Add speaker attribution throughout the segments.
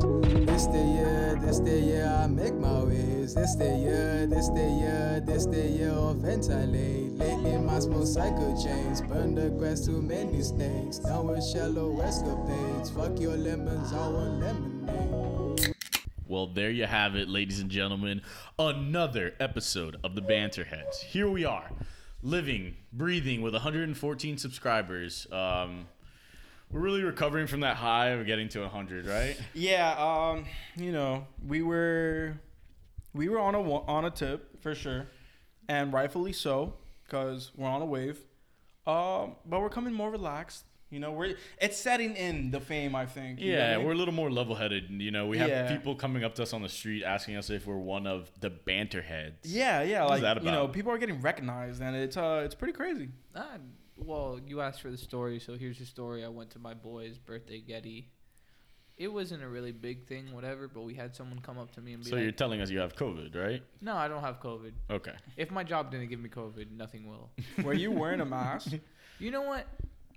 Speaker 1: This the year, this the year I make my ways. This the year, this the year, this the year of ventilate. Lately my small cycle chains burn the grass too many snakes. Down with shallow escapades. Fuck your lemons, I want lemonade.
Speaker 2: Well, there you have it, ladies and gentlemen. Another episode of the Banterheads. Here we are, living, breathing with 114 subscribers. Um, we're really recovering from that high of getting to 100, right?
Speaker 3: Yeah, um, you know, we were we were on a wa- on a tip for sure, and rightfully so, cause we're on a wave. Um, but we're coming more relaxed. You know, we're it's setting in the fame. I think. you know what
Speaker 2: Yeah,
Speaker 3: I mean?
Speaker 2: we're a little more level-headed. You know, we have
Speaker 3: Yeah.
Speaker 2: people coming up to us on the street asking us if we're one of the Banterheads.
Speaker 3: Yeah, yeah,
Speaker 2: What is
Speaker 3: like
Speaker 2: that
Speaker 3: you know,
Speaker 2: about?
Speaker 3: people are getting recognized, and it's uh, it's pretty crazy.
Speaker 4: Ah, well, you asked for the story, so here's your story. I went to my boy's birthday Getty. It wasn't a really big thing, whatever, but we had someone come up to me and be
Speaker 2: So
Speaker 4: like,
Speaker 2: you're telling us you have COVID, right?
Speaker 4: "No, I don't have COVID.
Speaker 2: Okay.
Speaker 4: If my job didn't give me COVID, nothing will."
Speaker 3: Were you wearing a mask?
Speaker 4: you know what?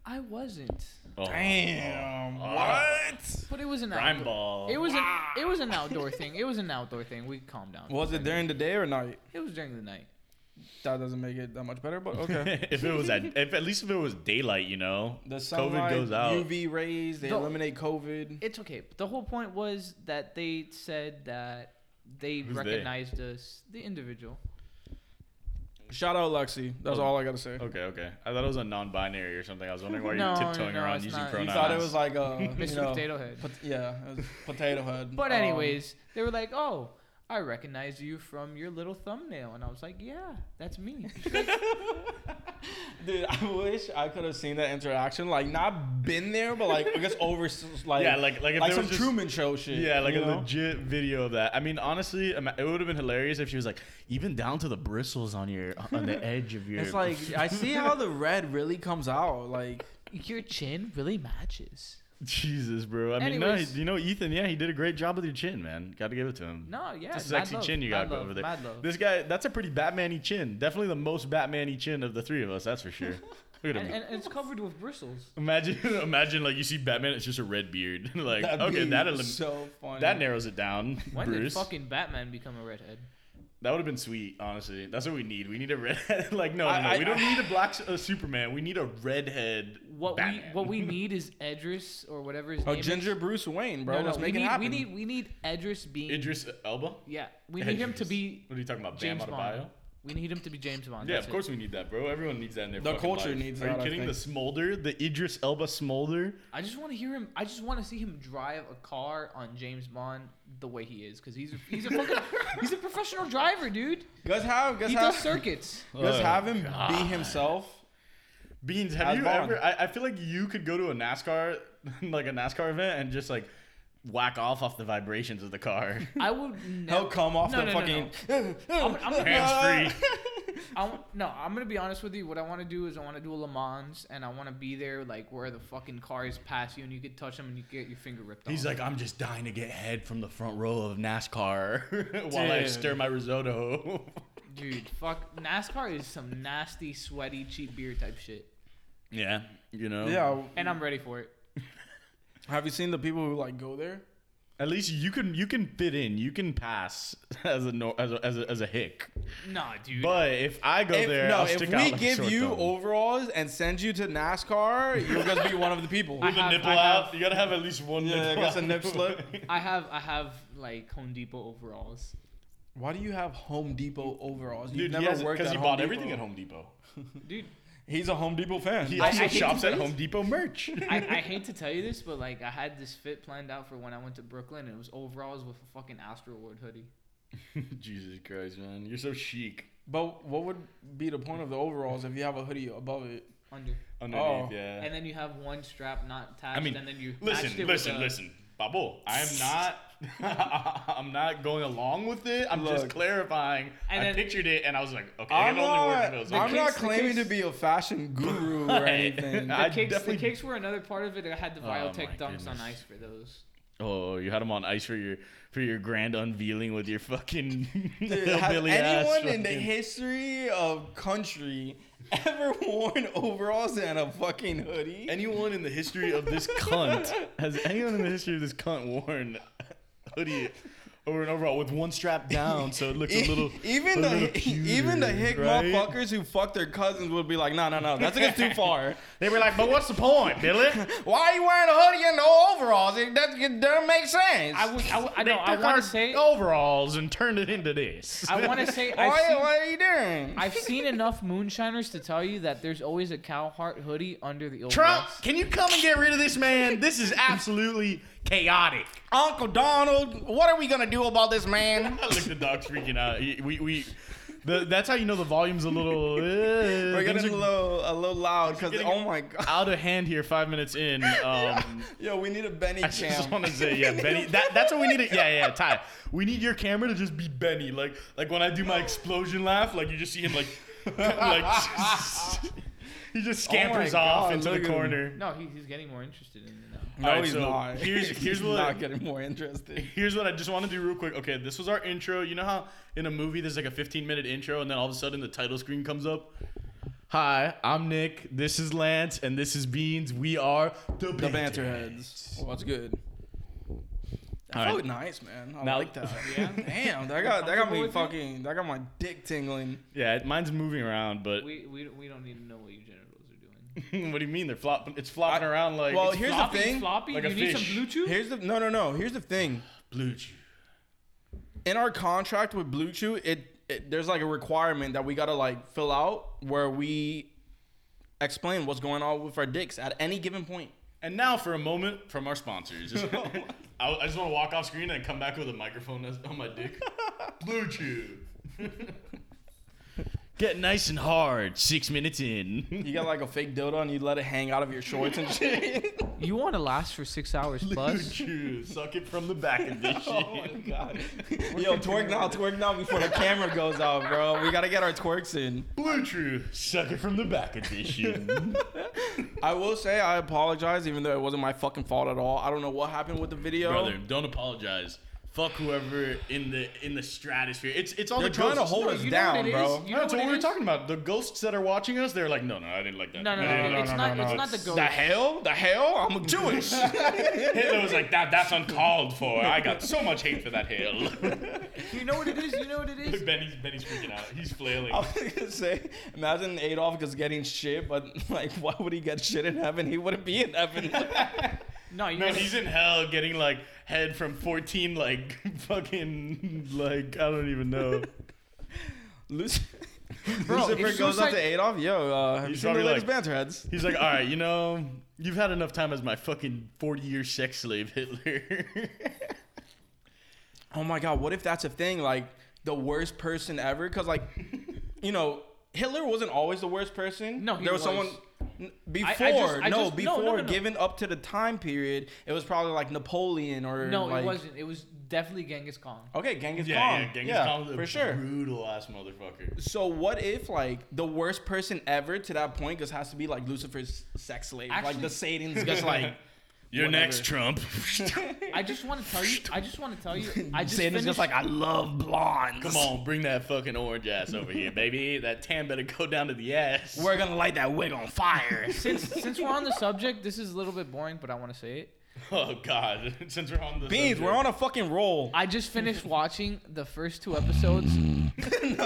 Speaker 4: I wasn't,
Speaker 2: Oh.
Speaker 3: Damn,
Speaker 2: Oh.
Speaker 3: what?
Speaker 4: but it was an
Speaker 2: Grime
Speaker 4: outdoor-
Speaker 2: ball.
Speaker 4: It was an it was an outdoor thing. It was an outdoor thing. We calmed down.
Speaker 3: Was it during the day or night?
Speaker 4: It was during the night.
Speaker 3: That doesn't make it that much better, but okay.
Speaker 2: if it was at, if at least if it was daylight, you know,
Speaker 3: The
Speaker 2: COVID
Speaker 3: sunlight,
Speaker 2: goes out.
Speaker 3: UV rays, they
Speaker 4: The-
Speaker 3: eliminate COVID.
Speaker 4: It's okay. But the whole point was that they said that they
Speaker 2: Who's they?
Speaker 4: recognized us, the individual.
Speaker 3: Shout out Lexi. That's
Speaker 2: Oh.
Speaker 3: all I gotta say.
Speaker 2: Okay, okay. I thought it was a non-binary or something. I was wondering why you're
Speaker 4: No,
Speaker 2: tiptoeing
Speaker 4: no,
Speaker 2: around
Speaker 4: it's
Speaker 2: using
Speaker 4: not. You
Speaker 2: pronouns.
Speaker 3: You thought it was like a
Speaker 4: Mr.
Speaker 3: You know,
Speaker 4: Potato Head.
Speaker 3: pot- yeah, it was potato head.
Speaker 4: But
Speaker 3: Um,
Speaker 4: anyways, they were like, "Oh, I recognize you from your little thumbnail," and I was like, "Yeah, that's me."
Speaker 3: dude, I wish I could have seen that interaction. Like, not been there, but like I guess over s- like
Speaker 2: yeah, like like if
Speaker 3: like
Speaker 2: there
Speaker 3: some
Speaker 2: was just,
Speaker 3: Truman Show shit.
Speaker 2: Yeah, like
Speaker 3: you
Speaker 2: a
Speaker 3: know?
Speaker 2: legit video of that. I mean, honestly, ima- it would have been hilarious if she was like, even down to the bristles on your on the edge of your.
Speaker 3: It's like I see how the red really comes out. Like,
Speaker 4: your chin really matches.
Speaker 2: Jesus, bro. I mean, no,
Speaker 4: Anyways.
Speaker 2: he- you know, Ethan. Yeah, he did a great job with your chin, man. Got to give it to him.
Speaker 4: No, yeah,
Speaker 2: It's a
Speaker 4: mad
Speaker 2: sexy
Speaker 4: love,
Speaker 2: chin you
Speaker 4: mad
Speaker 2: got
Speaker 4: love,
Speaker 2: over there.
Speaker 4: Mad love.
Speaker 2: This guy, that's a pretty Batman-y chin. Definitely the most Batman-y chin of the three of us. That's for sure. Look at
Speaker 4: and,
Speaker 2: him.
Speaker 4: and it's covered with bristles.
Speaker 2: Imagine, imagine, like you see Batman, it's just a red beard. like,
Speaker 3: that'd
Speaker 2: okay,
Speaker 3: be
Speaker 2: that elim-
Speaker 3: so funny.
Speaker 2: that narrows it down,
Speaker 4: When
Speaker 2: Bruce.
Speaker 4: did fucking Batman become a redhead?
Speaker 2: That would have been sweet, honestly. That's what we need. We need a redhead. like, no, no,
Speaker 3: I-
Speaker 2: no.
Speaker 3: I-
Speaker 2: we don't
Speaker 3: I-
Speaker 2: need a black uh, Superman. We need a redhead.
Speaker 4: What
Speaker 2: Batman.
Speaker 4: we what we need is Edris or whatever his
Speaker 3: Oh,
Speaker 4: name
Speaker 3: Ginger
Speaker 4: is.
Speaker 3: Bruce Wayne, bro.
Speaker 4: No, no,
Speaker 3: Let's
Speaker 4: we
Speaker 3: make
Speaker 4: need,
Speaker 3: it happen.
Speaker 4: We need we need Edris being
Speaker 2: Idris Elba.
Speaker 4: Yeah, we need him to
Speaker 2: Idris.
Speaker 4: be
Speaker 2: What are you talking about, Bam
Speaker 4: James
Speaker 2: Adebayo?
Speaker 4: Bond. We need him to be James Bond.
Speaker 2: Yeah,
Speaker 4: that's
Speaker 2: of
Speaker 4: it.
Speaker 2: course we need that, bro. Everyone needs that in their.
Speaker 3: The
Speaker 2: fucking
Speaker 3: culture
Speaker 2: life.
Speaker 3: needs
Speaker 2: Are
Speaker 3: that,
Speaker 2: you
Speaker 3: I
Speaker 2: kidding? The
Speaker 3: think.
Speaker 2: smolder, the Idris Elba smolder.
Speaker 4: I just want to hear him. I just want to see him drive a car on James Bond the way he is, because he's a, he's a fucking he's a professional driver, dude.
Speaker 3: Guys have guys
Speaker 4: He
Speaker 3: have
Speaker 4: does circuits.
Speaker 3: guys
Speaker 2: Oh,
Speaker 3: have him be
Speaker 2: God.
Speaker 3: himself.
Speaker 2: Beans, have
Speaker 3: As
Speaker 2: you
Speaker 3: Bond.
Speaker 2: ever? I, I feel like you could go to a NASCAR, like a NASCAR event, and just like whack off off the vibrations of the car.
Speaker 4: I would. Never,
Speaker 3: He'll come off
Speaker 4: No,
Speaker 3: the
Speaker 4: no, no,
Speaker 3: fucking.
Speaker 4: I'm- I'm gonna-
Speaker 2: Hands free.
Speaker 4: I want- no, I'm gonna be honest with you. What I want to do is I want to do a Le Mans, and I want to be there like where the fucking cars pass you, and you could touch them, and you get your finger ripped off.
Speaker 2: He's like, I'm just dying to get head from the front row of NASCAR while I
Speaker 3: Dude.
Speaker 2: stir my risotto.
Speaker 4: dude, fuck, NASCAR is some nasty, sweaty, cheap beer type shit,
Speaker 2: yeah, you know.
Speaker 3: yeah.
Speaker 4: and I'm ready for it.
Speaker 3: Have you seen the people who like go there?
Speaker 2: At least you can you can fit in. You can pass as a nor- as a, as a, as a hick.
Speaker 4: Nah, dude.
Speaker 2: But if I go
Speaker 3: If,
Speaker 2: there,
Speaker 3: no,
Speaker 2: I'll
Speaker 3: if
Speaker 2: stick
Speaker 3: we
Speaker 2: out like a
Speaker 3: give
Speaker 2: sore
Speaker 3: you
Speaker 2: thumb.
Speaker 3: overalls and send you to NASCAR, you're gonna be one of the people.
Speaker 4: I
Speaker 2: With a
Speaker 4: have-
Speaker 2: nipple
Speaker 4: I
Speaker 2: out,
Speaker 4: have-
Speaker 2: you gotta have at least one.
Speaker 3: Yeah, I
Speaker 2: nipple
Speaker 3: guess a
Speaker 2: out.
Speaker 3: nip slip.
Speaker 4: I have I have like Home Depot overalls.
Speaker 3: Why do you have Home Depot overalls?
Speaker 2: Dude,
Speaker 3: You've never
Speaker 2: because he,
Speaker 3: worked
Speaker 2: has- 'cause
Speaker 3: at
Speaker 2: he
Speaker 3: Home
Speaker 2: bought
Speaker 3: Depot.
Speaker 2: everything at Home Depot.
Speaker 4: Dude,
Speaker 3: He's a Home Depot fan.
Speaker 2: He
Speaker 4: I-
Speaker 2: also
Speaker 4: I hate to
Speaker 2: shops
Speaker 4: say
Speaker 2: at
Speaker 4: this.
Speaker 2: Home Depot merch.
Speaker 4: I, I hate to tell you this, but like I had this fit planned out for when I went to Brooklyn, and it was overalls with a fucking Astroworld hoodie.
Speaker 2: Jesus Christ, man, you're so chic.
Speaker 3: but what would be the point of the overalls if you have a hoodie above it?
Speaker 4: Under.
Speaker 2: Underneath,
Speaker 3: Oh.
Speaker 2: yeah.
Speaker 4: And then you have one strap not attached,
Speaker 2: I mean,
Speaker 4: and then you matched
Speaker 2: listen,
Speaker 4: it
Speaker 2: listen,
Speaker 4: with a,
Speaker 2: listen, Babu. I am not. I'm not going along with it. I'm just
Speaker 3: Look.
Speaker 2: clarifying.
Speaker 4: And
Speaker 2: I
Speaker 4: then-
Speaker 2: pictured it, and I was like, okay,
Speaker 3: I'm
Speaker 2: it only works if
Speaker 3: not,
Speaker 2: it was
Speaker 3: I'm
Speaker 2: okay.
Speaker 3: not
Speaker 4: kicks- the
Speaker 3: claiming to
Speaker 4: kicks-
Speaker 3: be a fashion guru or anything.
Speaker 4: The
Speaker 2: I
Speaker 4: cakes,
Speaker 2: definitely- Oh
Speaker 4: the cakes were another part of it. I had the
Speaker 2: my
Speaker 4: Biotech dunks on
Speaker 2: goodness.
Speaker 4: ice for those.
Speaker 2: Oh, you had him on ice for your for your grand unveiling with your fucking
Speaker 3: Dude, has
Speaker 2: hillbilly ass.
Speaker 3: anyone in the
Speaker 2: fucking-
Speaker 3: history of country ever worn overalls and a fucking hoodie?
Speaker 2: anyone in the history of this cunt has anyone in the history of this cunt worn hoodie over an overall with one strap down, so it looks a little.
Speaker 3: E- even
Speaker 2: a
Speaker 3: the
Speaker 2: little cuter,
Speaker 3: even the hick
Speaker 2: right?
Speaker 3: motherfuckers who fuck their cousins would be like, no, no, no, that's against too far.
Speaker 2: They were like, "But what's the point, Billy?"
Speaker 3: Why are you wearing a hoodie and no overalls? It doesn't, it doesn't make sense.
Speaker 4: I would. I, would- I
Speaker 2: They
Speaker 4: know. I
Speaker 2: took
Speaker 4: want
Speaker 2: our
Speaker 4: to say.
Speaker 2: overalls and turned it into this.
Speaker 4: I want to say.
Speaker 3: why,
Speaker 4: I've seen,
Speaker 3: what are you doing?
Speaker 4: I've seen enough moonshiners to tell you that there's always a cowheart hoodie under the old
Speaker 2: Trump, can you come and get rid of this man? This is absolutely chaotic.
Speaker 3: Uncle Donald, what are we gonna do about this man?
Speaker 2: Look, the dog's freaking out. He- We we. The, that's how you know the volume's a little. Uh,
Speaker 3: We're
Speaker 2: things
Speaker 3: getting a
Speaker 2: are
Speaker 3: little a little loud because
Speaker 2: Getting-
Speaker 3: oh my god,
Speaker 2: out of hand here. Five minutes in. Um,
Speaker 3: yo, we need a Benny
Speaker 2: I just
Speaker 3: cam.
Speaker 2: want to say, yeah, Benny. That, that's what we need. To, yeah, yeah, Ty. We need your camera to just be Benny. Like, like when I do my explosion laugh, like you just see him like, like he just scampers
Speaker 3: Oh my
Speaker 2: off
Speaker 3: God,
Speaker 2: into the
Speaker 3: look at him.
Speaker 2: corner.
Speaker 4: No, he, he's getting more interested in it now.
Speaker 3: No,
Speaker 2: All right,
Speaker 3: he's
Speaker 2: so
Speaker 3: not.
Speaker 2: here's- here's
Speaker 3: he's
Speaker 2: what-
Speaker 3: not getting more interested.
Speaker 2: Here's what I just want to do real quick. Okay, this was our intro. You know how in a movie there's like a 15 minute intro, and then all of a sudden the title screen comes up. Hi, I'm Nick. This is Lance, and this is Beans. We are the,
Speaker 3: The banter heads. What's good? That
Speaker 2: All right.
Speaker 3: felt nice, man. I
Speaker 2: Now-
Speaker 3: like that.
Speaker 4: Yeah.
Speaker 3: Damn, that got that got
Speaker 4: Comfortable
Speaker 3: me
Speaker 4: with you?
Speaker 3: fucking. That got my dick tingling.
Speaker 2: Yeah, it- mine's moving around, but
Speaker 4: We, we we don't need to know what your genitals are doing.
Speaker 2: what do you mean they're flopping? It's flopping
Speaker 3: I-
Speaker 2: around like
Speaker 3: well,
Speaker 2: it's
Speaker 3: here's
Speaker 4: floppy,
Speaker 3: the thing.
Speaker 4: Floppy.
Speaker 2: Like
Speaker 4: you
Speaker 2: a
Speaker 4: need
Speaker 2: fish.
Speaker 4: some Bluetooth.
Speaker 3: Here's the no, no, no. Here's the thing.
Speaker 2: blue chew.
Speaker 3: in our contract with Blue Chew, it, it there's like a requirement that we gotta like fill out where we explain what's going on with our dicks at any given point.
Speaker 2: And now for a moment from our sponsors. I, I just want to walk off screen and come back with a microphone that's on my dick. Blue Chew. Get nice and hard. Six minutes in.
Speaker 3: You got like a fake dildo and you let it hang out of your shorts and shit.
Speaker 4: You want to last for six hours
Speaker 2: Blue
Speaker 4: plus?
Speaker 2: Chew. Suck it from the back of this shit.
Speaker 3: Yo, twerk now, twerk now before the camera goes out, bro. We gotta get our twerks in.
Speaker 2: Blue Chew. Suck it from the back of this shit.
Speaker 3: I will say I apologize, even though it wasn't my fucking fault at all. I don't know what happened with the video.
Speaker 2: Brother, don't apologize. Fuck whoever in the in the stratosphere. It's it's all
Speaker 3: They're
Speaker 2: the
Speaker 3: trying to
Speaker 2: ghosts.
Speaker 3: hold
Speaker 4: No,
Speaker 3: us
Speaker 4: you know what
Speaker 3: down,
Speaker 4: it
Speaker 3: bro.
Speaker 4: is? You know
Speaker 2: That's
Speaker 4: what
Speaker 2: what
Speaker 4: it
Speaker 2: we were
Speaker 4: is?
Speaker 2: talking about. The ghosts that are watching us, they're like, no, no, I didn't like that.
Speaker 4: No, no, no, no, it's not. It's not the ghost.
Speaker 3: The hell? The hell? I'm Jewish.
Speaker 2: Hitler was like, that, that's uncalled for. I got so much hate for that hill.
Speaker 4: You know what it is. You know what it is.
Speaker 2: Benny's, Benny's freaking out. He's flailing.
Speaker 3: I was gonna say, imagine Adolf just getting shit, but like, why would he get shit in heaven? He wouldn't be in heaven.
Speaker 4: No, you
Speaker 2: No, he's in hell getting like head from 14, like fucking, like, I don't even know.
Speaker 3: Luc-
Speaker 4: Bro, if
Speaker 3: Lucifer goes up
Speaker 4: suicide-
Speaker 3: to Adolf, yo, uh, have you
Speaker 2: He's
Speaker 3: seen the
Speaker 2: probably
Speaker 3: latest Banterheads?
Speaker 2: He's like, all right, you know, you've had enough time as my fucking 40 year sex slave, Hitler.
Speaker 3: Oh my god, what if that's a thing? Like, the worst person ever? Because, like, you know, Hitler wasn't always the worst person.
Speaker 4: No, he
Speaker 3: there was,
Speaker 4: was.
Speaker 3: someone. n- Before,
Speaker 4: I just-
Speaker 3: no,
Speaker 4: I just- no, no,
Speaker 3: before
Speaker 4: no, no.
Speaker 3: given up to the time period, it was probably like Napoleon or
Speaker 4: No,
Speaker 3: like,
Speaker 4: it wasn't. It was definitely Genghis Khan.
Speaker 3: Okay, Genghis
Speaker 2: yeah,
Speaker 3: Khan.
Speaker 2: yeah, Genghis Khan's a
Speaker 3: for sure.
Speaker 2: brutal ass motherfucker.
Speaker 3: So what if like the worst person ever to that point just has to be like Lucifer's sex slave, like
Speaker 4: Actually-
Speaker 3: the Satan's just like
Speaker 2: You're
Speaker 3: Whatever.
Speaker 2: next, Trump.
Speaker 4: I just want to tell you. I just want to tell you. I just
Speaker 3: Satan's
Speaker 4: finished.
Speaker 3: just like I love blondes.
Speaker 2: Come on, bring that fucking orange ass over here, baby. That tan better go down to the ass.
Speaker 3: we're gonna light that wig on fire.
Speaker 4: since since we're on the subject, this is a little bit boring, but I want to say it.
Speaker 2: Oh God! Since we're on the
Speaker 3: Beans, we're on a fucking roll.
Speaker 4: I just finished watching the first two episodes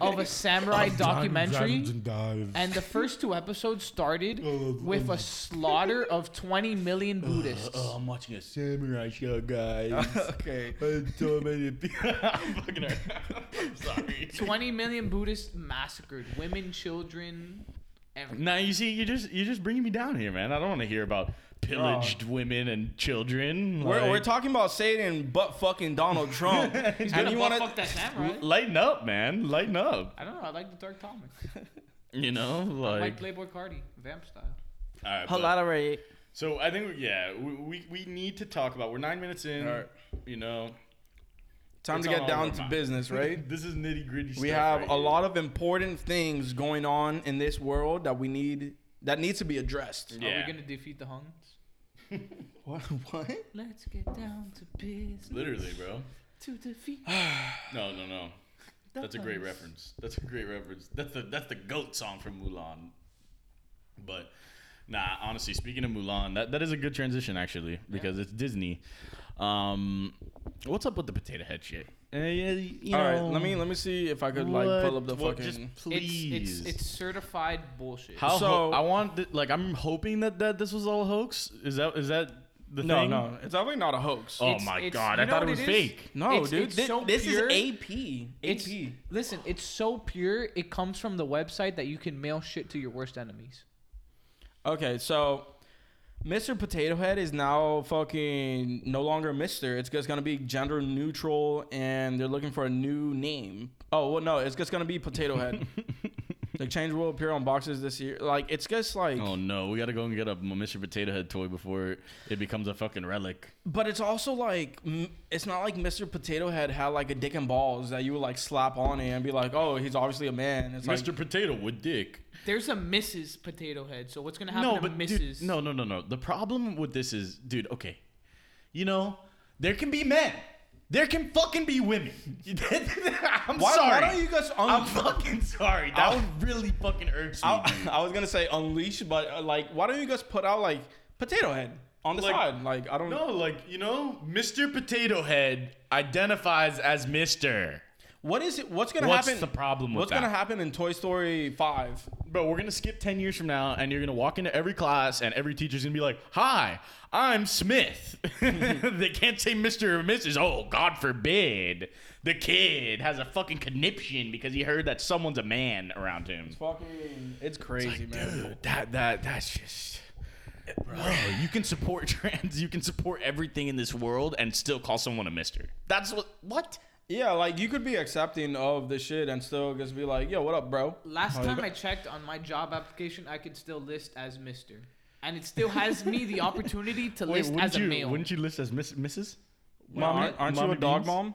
Speaker 4: of a samurai documentary, and the first two episodes started
Speaker 3: Oh,
Speaker 4: with a slaughter of 20 million Buddhists.
Speaker 2: Oh, I'm watching a samurai show, guys.
Speaker 3: okay.
Speaker 2: so many people. I'm fucking hurt. I'm sorry.
Speaker 4: 20 million Buddhists massacred, women, children, everything.
Speaker 2: Now you see, you just you're just bringing me down here, man. I don't want to hear about pillaged women and children.
Speaker 3: Oh. We're,
Speaker 2: like-
Speaker 3: we're talking about Satan, but fucking Donald Trump, and you want
Speaker 4: fuck
Speaker 3: to
Speaker 4: that samurai?
Speaker 2: lighten up, man. Lighten up.
Speaker 4: I don't know. I like the dark comics,
Speaker 2: You know, like.
Speaker 4: like Playboy Cardi, vamp style.
Speaker 2: All right, but-
Speaker 3: collaborate.
Speaker 2: So I think yeah, we, we we need to talk about. We're nine minutes in.
Speaker 3: All right.
Speaker 2: You know,
Speaker 3: Time
Speaker 2: It's
Speaker 3: to
Speaker 2: all
Speaker 3: get down
Speaker 2: over
Speaker 3: to
Speaker 2: my-
Speaker 3: business, right?
Speaker 2: this is nitty gritty.
Speaker 3: We have a lot of important things going on in this world that we need that needs to be addressed.
Speaker 4: Are
Speaker 2: Yeah.
Speaker 4: we gonna defeat the Huns?
Speaker 3: What? What?
Speaker 4: Let's get down to business.
Speaker 2: Literally, bro.
Speaker 4: To defeat.
Speaker 2: No, no, no.
Speaker 4: the
Speaker 2: That's a great
Speaker 4: Huns.
Speaker 2: reference. That's a great reference. That's the that's the goat song from Mulan. But nah, honestly, speaking of Mulan, that, that is a good transition actually because it's Disney. Um, What's up with the potato head shit? Uh, you know,
Speaker 3: All right, let me let me see if I could like pull up the
Speaker 2: what-
Speaker 3: fucking.
Speaker 2: Just
Speaker 4: It's,
Speaker 2: please.
Speaker 4: it's it's certified bullshit.
Speaker 2: How
Speaker 3: So-
Speaker 2: ho- I want th- like I'm hoping that, that this was all a hoax. Is that is that the
Speaker 3: no,
Speaker 2: thing?
Speaker 3: no, it's definitely not a hoax.
Speaker 2: Oh
Speaker 4: It's-
Speaker 2: my
Speaker 4: it's-
Speaker 2: god,
Speaker 4: you
Speaker 2: I
Speaker 4: know
Speaker 2: thought it
Speaker 4: what
Speaker 2: was
Speaker 4: it is?
Speaker 2: fake.
Speaker 3: no,
Speaker 4: it's-
Speaker 3: dude,
Speaker 4: it's
Speaker 3: thi-
Speaker 4: so
Speaker 3: this
Speaker 4: pure.
Speaker 3: is AP.
Speaker 4: It's
Speaker 3: AP.
Speaker 4: listen, it's so pure. It comes from the website that you can mail shit to your worst enemies.
Speaker 3: Okay, so Mr. Potato Head is now fucking no longer Mr. It's just gonna be gender neutral, and they're looking for a new name. Oh well, no, it's just gonna be Potato Head. the change will appear on boxes this year. Like it's just like,
Speaker 2: Oh no, we gotta go and get a Mr. Potato Head toy before it becomes a fucking relic.
Speaker 3: but it's also like, m- it's not like Mr. Potato Head had like a dick and balls that you would like slap on it and be like, oh, he's obviously a man. It's
Speaker 2: Mr.
Speaker 3: like
Speaker 2: Potato with dick.
Speaker 4: There's a Mrs. Potato Head. So what's gonna happen
Speaker 2: No,
Speaker 4: to
Speaker 2: but
Speaker 4: Mrs.
Speaker 2: dude, no, no, no, no. The problem with this is, dude. Okay, you know, there can be men. There can fucking be women. I'm
Speaker 3: why,
Speaker 2: sorry.
Speaker 3: why don't you guys? Un-
Speaker 2: I'm fucking sorry. That
Speaker 3: I'll-
Speaker 2: would really fucking irks me.
Speaker 3: I,
Speaker 2: dude.
Speaker 3: I was gonna say unleash, but uh, like, why don't you guys put out like Potato Head on the
Speaker 2: Like-
Speaker 3: side? Like, I don't know.
Speaker 2: No, like, you know, Mr. Potato Head identifies as Mr.
Speaker 3: What is it? What's gonna
Speaker 2: What's
Speaker 3: happen?
Speaker 2: the problem with
Speaker 3: What's
Speaker 2: that?
Speaker 3: gonna happen in Toy Story Five?
Speaker 2: Bro, we're going to skip 10 years from now, and you're going to walk into every class, and every teacher's going to be like, Hi, I'm Smith. they can't say Mr. or Mrs. Oh, God forbid. The kid has a fucking conniption because he heard that someone's a man around him.
Speaker 3: Fucking, it's crazy, man.
Speaker 2: Dude, that, that, that's just. Bro, you can support trans, you can support everything in this world, and still call someone a Mr. That's what. What?
Speaker 3: Yeah, like you could be accepting of the shit and still just be like, "Yo, what up, bro?"
Speaker 4: Last
Speaker 3: Oh,
Speaker 4: time
Speaker 3: yeah.
Speaker 4: I checked on my job application, I could still list as Mister, and it still has me the opportunity to list
Speaker 2: wouldn't
Speaker 4: as a
Speaker 2: you,
Speaker 4: male.
Speaker 2: Wouldn't you list as miss, Mrs.?
Speaker 3: Mommy,
Speaker 2: Mommy-
Speaker 3: aren't you
Speaker 2: mommy
Speaker 3: a dog
Speaker 2: beans?
Speaker 3: mom?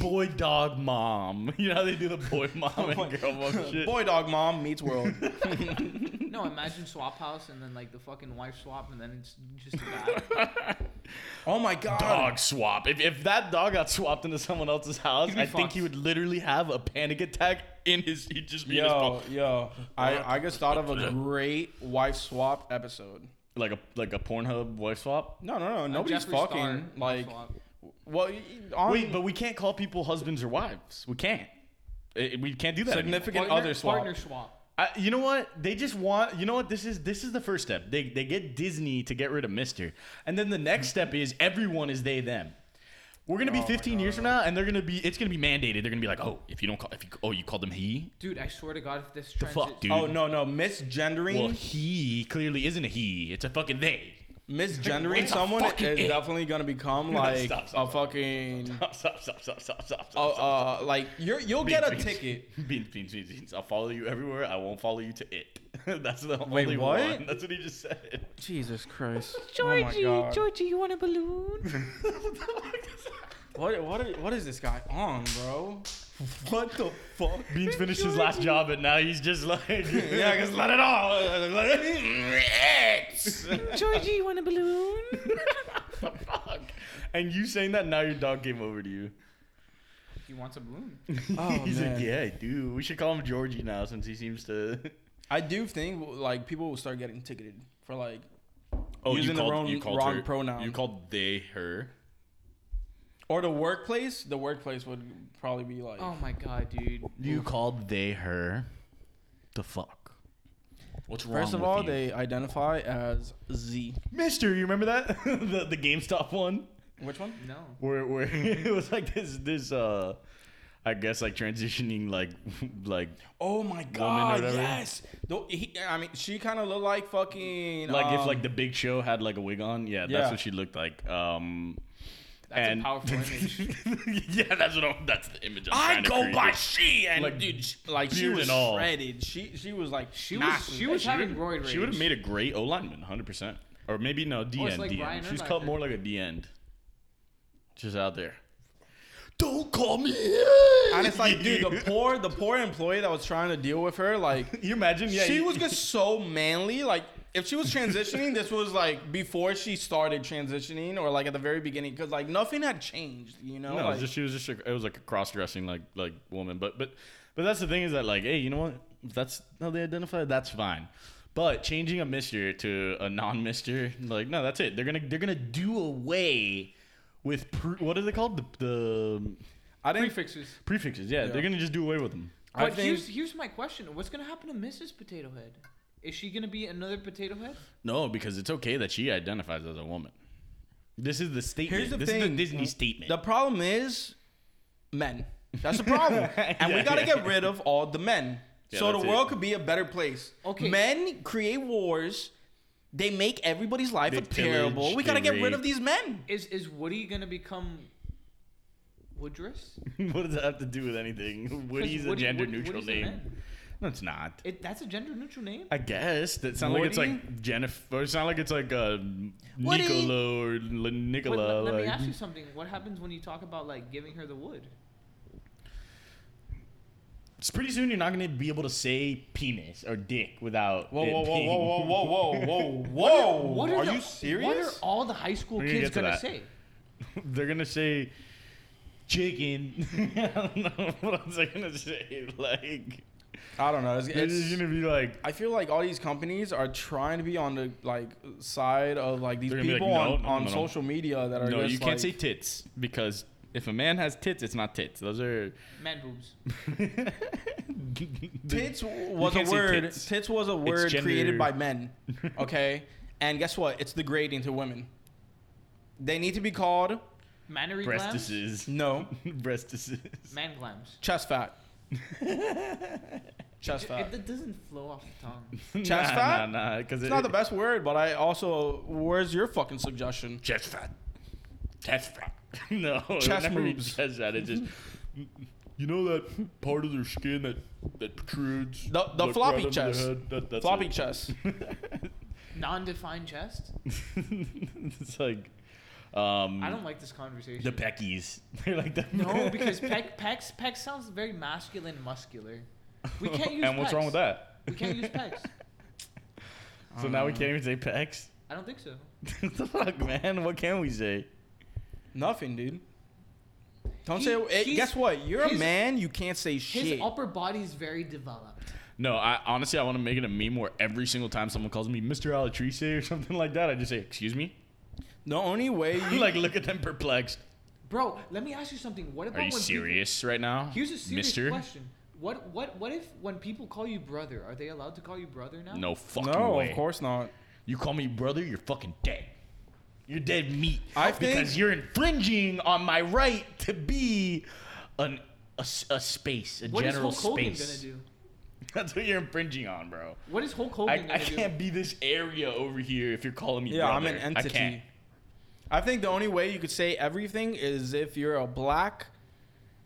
Speaker 2: Boy dog mom. You know how they do the boy mom and girl mom shit.
Speaker 3: Boy, dog mom meets world.
Speaker 4: No, imagine swap house and then like the fucking wife swap and then it's just a guy.
Speaker 3: oh my god.
Speaker 2: Dog swap. If, if that dog got swapped into someone else's house,
Speaker 4: He'd be
Speaker 2: I think he
Speaker 4: fucked.
Speaker 2: would literally have a panic attack in his. He'd just be in his
Speaker 3: Yo,
Speaker 2: phone.
Speaker 3: yo, I, I just thought of a great wife swap episode.
Speaker 2: like a like a Pornhub wife swap.
Speaker 3: No, no, no, nobody's
Speaker 4: Jeffree
Speaker 3: fucking
Speaker 4: Star
Speaker 3: like.
Speaker 4: swap.
Speaker 3: Well, y- on
Speaker 2: Wait, but we can't call people husbands or wives. We can't. Eh, we can't do that. anymore.
Speaker 3: significant
Speaker 4: Partner-
Speaker 3: other swap.
Speaker 4: partner swap.
Speaker 2: I, you know what? They just want. You know what? This is this is the first step. They they get Disney to get rid of Mister, and then the next step is everyone is they them. We're
Speaker 3: Oh
Speaker 2: gonna be 15 years from now, and they're gonna be. It's gonna be mandated. They're gonna be like, oh, if you don't call, if you oh, you call them he.
Speaker 4: Dude, I swear to God, if this transit,
Speaker 2: Fuck, dude.
Speaker 3: Oh no, no, misgendering,
Speaker 2: Well, he clearly isn't a he. It's a fucking they.
Speaker 3: misgendering
Speaker 2: It's a
Speaker 3: someone is
Speaker 2: fucking it.
Speaker 3: definitely gonna become like
Speaker 2: stop, stop,
Speaker 3: a
Speaker 2: stop.
Speaker 3: fucking.
Speaker 2: Stop, stop, stop, stop, stop,
Speaker 3: uh,
Speaker 2: stop.
Speaker 3: uh, like you're, you'll
Speaker 2: Beans,
Speaker 3: get a
Speaker 2: beans.
Speaker 3: ticket.
Speaker 2: Beans, beans, beans, beans. I'll follow you everywhere. I won't follow you to it. That's the
Speaker 3: Wait,
Speaker 2: only
Speaker 3: what?
Speaker 2: one. That's what he just said.
Speaker 3: Jesus Christ, Oh
Speaker 5: Georgie,
Speaker 2: Oh
Speaker 5: Georgie, you want a balloon?
Speaker 3: what, what, are- what is this guy on, bro? What the fuck?
Speaker 2: Beans finished his last job, and now he's just like, yeah, just let it all. Let it.
Speaker 5: Georgie, you want a balloon?
Speaker 2: Fuck. And you saying that now your dog came over to you.
Speaker 4: he wants a balloon.
Speaker 3: Oh,
Speaker 2: he's
Speaker 3: man.
Speaker 2: like, yeah, I do. We should call him Georgie now since he seems to.
Speaker 3: I do think like people will start getting ticketed for like
Speaker 2: Oh,
Speaker 3: Using the wrong- wrong pronoun.
Speaker 2: You called they her.
Speaker 3: or the workplace. The workplace would probably be like.
Speaker 4: Oh my God, dude.
Speaker 2: You called they her. The fuck. What's wrong?
Speaker 3: First of
Speaker 2: with
Speaker 3: all,
Speaker 2: you?
Speaker 3: they identify as Z.
Speaker 2: Mister, you remember that the the GameStop one
Speaker 3: Which one?
Speaker 4: No.
Speaker 2: where where it was like this this uh. I guess like transitioning like like
Speaker 3: Oh my god,
Speaker 2: whatever.
Speaker 3: yes. Though he, I mean, she kind of looked like fucking.
Speaker 2: like if
Speaker 3: um,
Speaker 2: like the big show had like a wig on yeah,
Speaker 3: Yeah.
Speaker 2: that's what she looked like um
Speaker 4: That's
Speaker 2: and
Speaker 4: a powerful image.
Speaker 2: yeah that's what I'm, that's the image
Speaker 3: I
Speaker 2: I'm trying to
Speaker 3: go
Speaker 2: create.
Speaker 3: by she and
Speaker 2: Like,
Speaker 3: dude, sh- like she
Speaker 2: beard
Speaker 3: was
Speaker 2: and all.
Speaker 3: shredded. She she was like
Speaker 4: She was, she was having roid rage.
Speaker 2: she would have made a great O lineman 100 percent or maybe no D
Speaker 4: Oh, it's
Speaker 2: end
Speaker 4: like
Speaker 2: D
Speaker 4: Brian
Speaker 2: end she's
Speaker 4: Urlacher.
Speaker 2: cut more like a D end just out there don't call me here
Speaker 3: and it's like dude, the poor the poor employee that was trying to deal with her, like
Speaker 2: you imagine yeah
Speaker 3: she
Speaker 2: you-
Speaker 3: was just so manly. Like if she was transitioning, this was like before she started transitioning or like at the very beginning, because like nothing had changed. You know,
Speaker 2: No, it
Speaker 3: like,
Speaker 2: was just she was just a, it was like a cross dressing like like woman. But but but that's the thing is that like hey, you know what? If that's how they identify. That's fine. But changing a mister to a non-mister, like no, that's it. They're gonna they're gonna do away with pre- what are they called the, the
Speaker 3: I didn't.
Speaker 4: Prefixes.
Speaker 2: prefixes. Yeah, they're gonna just do away with them.
Speaker 3: I
Speaker 4: But
Speaker 3: think-
Speaker 4: here's here's my question: What's gonna happen to Mrs. Potato Head? Is she gonna be another Potato Head?
Speaker 2: No, because it's okay that she identifies as a woman. This is the statement.
Speaker 3: Here's the
Speaker 2: this
Speaker 3: thing.
Speaker 2: is the Disney statement.
Speaker 3: The problem is men. That's the problem. and we
Speaker 2: Yeah,
Speaker 3: got to
Speaker 2: yeah.
Speaker 3: get rid of all the men.
Speaker 2: Yeah,
Speaker 3: so the
Speaker 2: that's it.
Speaker 3: world could be a better place.
Speaker 4: Okay.
Speaker 3: Men create wars. They make everybody's life
Speaker 2: They
Speaker 3: a terrible.
Speaker 2: pillage,
Speaker 3: We got to
Speaker 2: they
Speaker 3: get rid of
Speaker 2: rape.
Speaker 3: these men.
Speaker 4: Is is Woody gonna become Woodress? 'Cause
Speaker 2: what does that have to do with anything? Woody's a
Speaker 4: Woody-
Speaker 2: gender
Speaker 4: Woody-
Speaker 2: neutral
Speaker 4: Woody's a
Speaker 2: name.
Speaker 4: man.
Speaker 2: No, it's not.
Speaker 4: It, that's a gender neutral name.
Speaker 2: I guess that sounds like it's
Speaker 3: Woody?
Speaker 2: like Jennifer. Or it sounds like it's like uh,
Speaker 3: Woody.
Speaker 2: Nicola or L-
Speaker 4: But
Speaker 2: Nicola.
Speaker 4: let, let me
Speaker 2: like-
Speaker 4: ask you something. What happens when you talk about like giving her the wood?
Speaker 2: It's pretty soon you're not gonna be able to say penis or dick without. it being-
Speaker 3: whoa, whoa, whoa, whoa.
Speaker 4: What the- What are all the high school
Speaker 2: We're gonna
Speaker 4: kids
Speaker 2: get to
Speaker 4: gonna
Speaker 2: that.
Speaker 4: say?
Speaker 2: They're gonna say chicken. I don't know what else they're gonna say. Like
Speaker 3: I don't know. It's,
Speaker 2: they're just
Speaker 3: it's-
Speaker 2: gonna be like.
Speaker 3: I feel like all these companies are trying to be on the like side of like these
Speaker 2: They're gonna be like,
Speaker 3: people
Speaker 2: no,
Speaker 3: on,
Speaker 2: no,
Speaker 3: on
Speaker 2: no, no.
Speaker 3: social media that are
Speaker 2: No,
Speaker 3: just
Speaker 2: you can't
Speaker 3: like-
Speaker 2: say tits because if a man has tits, it's not tits. Those are
Speaker 4: Man boobs.
Speaker 3: Tits was a
Speaker 2: can't say
Speaker 3: word.
Speaker 2: tits.
Speaker 3: Tits. was a word
Speaker 2: gender-
Speaker 3: created by men. Okay, and guess what? It's degrading to women. They need to be called
Speaker 4: Mannery glams.
Speaker 2: breastises.
Speaker 3: no
Speaker 2: breastises.
Speaker 4: Man glams.
Speaker 3: chest fat. chest
Speaker 4: It,
Speaker 3: fat.
Speaker 4: it doesn't flow off the tongue.
Speaker 2: Chest
Speaker 3: fat?
Speaker 2: Nah, nah, because
Speaker 3: It's not the best word, but I also. Where's your fucking suggestion?
Speaker 2: Chest fat. Chest fat. no, it would
Speaker 3: Chest
Speaker 2: never be
Speaker 3: moves.
Speaker 2: Chest fat. It's just. You know that part of their skin that that protrudes.
Speaker 3: The- the
Speaker 2: like,
Speaker 3: floppy
Speaker 2: over their
Speaker 3: chest.
Speaker 2: head? That- that's
Speaker 3: Floppy
Speaker 2: it.
Speaker 3: chest.
Speaker 4: Non-defined chest.
Speaker 2: it's like. Um,
Speaker 4: I don't like this conversation.
Speaker 2: the peckies. They're like the
Speaker 4: No, because pec, pecs pecs sounds very masculine, muscular. We can't use.
Speaker 2: and what's
Speaker 4: pecs.
Speaker 2: wrong with that?
Speaker 4: We can't use Um, pecs.
Speaker 2: So now we can't even say pecs.
Speaker 4: I don't think so.
Speaker 2: What the fuck, man? What can we say?
Speaker 3: Nothing, dude. Don't
Speaker 4: He-
Speaker 3: say. eh,
Speaker 4: he's-
Speaker 3: guess what? You're a
Speaker 4: his-
Speaker 3: man. You can't say
Speaker 4: His
Speaker 3: shit.
Speaker 4: upper body's very developed.
Speaker 2: No, I honestly I want to make it a meme where every single time someone calls me Mr. Alatrice or something like that, I just say, "Excuse me."
Speaker 3: the only way you
Speaker 2: like look at them perplexed.
Speaker 4: Bro, let me ask you something. What about
Speaker 2: Are you
Speaker 4: when
Speaker 2: serious right now?
Speaker 4: People, here's a serious
Speaker 2: Mister?
Speaker 4: question. What what what if when people call you brother, are they allowed to call you brother now?
Speaker 2: No fucking
Speaker 3: No,
Speaker 2: way.
Speaker 3: of course not.
Speaker 2: You call me brother, you're fucking dead. You're dead meat.
Speaker 3: I
Speaker 2: because
Speaker 3: think-
Speaker 2: you're infringing on my right to be an a, s- a space, a
Speaker 4: What is
Speaker 2: general
Speaker 4: Hulk Hogan
Speaker 2: space.
Speaker 4: gonna do?
Speaker 2: That's what you're infringing on, bro.
Speaker 4: What is Hulk
Speaker 2: I,
Speaker 4: Hogan gonna
Speaker 2: I can't
Speaker 4: do?
Speaker 2: be this area over here if you're calling me
Speaker 3: Yeah, I'm
Speaker 2: brother.
Speaker 3: an
Speaker 2: I can't.
Speaker 3: entity. I think the only way you could say everything is if you're a black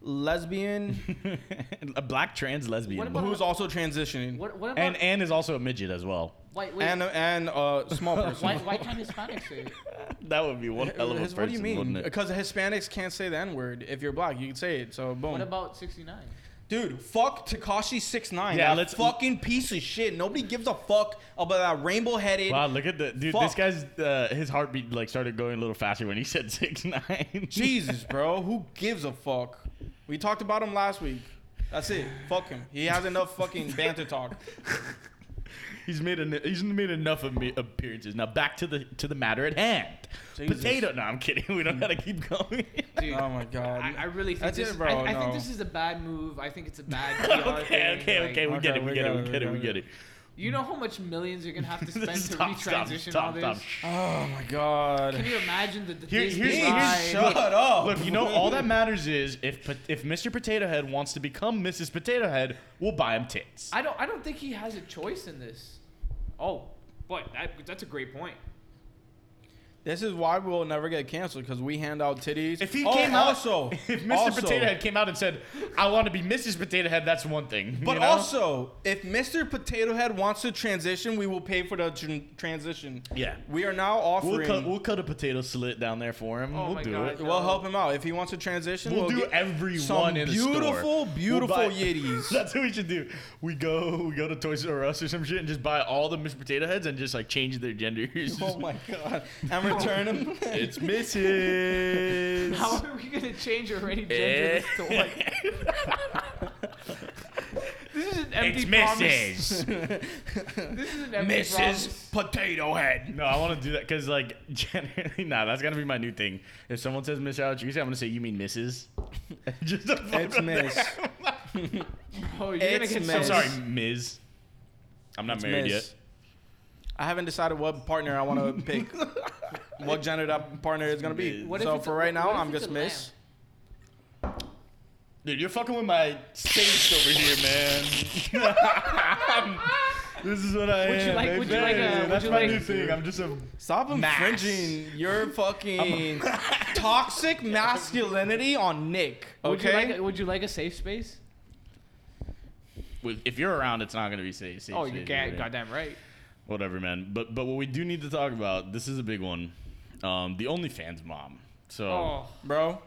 Speaker 3: lesbian
Speaker 2: a black trans lesbian.
Speaker 4: What about-
Speaker 3: who's also transitioning
Speaker 4: What what about
Speaker 2: and Anne is also a midget as well.
Speaker 4: wait, wait,
Speaker 3: and and a small person.
Speaker 4: why why can't Hispanics say it?
Speaker 2: That would be one hell of a
Speaker 3: His-
Speaker 2: person,
Speaker 3: what do you mean?
Speaker 2: wouldn't it?
Speaker 3: Because Hispanics can't say the N word. If you're black, you can say it. So boom,
Speaker 4: What about sixty nine?
Speaker 3: dude. Fuck Takashi Six Nine.
Speaker 2: Yeah,
Speaker 3: Yeah,
Speaker 2: let's-
Speaker 3: let's fucking piece of shit. Nobody gives a fuck about that rainbow headed.
Speaker 2: Wow, look at the dude. This
Speaker 3: Fuck.
Speaker 2: guy's uh, his heartbeat like started going a little faster when he said six nine.
Speaker 3: Jesus, bro. Who gives a fuck? We talked about him last week. That's it. Fuck him. He has enough fucking banter talk.
Speaker 2: he's made en- he's made enough of me- appearances. Now back to the to the matter at hand.
Speaker 3: Jesus.
Speaker 2: Potato. No, I'm kidding. We don't gotta keep going.
Speaker 4: Dude,
Speaker 3: Oh my
Speaker 4: I,
Speaker 3: god.
Speaker 4: I really think
Speaker 3: That's
Speaker 4: this,
Speaker 3: it, bro,
Speaker 4: I, I think
Speaker 3: no.
Speaker 4: this is a bad move. I think it's a bad PR
Speaker 2: okay,
Speaker 4: thing,
Speaker 2: okay,
Speaker 4: like,
Speaker 2: okay. We get
Speaker 3: Okay,
Speaker 2: it. We
Speaker 3: we
Speaker 2: get
Speaker 3: got
Speaker 2: it. We
Speaker 3: it, we
Speaker 2: get it.
Speaker 3: got
Speaker 2: We
Speaker 3: it.
Speaker 2: get it.
Speaker 4: You know how much millions you're gonna have to spend to
Speaker 2: Stop, stop,
Speaker 4: retransition all
Speaker 2: stop,
Speaker 4: this?
Speaker 2: stop.
Speaker 3: Oh my god.
Speaker 4: Can you imagine the, the
Speaker 2: Here-
Speaker 4: Disney
Speaker 2: here's-
Speaker 3: Dude,
Speaker 4: ride?
Speaker 2: here's-
Speaker 3: shut up.
Speaker 2: Look, you know, all that matters is if pot- if Mr. Potato Head wants to become Mrs. Potato Head, we'll buy him tits.
Speaker 4: I don't I don't think he has a choice in this. Oh, but that, that's a great point.
Speaker 3: This is why we'll never get canceled because we hand out titties.
Speaker 2: If he
Speaker 3: Oh,
Speaker 2: came out,
Speaker 3: also,
Speaker 2: if Mr.
Speaker 3: also-
Speaker 2: Potato Head came out and said, "I want to be Mrs. Potato Head," that's one thing.
Speaker 3: But
Speaker 2: you know?
Speaker 3: also, if Mr. Potato Head wants to transition, we will pay for the tr- transition.
Speaker 2: yeah,
Speaker 3: We are now offering.
Speaker 2: we'll
Speaker 3: We'll,
Speaker 2: cut, we'll cut a potato slit down there for him.
Speaker 4: Oh
Speaker 2: we'll
Speaker 4: my
Speaker 2: do
Speaker 4: God.
Speaker 2: it.
Speaker 3: help him out if he wants to transition.
Speaker 2: We'll, do
Speaker 3: get
Speaker 2: everyone
Speaker 3: some
Speaker 2: in the store.
Speaker 3: beautiful, beautiful
Speaker 2: buy-
Speaker 3: Yetis.
Speaker 2: That's what we should do. We go, we go to Toys R Us or some shit, and just buy all the Mr. Potato Heads and just like change their genders.
Speaker 3: Oh my god! And return them.
Speaker 2: it's Mrs.
Speaker 4: How are
Speaker 2: Eh.
Speaker 4: we gonna change already genderless to what? This is an empty promise. This is an empty promise.
Speaker 3: Potato Head.
Speaker 2: No, I want to do that because, like, generally, nah, that's gonna be my new thing. If someone says Miss Alatrisi, I'm gonna say you mean Mrs. Just to fuck
Speaker 3: It's
Speaker 2: with
Speaker 3: Miss.
Speaker 2: them.
Speaker 4: Oh, you're gonna
Speaker 3: It's
Speaker 4: get
Speaker 2: I'm
Speaker 4: so
Speaker 3: Miss.
Speaker 2: sorry, Ms. I'm not
Speaker 3: It's
Speaker 2: married
Speaker 3: Miss.
Speaker 2: yet.
Speaker 3: I haven't decided what partner I want to pick. what gender that partner is gonna be.
Speaker 4: What if
Speaker 3: so
Speaker 4: it's
Speaker 3: for
Speaker 4: a-
Speaker 3: right now,
Speaker 4: what if
Speaker 3: I'm
Speaker 4: it's
Speaker 3: just
Speaker 4: a
Speaker 3: Miss.
Speaker 2: Dude, you're fucking with my face over here, man. this is what I
Speaker 4: Would you
Speaker 2: am.
Speaker 4: like- would you
Speaker 2: baby.
Speaker 4: like a- would
Speaker 2: That's
Speaker 4: you
Speaker 2: my
Speaker 4: like-
Speaker 2: new thing. I'm just a.
Speaker 3: Stop infringing your fucking toxic masculinity on Nick.
Speaker 4: Would
Speaker 3: Okay.
Speaker 4: you like? A, would you like a safe space?
Speaker 2: With- If you're around, it's not gonna be safe. safe
Speaker 4: Oh, you
Speaker 2: safe,
Speaker 4: can't.
Speaker 2: right?
Speaker 4: Goddamn right.
Speaker 2: Whatever, man. But but what we do need to talk about. This is a big one. Um, the OnlyFans mom. So
Speaker 4: Oh,
Speaker 3: Bro,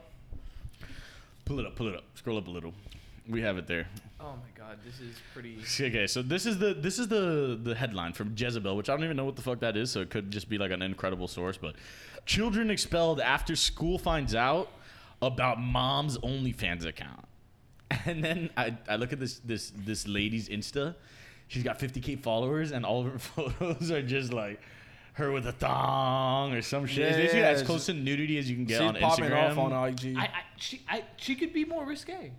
Speaker 2: pull it up, pull it up, scroll up a little. We have it there.
Speaker 4: oh my God, this is pretty.
Speaker 2: Okay, so this is the this is the the headline from Jezebel, which I don't even know what the fuck that is, so it could just be like an incredible source, but children expelled after school finds out about mom's OnlyFans account. And then I, I look at this this this lady's Insta. She's got 50k followers and all of her photos are just like her with a thong or some shit. It's
Speaker 3: Yeah,
Speaker 2: basically
Speaker 3: yeah,
Speaker 2: as
Speaker 3: yeah.
Speaker 2: close to nudity as you can get
Speaker 3: she's
Speaker 2: on
Speaker 3: popping
Speaker 2: Instagram.
Speaker 3: off on uh, IG.
Speaker 4: I, I she I she could be more risque.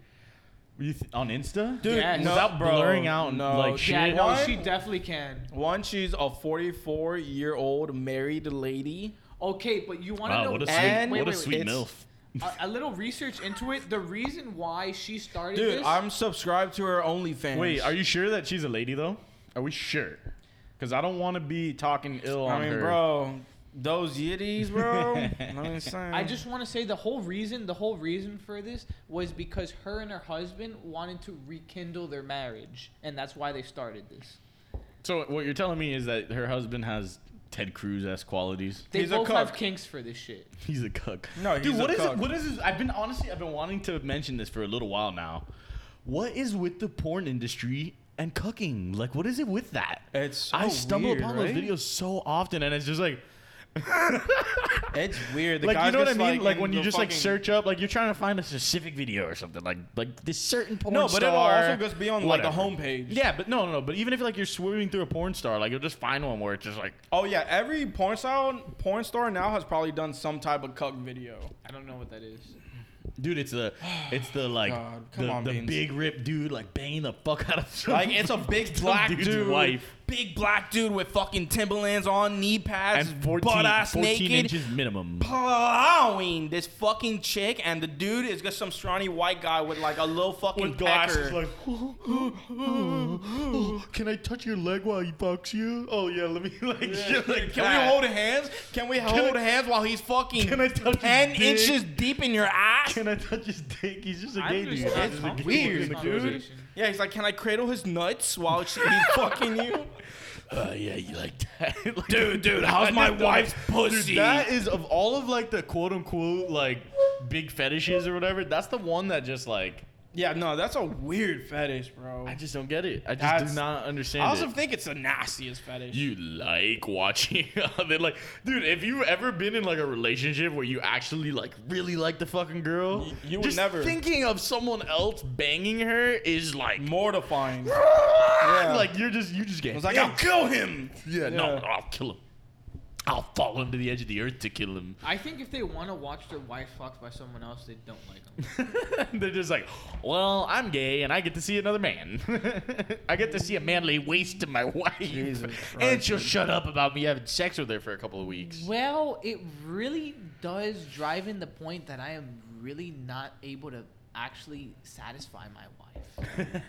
Speaker 2: You th- on Insta?
Speaker 3: Dude,
Speaker 4: Yes.
Speaker 3: no,
Speaker 2: Without
Speaker 3: bro,
Speaker 2: blurring out,
Speaker 3: no,
Speaker 2: like,
Speaker 3: she-
Speaker 2: shit.
Speaker 4: Yeah, no,
Speaker 3: What?
Speaker 4: she definitely can.
Speaker 3: One, she's a 44 year old married lady.
Speaker 4: Okay, but you want to
Speaker 2: Wow,
Speaker 4: know
Speaker 2: what a sweet,
Speaker 3: and-
Speaker 2: what
Speaker 4: wait,
Speaker 2: a
Speaker 4: wait,
Speaker 2: sweet
Speaker 3: wait.
Speaker 2: milf.
Speaker 4: a, a little research into it. The reason why she started
Speaker 3: Dude,
Speaker 4: this,
Speaker 3: I'm subscribed to her OnlyFans.
Speaker 2: Wait, are you sure that she's a lady though? Are we sure? Because I don't want to be talking ill
Speaker 3: I
Speaker 2: on
Speaker 3: mean,
Speaker 2: her.
Speaker 3: bro, those yiddies, bro. I'm saying.
Speaker 4: I just want to say the whole reason, the whole reason for this was because her and her husband wanted to rekindle their marriage, and that's why they started this.
Speaker 2: So what you're telling me is that her husband has Ted Cruz esque qualities.
Speaker 4: They
Speaker 3: He's a
Speaker 4: both have
Speaker 3: cuck.
Speaker 4: kinks for this shit.
Speaker 2: He's a cuck.
Speaker 3: No,
Speaker 2: dude,
Speaker 3: he's a
Speaker 2: what is
Speaker 3: cuck.
Speaker 2: it? What is this? I've been honestly, I've been wanting to mention this for a little while now. What is with the porn industry and cucking? Like, what is it with that?
Speaker 3: It's so
Speaker 2: I stumble
Speaker 3: weird,
Speaker 2: upon
Speaker 3: right?
Speaker 2: those videos so often, and it's just like,
Speaker 3: It's weird. The
Speaker 2: like you
Speaker 3: guys
Speaker 2: know what I
Speaker 3: just,
Speaker 2: mean? Like,
Speaker 3: in
Speaker 2: when you
Speaker 3: the
Speaker 2: just like
Speaker 3: fucking-
Speaker 2: search up, like you're trying to find a specific video or something, like like this certain porn
Speaker 3: No, but
Speaker 2: star.
Speaker 3: it'll also goes beyond like the
Speaker 2: whatever.
Speaker 3: homepage.
Speaker 2: Yeah, but no, no, no. But even if like you're swimming through a porn star, like you'll just find one where it's just like
Speaker 3: Oh yeah, every porn star porn star now has probably done some type of cuck video.
Speaker 4: I don't know what that is.
Speaker 2: Dude, it's the, it's the like
Speaker 3: God, come
Speaker 2: the,
Speaker 3: on,
Speaker 2: the
Speaker 3: Beans.
Speaker 2: big rip dude like banging the fuck out of some-
Speaker 3: Like it's a big
Speaker 2: some
Speaker 3: black
Speaker 2: dude's
Speaker 3: dude,
Speaker 2: wife
Speaker 3: big black dude with fucking Timberlands on, knee pads,
Speaker 2: and 14,
Speaker 3: butt ass
Speaker 2: 14
Speaker 3: naked,
Speaker 2: inches minimum.
Speaker 3: plowing this fucking chick, and the dude is just some scrawny white guy with like a little fucking pecker.
Speaker 2: like, can I touch your leg while he fucks you? Oh yeah, let me like, shit like
Speaker 3: Can
Speaker 2: that.
Speaker 3: we hold hands? Can we hold
Speaker 2: I-
Speaker 3: hands while he's fucking
Speaker 2: Can I touch his
Speaker 3: ten
Speaker 2: dick?
Speaker 3: inches deep in your ass?
Speaker 2: Can I touch his dick? He's just a gay
Speaker 4: I'm
Speaker 2: dude.
Speaker 4: just
Speaker 2: He's
Speaker 4: not
Speaker 2: just a
Speaker 4: comfortable
Speaker 2: gay
Speaker 4: with
Speaker 2: dude
Speaker 4: this
Speaker 2: in the closet.
Speaker 4: conversation.
Speaker 3: yeah, he's like, can I cradle his nuts while she, he's fucking you?
Speaker 2: Uh, yeah, you like that, Like-
Speaker 3: Dude, dude, how's
Speaker 2: I
Speaker 3: my
Speaker 2: just don't-
Speaker 3: wife's
Speaker 2: Dude,
Speaker 3: pussy?
Speaker 2: that is of all of like the quote unquote like big fetishes or whatever. That's the one that just like
Speaker 3: Yeah, no, that's a weird fetish, bro.
Speaker 2: I just don't get it. I just
Speaker 3: That's-
Speaker 2: do not
Speaker 3: I
Speaker 2: understand.
Speaker 3: also
Speaker 2: it.
Speaker 3: think it's the nastiest fetish.
Speaker 2: you like watching they like dude if you've ever been in like a relationship where you actually like really like the fucking girl
Speaker 3: Y- you would
Speaker 2: just
Speaker 3: never-
Speaker 2: thinking of someone else banging her is like
Speaker 3: Mortifying. Yeah.
Speaker 2: like you're just you just get
Speaker 3: I was like,
Speaker 2: yeah,
Speaker 3: I'll kill him.
Speaker 2: yeah, no
Speaker 3: yeah.
Speaker 2: I'll kill him I'll fall under the edge of the earth to kill him
Speaker 4: I think if they want to watch their wife fucked by someone else, they don't like them.
Speaker 2: They're just like, well, I'm gay and I get to see another man. I get to see a man lay waste to my wife. and she'll shut up about me having sex with her for a couple of weeks.
Speaker 4: Well, it really does drive in the point that I am really not able to actually satisfy my wife.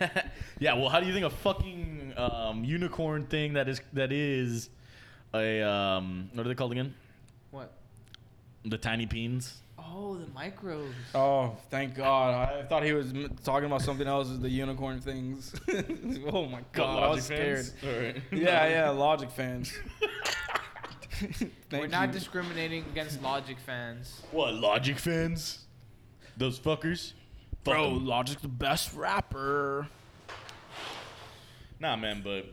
Speaker 2: yeah, well, how do you think a fucking um, unicorn thing that is that is a um, what are they called again?
Speaker 4: What?
Speaker 2: The tiny peens?
Speaker 4: Oh, the microbes.
Speaker 3: Oh, thank God. I thought he was m- talking about something else, the unicorn things. oh my God, I was scared. Yeah, yeah, Logic fans.
Speaker 4: We're
Speaker 3: Thank
Speaker 4: not
Speaker 3: you.
Speaker 4: discriminating against Logic fans.
Speaker 2: What Logic fans? Those fuckers. Fuck
Speaker 3: Bro,
Speaker 2: 'em.
Speaker 3: Logic's the best rapper.
Speaker 2: Nah, man, but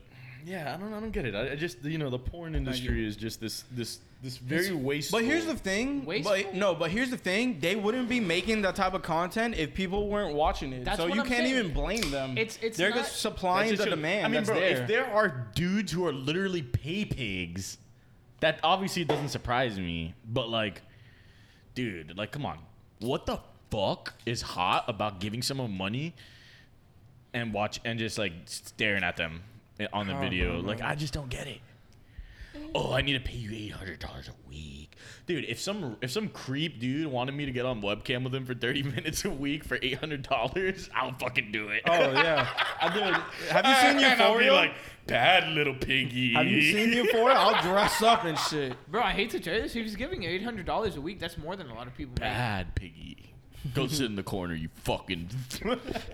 Speaker 2: yeah, I don't, I don't get it. I, I just, you know, the porn industry is just this, this, this very wasteful.
Speaker 3: But here's the thing.
Speaker 4: Wasteful.
Speaker 3: But no, but here's the thing. They wouldn't be making that type of content if people weren't watching it.
Speaker 4: That's
Speaker 3: so
Speaker 4: what
Speaker 3: you
Speaker 4: I'm
Speaker 3: can't
Speaker 4: saying.
Speaker 3: even blame them.
Speaker 4: It's- it's
Speaker 3: they're
Speaker 4: not-
Speaker 3: just supplying
Speaker 2: That's
Speaker 3: the
Speaker 2: just-
Speaker 3: demand.
Speaker 2: I mean,
Speaker 3: that's
Speaker 2: bro,
Speaker 3: there.
Speaker 2: if there are dudes who are literally pay pigs, that obviously doesn't surprise me. But like, dude, like, come on, what the fuck is hot about giving someone money and watch and just like staring at them on the
Speaker 3: I don't
Speaker 2: video?
Speaker 3: know,
Speaker 2: Like,
Speaker 3: man.
Speaker 2: I just don't get it. Oh, I need to pay you eight hundred dollars a week, dude. If some if some creep dude wanted me to get on webcam with him for thirty minutes a week for eight hundred dollars, I'll fucking do it.
Speaker 3: oh yeah, I do. Have you seen
Speaker 2: And I'll be
Speaker 3: Euphoria?
Speaker 2: like, bad little piggy.
Speaker 3: Have you seen Euphoria? I'll dress up and shit.
Speaker 4: Bro, I hate to tell you this. If he's giving eight hundred dollars a week, that's more than a lot of people make.
Speaker 2: Bad piggy. Go sit in the corner, you fucking.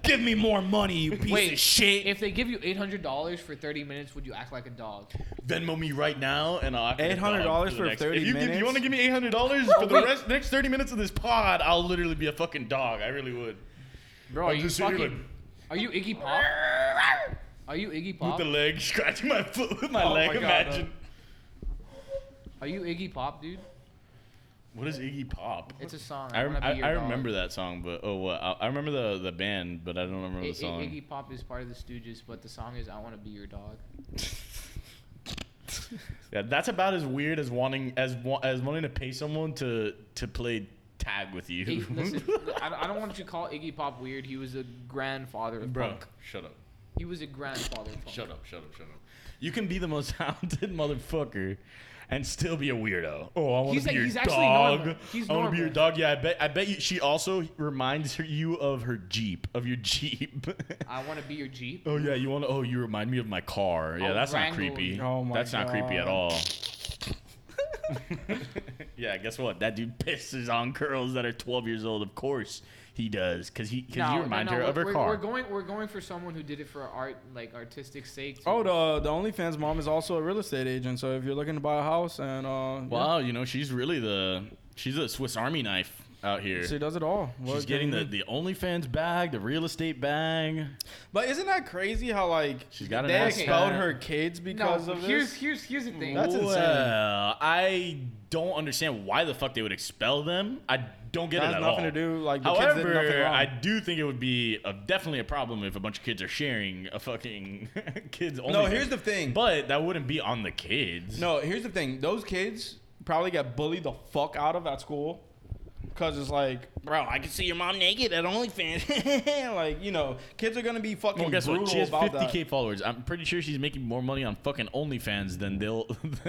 Speaker 3: Give me more money, you piece
Speaker 4: Wait,
Speaker 3: of shit.
Speaker 4: If they give you eight hundred dollars for thirty minutes, would you act like a dog?
Speaker 2: Venmo me right now, and I'll. act like a dog
Speaker 3: $800
Speaker 2: the
Speaker 3: for
Speaker 2: next-
Speaker 3: 30
Speaker 2: if you give-
Speaker 3: minutes?
Speaker 2: you want to give me eight hundred dollars for the rest next thirty minutes of this pod? I'll literally be a fucking dog. I really would.
Speaker 4: Bro, are
Speaker 2: I'm
Speaker 4: you
Speaker 2: just sitting
Speaker 4: fucking?
Speaker 2: here
Speaker 4: Are you Iggy Pop? Are you Iggy
Speaker 2: like
Speaker 4: Pop?
Speaker 2: with the leg, scratching my foot with my
Speaker 3: Oh
Speaker 2: leg.
Speaker 3: my God,
Speaker 2: Imagine.
Speaker 3: uh,
Speaker 4: Are you Iggy Pop, dude?
Speaker 2: what is Iggy Pop?
Speaker 4: It's a song.
Speaker 2: I,
Speaker 4: I,
Speaker 2: rem-
Speaker 4: wanna be
Speaker 2: I,
Speaker 4: your
Speaker 2: I
Speaker 4: dog.
Speaker 2: remember that song, but oh, what? I, I remember the the band, but I don't remember
Speaker 4: I- I-
Speaker 2: the song.
Speaker 4: Iggy Pop is part of the Stooges, but the song is "I Want to Be Your Dog."
Speaker 2: Yeah, that's about as weird as wanting as wa- as wanting to pay someone to to play tag with you.
Speaker 4: Iggy- listen, I, don't- I don't want you to call Iggy Pop weird. He was a grandfather of
Speaker 2: Bro,
Speaker 4: punk.
Speaker 2: shut up.
Speaker 4: He was a grandfather of punk.
Speaker 2: Shut up, shut up, shut up. You can be the most talented motherfucker and still be a weirdo. Oh, I want
Speaker 4: He's
Speaker 2: to be
Speaker 4: like-
Speaker 2: your
Speaker 4: he's actually
Speaker 2: dog.
Speaker 4: normal. He's
Speaker 2: I want to be your
Speaker 4: normal.
Speaker 2: dog. Yeah, I bet I bet you she also reminds her, you of her Jeep, of your Jeep.
Speaker 4: I want to be your Jeep.
Speaker 2: oh yeah, you want to Oh, you remind me of my car. Yeah,
Speaker 4: I'll
Speaker 2: that's not
Speaker 4: wrangle
Speaker 2: creepy.
Speaker 4: you.
Speaker 3: Oh my
Speaker 2: that's not creepy at
Speaker 3: God.
Speaker 2: all. yeah, guess what? That dude pisses on girls that are 12 years old. Of course he does, because he, cause you remind her of her
Speaker 4: we're,
Speaker 2: car.
Speaker 4: We're going, we're going for someone who did it for art, like artistic sake.
Speaker 3: Oh, the the OnlyFans mom is also a real estate agent. So if you're looking to buy a house and uh, yeah,
Speaker 2: Wow, you know, she's really the she's a Swiss Army knife out here.
Speaker 3: she does it all.
Speaker 2: She's
Speaker 3: What
Speaker 2: getting
Speaker 3: can
Speaker 2: the,
Speaker 3: you do?
Speaker 2: the OnlyFans bag, the real estate bag.
Speaker 3: But isn't that crazy how like
Speaker 2: She's got an
Speaker 3: they
Speaker 2: ass
Speaker 3: expelled
Speaker 2: fat.
Speaker 3: her kids
Speaker 4: no,
Speaker 3: because of
Speaker 4: here's
Speaker 3: this?
Speaker 4: here's here's the thing.
Speaker 3: That's insane.
Speaker 2: Well, I don't understand why the fuck they would expel them. I don't get it
Speaker 3: That has
Speaker 2: at
Speaker 3: nothing
Speaker 2: all.
Speaker 3: to do. Like the kids did nothing
Speaker 2: However,
Speaker 3: wrong.
Speaker 2: I do think it would be a, definitely a problem if a bunch of kids are sharing a fucking kids only.
Speaker 3: no, here's the thing.
Speaker 2: But that wouldn't be on the kids.
Speaker 3: No, here's the thing. Those kids probably got bullied the fuck out of at school. Cause it's like, bro, I can see your mom naked at OnlyFans. like, you know, kids are gonna be fucking
Speaker 2: Well, guess
Speaker 3: brutal
Speaker 2: what? She has
Speaker 3: about that.
Speaker 2: 50k followers. I'm pretty sure she's making more money on fucking OnlyFans than they'll.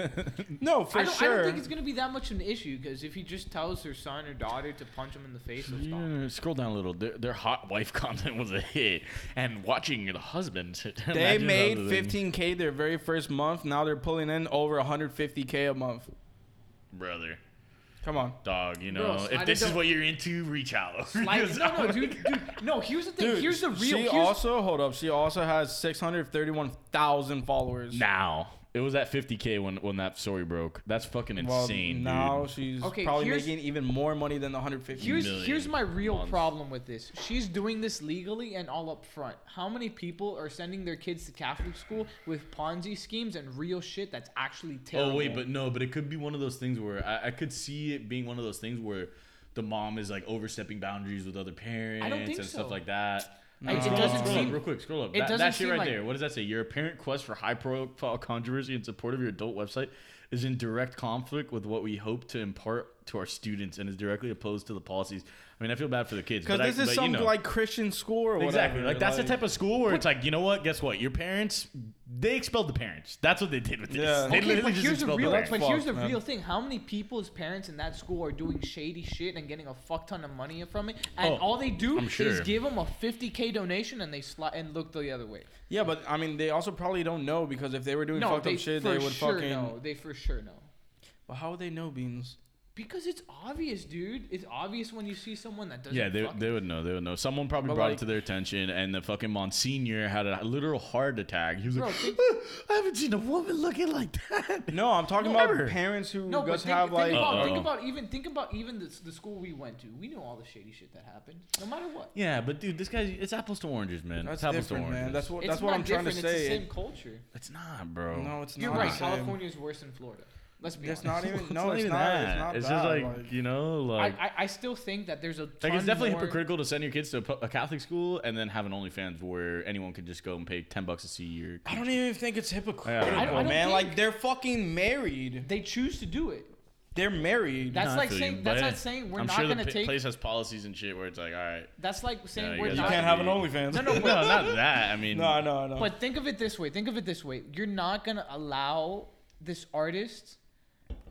Speaker 3: No, for
Speaker 4: I don't,
Speaker 3: sure.
Speaker 4: I don't think it's gonna be that much of an issue because if he just tells her son or daughter to punch him in the face, he'll stop.
Speaker 2: Yeah, scroll down a little. Their, their hot wife content was a hit, and watching the husband.
Speaker 3: they
Speaker 2: imagine
Speaker 3: made
Speaker 2: another thing.
Speaker 3: 15k their very first month. Now they're pulling in over 150k a month.
Speaker 2: brother,
Speaker 3: Come on,
Speaker 2: dog. You
Speaker 4: Bro,
Speaker 2: know,
Speaker 4: slide
Speaker 2: if this
Speaker 4: it
Speaker 2: is
Speaker 4: down.
Speaker 2: what you're into, reach out.
Speaker 4: Like,
Speaker 2: Because
Speaker 4: no,
Speaker 2: I'm
Speaker 4: no,
Speaker 2: like-
Speaker 4: dude, dude, no. Here's the thing.
Speaker 3: dude.
Speaker 4: here's the real.
Speaker 3: She
Speaker 4: Here's,
Speaker 3: also hold up. She also has 631,000 followers.
Speaker 2: Now it was at 50k when when that story broke. That's fucking
Speaker 3: well,
Speaker 2: insane,
Speaker 3: now
Speaker 2: dude.
Speaker 3: she's
Speaker 4: Okay,
Speaker 3: probably
Speaker 4: here's-
Speaker 3: making even more money than the 150.
Speaker 4: Here's
Speaker 2: million
Speaker 4: here's my real
Speaker 2: months.
Speaker 4: problem with this. She's doing this legally and all up front. How many people are sending their kids to Catholic school with Ponzi schemes and real shit that's actually terrible?
Speaker 2: Oh wait, but no, but it could be one of those things where I, I could see it being one of those things where the mom is like overstepping boundaries with other parents
Speaker 4: think
Speaker 2: and
Speaker 4: so.
Speaker 2: stuff like that.
Speaker 4: It- it
Speaker 2: Scroll up,
Speaker 4: doesn't
Speaker 2: scroll up,
Speaker 4: seem.
Speaker 2: real quick. Scroll up.
Speaker 4: it
Speaker 2: That,
Speaker 4: doesn't
Speaker 2: that shit
Speaker 4: seem
Speaker 2: right
Speaker 4: like-
Speaker 2: there. What does that say? Your apparent quest for high-profile controversy in support of your adult website is in direct conflict with what we hope to impart to our students and is directly opposed to the policies. I mean, I feel bad for the kids
Speaker 3: Because
Speaker 2: but I-
Speaker 3: this is
Speaker 2: but,
Speaker 3: some
Speaker 2: you know.
Speaker 3: like Christian school or whatever.
Speaker 2: Exactly. Like that's the type of school where it's like, you know what? Guess what? Your parents, they expelled the parents. That's what they did with this.
Speaker 3: Yeah.
Speaker 2: They
Speaker 3: Okay,
Speaker 4: Okay,
Speaker 2: literally
Speaker 4: but
Speaker 2: just
Speaker 4: here's the
Speaker 2: expelled
Speaker 4: real.
Speaker 2: the parents.
Speaker 4: But
Speaker 3: Fuck,
Speaker 4: here's the
Speaker 3: man.
Speaker 4: real thing. How many people's parents in that school are doing shady shit and getting a fuck ton of money from it? And
Speaker 2: Oh,
Speaker 4: all they do
Speaker 2: I'm sure.
Speaker 4: is give them a 50k donation and they slide and look the other way.
Speaker 3: Yeah, but I mean, they also probably don't know because if they were doing
Speaker 4: No,
Speaker 3: fucked
Speaker 4: they
Speaker 3: up shit,
Speaker 4: for
Speaker 3: they would
Speaker 4: sure
Speaker 3: fucking.
Speaker 4: know. They for sure know.
Speaker 3: But how would they know, Beans?
Speaker 4: Because it's obvious, dude. It's obvious when you see someone that doesn't.
Speaker 2: Yeah, they,
Speaker 4: fucking-
Speaker 2: they would know. They would know. Someone probably
Speaker 3: But,
Speaker 2: brought
Speaker 3: like-
Speaker 2: it to their attention, and the fucking Monsignor had a literal heart attack. He was
Speaker 4: Bro,
Speaker 2: like,
Speaker 4: think-
Speaker 2: I haven't seen a woman looking like that.
Speaker 3: No, I'm talking
Speaker 2: No.
Speaker 3: about parents who
Speaker 4: no, but
Speaker 3: just
Speaker 4: think,
Speaker 3: have
Speaker 4: think
Speaker 3: like. uh-huh.
Speaker 4: about,
Speaker 2: Oh.
Speaker 4: think about even think about even the, the school we went to. We knew all the shady shit that happened, no matter what.
Speaker 2: Yeah, but dude, this guy, it's apples to oranges, man.
Speaker 3: That's
Speaker 2: it's apples to
Speaker 3: different,
Speaker 2: oranges.
Speaker 3: man. That's what
Speaker 4: It's
Speaker 3: that's what
Speaker 4: not
Speaker 3: I'm trying to
Speaker 4: different, It's the
Speaker 3: say.
Speaker 4: same culture.
Speaker 2: It's not, bro.
Speaker 3: No, it's
Speaker 4: You're
Speaker 3: not.
Speaker 4: right.
Speaker 3: the same.
Speaker 4: California is worse than Florida. Let's be
Speaker 3: It's
Speaker 4: honest.
Speaker 3: not even.
Speaker 2: It's
Speaker 3: No,
Speaker 2: not
Speaker 3: it's
Speaker 2: even
Speaker 3: not.
Speaker 2: that.
Speaker 3: It's not
Speaker 2: It's
Speaker 3: that,
Speaker 2: just like, you know, like.
Speaker 4: I, I, I still think that there's a.
Speaker 2: like it's
Speaker 4: ton
Speaker 2: definitely
Speaker 4: more-
Speaker 2: hypocritical to send your kids to a, pu- a Catholic school and then have an OnlyFans where anyone could just go and pay ten bucks to see your.
Speaker 3: I don't even think it's hypocritical,
Speaker 2: I
Speaker 4: don't
Speaker 3: man.
Speaker 4: think-
Speaker 3: Like they're fucking married.
Speaker 4: They choose to do it.
Speaker 3: They're married.
Speaker 4: That's
Speaker 2: No, I
Speaker 4: like
Speaker 2: feel you,
Speaker 4: saying.
Speaker 2: but
Speaker 4: That's
Speaker 2: hey,
Speaker 4: like saying we're
Speaker 2: I'm
Speaker 4: not
Speaker 2: sure
Speaker 4: gonna
Speaker 2: the p-
Speaker 4: take.
Speaker 2: place has policies and shit where it's like, all right,
Speaker 4: That's like saying
Speaker 2: you
Speaker 4: we're
Speaker 2: guys
Speaker 3: you
Speaker 4: not.
Speaker 3: can't
Speaker 2: Not
Speaker 3: have an
Speaker 2: me.
Speaker 3: OnlyFans.
Speaker 4: No, no,
Speaker 2: no, not that. I mean,
Speaker 3: no, no, no.
Speaker 4: But think of it this way. Think of it this way. You're not gonna allow this artist's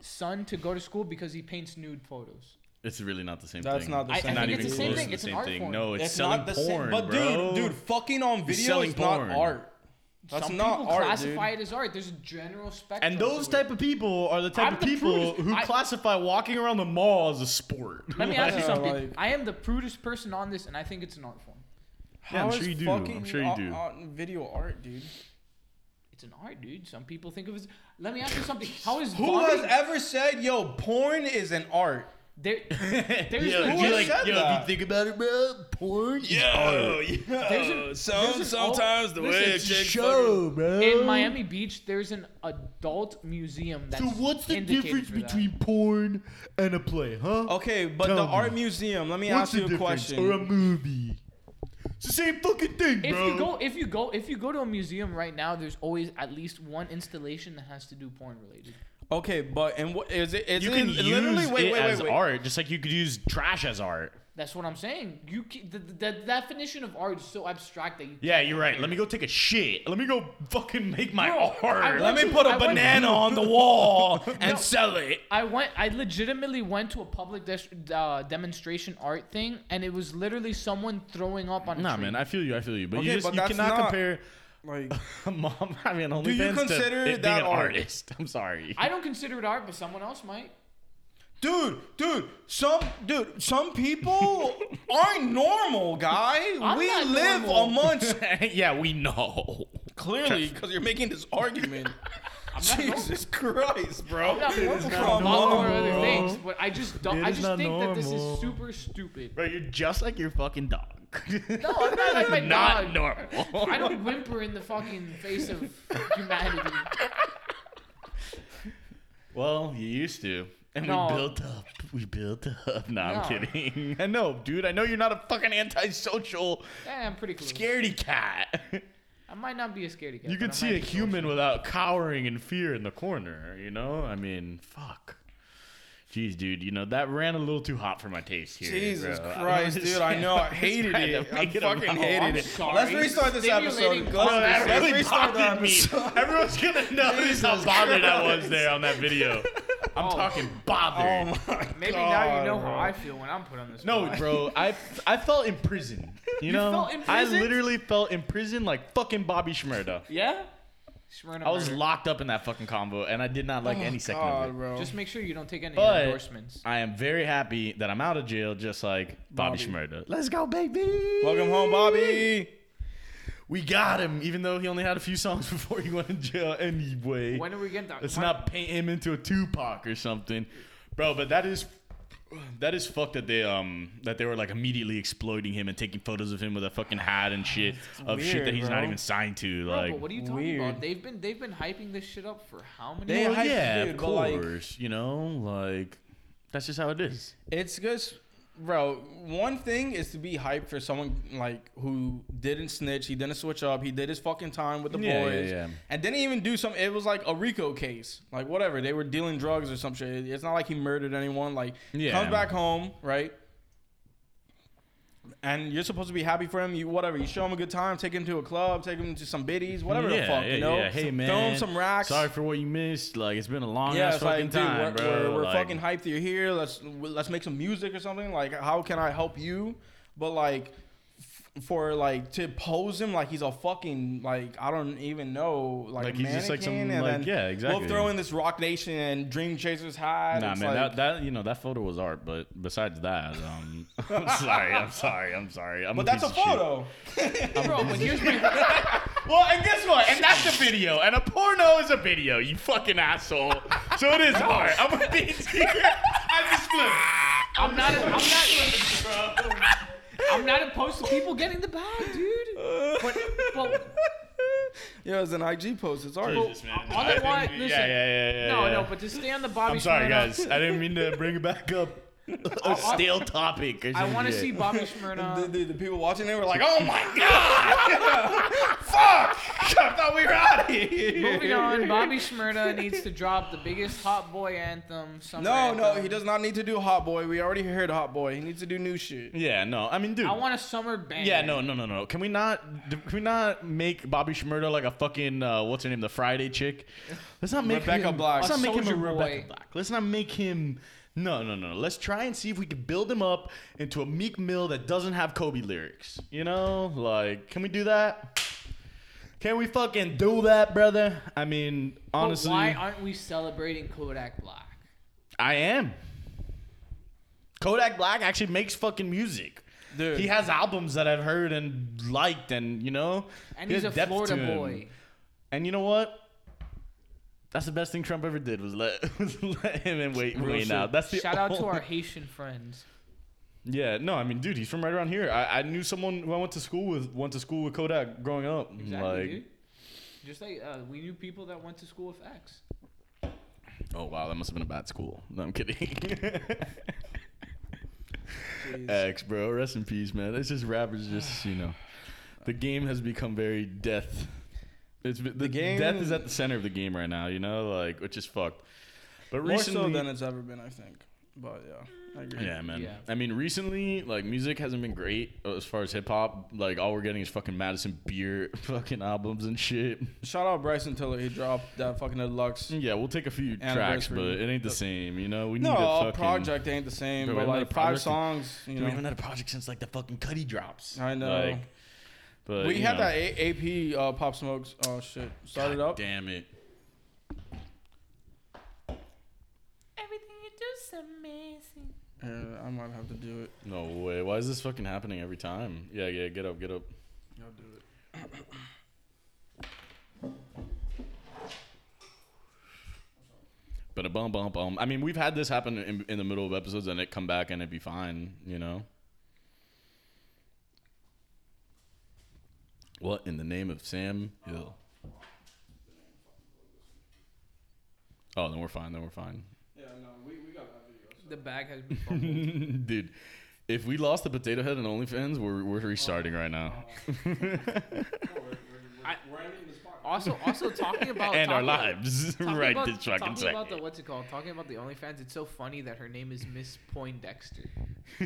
Speaker 4: son to go to school because he paints nude photos.
Speaker 2: it's really not the same
Speaker 3: That's
Speaker 2: thing.
Speaker 3: not the
Speaker 4: I- I
Speaker 2: It's
Speaker 3: same
Speaker 2: not
Speaker 4: think
Speaker 2: even
Speaker 4: it's the same
Speaker 2: close to
Speaker 4: thing.
Speaker 2: the
Speaker 4: It's an
Speaker 2: same
Speaker 4: art
Speaker 2: thing.
Speaker 4: form.
Speaker 2: No, it's,
Speaker 3: it's
Speaker 2: selling
Speaker 3: not the
Speaker 2: porn,
Speaker 3: same. But
Speaker 2: bro.
Speaker 3: dude, dude, fucking on video
Speaker 2: selling
Speaker 3: is not
Speaker 2: porn.
Speaker 3: art. That's
Speaker 4: Some
Speaker 3: not
Speaker 4: people
Speaker 3: art,
Speaker 4: classify
Speaker 3: dude.
Speaker 4: it as art. There's a general spectrum.
Speaker 2: And those
Speaker 4: to it.
Speaker 2: type of people are the type
Speaker 4: I'm
Speaker 2: of
Speaker 4: the
Speaker 2: people
Speaker 4: prudest.
Speaker 2: who
Speaker 4: I-
Speaker 2: classify walking around the mall as a sport.
Speaker 4: Let me ask you
Speaker 3: Yeah,
Speaker 4: something.
Speaker 3: like-
Speaker 4: I am the prudest person on this, and I think it's an art form.
Speaker 2: Yeah, I'm
Speaker 3: How
Speaker 2: sure
Speaker 3: is
Speaker 2: you do.
Speaker 3: fucking
Speaker 2: I'm sure you
Speaker 3: on-
Speaker 2: do.
Speaker 3: on video art, dude.
Speaker 4: It's an art, dude. Some people think of it. As, let me ask you something. How is
Speaker 3: Who has
Speaker 4: vomiting?
Speaker 3: ever said, "Yo, porn is an art"?
Speaker 4: there,
Speaker 2: Yo,
Speaker 4: there's
Speaker 2: you
Speaker 4: a-
Speaker 3: who has
Speaker 2: like,
Speaker 3: said
Speaker 2: yo,
Speaker 3: that?
Speaker 2: if you think about it, bro, porn is art.
Speaker 4: There's a- there's an old- listen,
Speaker 2: It's a show, bro.
Speaker 4: in Miami Beach. There's an adult museum. That's
Speaker 2: So what's the
Speaker 4: indicated
Speaker 2: difference
Speaker 4: for that.
Speaker 2: between porn and a play, huh?
Speaker 3: Okay, but
Speaker 2: Tell
Speaker 3: the
Speaker 2: me.
Speaker 3: art museum. Let me
Speaker 2: What's
Speaker 3: ask
Speaker 2: the
Speaker 3: you a
Speaker 2: difference?
Speaker 3: question.
Speaker 2: Or a movie? It's the same fucking thing,
Speaker 4: If
Speaker 2: bro.
Speaker 4: you go, if you go, if you go to a museum right now, there's always at least one installation that has to do porn related.
Speaker 3: Okay, but and what is it? Is
Speaker 2: you
Speaker 3: it
Speaker 2: can
Speaker 3: in-
Speaker 2: use
Speaker 3: literally, wait,
Speaker 2: it
Speaker 3: wait,
Speaker 2: as
Speaker 3: wait, wait.
Speaker 2: art, just like you could use trash as art.
Speaker 4: That's what I'm saying. You can, the, the, the definition of art is so abstract that you.
Speaker 2: Yeah, you're right. Let me go take a shit. Let me go fucking make my
Speaker 4: Bro, I
Speaker 2: art.
Speaker 4: want
Speaker 2: Let me
Speaker 4: to-
Speaker 2: put a
Speaker 4: I want-
Speaker 2: banana on the wall and
Speaker 4: No.
Speaker 2: sell it.
Speaker 4: I went. I legitimately went to a public des- uh, demonstration art thing, and it was literally someone throwing up on a
Speaker 2: Nah,
Speaker 4: tree.
Speaker 2: man, I feel you. I feel you. But you
Speaker 3: Okay,
Speaker 2: just
Speaker 3: but
Speaker 2: you
Speaker 3: that's
Speaker 2: cannot
Speaker 3: not-
Speaker 2: compare
Speaker 3: Like,
Speaker 2: a mom having OnlyFans
Speaker 3: you
Speaker 2: to
Speaker 3: consider
Speaker 2: it being
Speaker 3: that
Speaker 2: an
Speaker 3: art?
Speaker 2: artist. I'm sorry.
Speaker 4: I don't consider it art, but someone else might.
Speaker 3: dude, dude, some dude, some people aren't normal, guy.
Speaker 4: I'm
Speaker 3: we
Speaker 4: not
Speaker 3: live
Speaker 4: normal.
Speaker 3: amongst
Speaker 2: yeah, we know.
Speaker 3: clearly because you're making this argument.
Speaker 4: not normal.
Speaker 3: Jesus Christ, bro.
Speaker 4: I'm not horrible for a
Speaker 3: Come
Speaker 4: lot more
Speaker 3: on,
Speaker 4: other
Speaker 3: bro.
Speaker 4: things, but I just don't.
Speaker 2: It
Speaker 4: I
Speaker 2: is
Speaker 4: just
Speaker 2: not
Speaker 4: think that this
Speaker 2: normal.
Speaker 4: is super stupid.
Speaker 2: Bro, you're just like your fucking dog.
Speaker 4: No, I'm not like my
Speaker 2: Not
Speaker 4: dog.
Speaker 2: normal.
Speaker 4: I don't whimper in the fucking face of humanity.
Speaker 2: Well, you used to. And
Speaker 4: No.
Speaker 2: we built up. We built up. No, I'm
Speaker 4: No.
Speaker 2: kidding. I know, dude. I know you're not a fucking antisocial
Speaker 4: Yeah, I'm pretty close.
Speaker 2: scaredy cat.
Speaker 4: I might not be a scaredy cat.
Speaker 2: You
Speaker 4: but
Speaker 2: can
Speaker 4: I
Speaker 2: see
Speaker 4: might
Speaker 2: a
Speaker 4: be
Speaker 2: human without cowering in fear in the corner, you know? I mean, fuck. Jeez, dude, you know, that ran a little too hot for my taste here.
Speaker 3: Jesus
Speaker 2: bro. I don't
Speaker 3: Christ, dude! I
Speaker 2: understand
Speaker 3: know I
Speaker 2: why this
Speaker 3: hated
Speaker 2: guy had
Speaker 3: it.
Speaker 2: to
Speaker 3: I
Speaker 2: make it
Speaker 3: fucking
Speaker 2: about-
Speaker 3: hated
Speaker 4: I'm
Speaker 3: it.
Speaker 4: sorry.
Speaker 3: Let's restart this
Speaker 4: Stimulating
Speaker 3: episode.
Speaker 2: Bro,
Speaker 4: Let's
Speaker 2: that really
Speaker 3: restart the
Speaker 2: bothered me.
Speaker 3: episode.
Speaker 2: Everyone's gonna notice how
Speaker 3: Jesus
Speaker 2: bothered I
Speaker 3: Christ.
Speaker 2: was there on that video. I'm
Speaker 4: Oh.
Speaker 2: talking bothered.
Speaker 3: my
Speaker 4: Maybe now you know
Speaker 3: bro.
Speaker 4: how I feel when I'm put on this.
Speaker 2: No,
Speaker 4: spot.
Speaker 2: bro, I I felt imprisoned. You, know,
Speaker 4: felt
Speaker 2: I
Speaker 4: imprisoned?
Speaker 2: literally felt imprisoned like fucking Bobby Shmurda.
Speaker 4: Yeah. Smyrna
Speaker 2: I was
Speaker 4: murder.
Speaker 2: locked up in that fucking combo, and I did not like any second
Speaker 3: God,
Speaker 2: of it.
Speaker 3: bro.
Speaker 4: Just make sure you don't take any
Speaker 2: But-
Speaker 4: endorsements.
Speaker 2: I am very happy that I'm out of jail, just like Bobby,
Speaker 3: Bobby.
Speaker 2: Shmurda. Let's go, baby.
Speaker 3: Welcome home, Bobby.
Speaker 2: We got him, even though he only had a few songs before he went in jail. Anyway,
Speaker 4: When are we getting that?
Speaker 2: Let's
Speaker 4: when-
Speaker 2: not paint him into a Tupac or something, bro. But that is that is fucked that they um that they were like immediately exploiting him and taking photos of him with a fucking hat and shit of shit
Speaker 3: weird,
Speaker 2: that he's not
Speaker 3: bro.
Speaker 2: even signed to.
Speaker 4: Bro,
Speaker 2: Like,
Speaker 4: but what are you talking
Speaker 3: weird.
Speaker 4: about? They've been they've been hyping this shit up for how many?
Speaker 3: They
Speaker 4: years?
Speaker 2: Well,
Speaker 3: hyped
Speaker 2: yeah,
Speaker 3: it,
Speaker 2: of
Speaker 3: but, like-
Speaker 2: course, you know, like that's just how it is.
Speaker 3: It's just, bro. One thing is to be hyped for someone like who didn't snitch. He didn't switch up. He did his fucking time with the
Speaker 2: Yeah, yeah,
Speaker 3: boys,
Speaker 2: yeah.
Speaker 3: and didn't even do some. It was like a Rico case, like whatever. They were dealing drugs or some shit. It's not like he murdered anyone. Like
Speaker 2: Yeah.
Speaker 3: comes back home, right? And you're supposed to be happy for him. You whatever. You show him a good time. Take him to a club. Take him to some biddies. Whatever
Speaker 2: yeah,
Speaker 3: the fuck,
Speaker 2: yeah,
Speaker 3: you know.
Speaker 2: yeah. Hey
Speaker 3: Some-
Speaker 2: man,
Speaker 3: Throw him some racks.
Speaker 2: Sorry for what you missed. Like, it's been a long
Speaker 3: Yeah,
Speaker 2: ass
Speaker 3: it's
Speaker 2: fucking
Speaker 3: like, dude,
Speaker 2: time,
Speaker 3: we're,
Speaker 2: bro.
Speaker 3: we're, we're
Speaker 2: Like,
Speaker 3: fucking hyped you're here. Let's let's make some music or something. Like, how can I help you? But like, f- for like to pose him like he's a fucking like I don't even know like,
Speaker 2: Like, he's just, like, some,
Speaker 3: mannequin, and
Speaker 2: like,
Speaker 3: then
Speaker 2: yeah, exactly.
Speaker 3: We'll throw in this Rock Nation and Dream Chasers hat.
Speaker 2: Nah,
Speaker 3: it's
Speaker 2: man, that,
Speaker 3: like-
Speaker 2: that you know that photo was art, but besides that, um, I'm sorry, I'm sorry, I'm sorry. I'm
Speaker 3: but that's
Speaker 2: piece
Speaker 3: a
Speaker 2: of shit.
Speaker 3: photo.
Speaker 4: Bro, but here's my
Speaker 2: Well, and guess what? And that's a video, and a porno is a video. You fucking asshole. So it is art. I'm a piece of shit. I just flipped.
Speaker 4: I'm not. I'm not. I'm not opposed to people getting the bag, dude. But, but
Speaker 3: Yeah, it's an IG post. It's art.
Speaker 2: Jesus, man.
Speaker 4: all I
Speaker 2: think-
Speaker 4: want-
Speaker 2: yeah,
Speaker 4: listen.
Speaker 2: yeah, yeah, yeah,
Speaker 4: no,
Speaker 2: yeah.
Speaker 4: no. But to stay on the Bobby.
Speaker 2: I'm sorry,
Speaker 4: Shmurda-
Speaker 2: guys. I didn't mean to bring it back up. A stale topic. Or
Speaker 4: I
Speaker 2: some
Speaker 4: want to
Speaker 2: shit.
Speaker 4: see Bobby
Speaker 3: The,
Speaker 4: Shmurda.
Speaker 3: the, the people watching it were like, "Oh my god, fuck! I thought we were out of here."
Speaker 4: Moving on, Bobby Shmurda needs to drop the biggest hot boy anthem. Summer
Speaker 3: "Oh, No, no,
Speaker 4: anthem.
Speaker 3: he does not need to do Hot Boy. We already heard Hot Boy. He needs to do new shit.
Speaker 2: Yeah, no. I mean, dude.
Speaker 4: I want a summer band.
Speaker 2: Yeah, no, no, no, no. Can we not? d- Can we not make Bobby Shmurda like a fucking uh, what's her name, the Friday chick? Let's not make
Speaker 3: Rebecca
Speaker 2: him,
Speaker 3: Black.
Speaker 2: Let's
Speaker 4: A
Speaker 2: not make him a
Speaker 4: Soulja Boy.
Speaker 2: Rebecca Black. Let's not make him. No, no, no. Let's try and see if we can build him up into a Meek Mill that doesn't have Kobe lyrics. You know, like, can we do that? Can we fucking do that, brother? I mean,
Speaker 4: But
Speaker 2: honestly,
Speaker 4: why aren't we celebrating Kodak Black?
Speaker 2: I am. Kodak Black actually makes fucking music.
Speaker 3: Dude.
Speaker 2: He has albums that I've heard and liked, and you know,
Speaker 4: And
Speaker 2: he
Speaker 4: he's
Speaker 2: has
Speaker 4: a
Speaker 2: depth
Speaker 4: Florida
Speaker 2: to him.
Speaker 4: boy.
Speaker 2: And you know what? That's the best thing Trump ever did was let was let him and wait
Speaker 3: Real
Speaker 2: Wayne out.
Speaker 3: shit.
Speaker 2: That's the
Speaker 4: Shout out to
Speaker 2: only-
Speaker 4: our Haitian friends.
Speaker 2: yeah. No, I mean, dude, he's from right around here. I, I knew someone who I went to school with went to school with Kodak growing up.
Speaker 4: Exactly,
Speaker 2: like,
Speaker 4: dude. Just like uh, we knew people that went to school with X.
Speaker 2: oh wow, that must have been a bad school. No, I'm kidding. X, bro. Rest in peace, man. It's just rappers, just you know, the game has become very death. It's the,
Speaker 3: game-
Speaker 2: Death is at the center of the game right now. You know, like which is fucked. But
Speaker 3: More
Speaker 2: recently,
Speaker 3: so than it's ever been, I think. But yeah, I agree.
Speaker 2: yeah, man.
Speaker 4: Yeah.
Speaker 2: I mean, recently, like music hasn't been great uh, as far as hip hop. Like all we're getting is fucking Madison Beer fucking albums and shit.
Speaker 3: Shout out Bryson Tiller. He dropped that fucking deluxe.
Speaker 2: Yeah, we'll take a few tracks, but
Speaker 3: Anniversary.
Speaker 2: it ain't Mm, the same. You know, we need a
Speaker 3: No, all
Speaker 2: fucking
Speaker 3: project ain't the same,
Speaker 2: Bro, we
Speaker 3: but
Speaker 2: haven't
Speaker 3: like
Speaker 2: had a
Speaker 3: five
Speaker 2: project in-
Speaker 3: songs, you
Speaker 2: Dude, we
Speaker 3: know.
Speaker 2: haven't had a project since like the fucking Cuddy drops.
Speaker 3: I know.
Speaker 2: Like, but
Speaker 3: we
Speaker 2: you
Speaker 3: had
Speaker 2: know.
Speaker 3: that a- AP uh, Pop Smokes. Oh shit, started
Speaker 2: God
Speaker 3: up.
Speaker 2: Damn it.
Speaker 5: Everything you do is amazing.
Speaker 3: Yeah, I might have to do it.
Speaker 2: No way. Why is this fucking happening every time? Yeah, yeah, get up, get up.
Speaker 3: I'll do it.
Speaker 2: But a bum bum bum. I mean, we've had this happen in, in the middle of episodes and it come back and it'd be fine, you know? What in the name of Sam Hill? Oh, then we're fine, then we're fine.
Speaker 3: Yeah, no, we, we got that
Speaker 4: The bag has been fumbled.
Speaker 2: Dude, if we lost the potato head and OnlyFans, we're, we're restarting right now.
Speaker 3: video. We're ending the spot.
Speaker 4: also, also talking about
Speaker 2: and our
Speaker 4: talking-
Speaker 2: lives
Speaker 4: talking
Speaker 2: right
Speaker 4: about-
Speaker 2: this fucking
Speaker 4: Talking about the
Speaker 2: second.
Speaker 4: what's it called? Talking about the OnlyFans. It's so funny that her name is Miss Poindexter.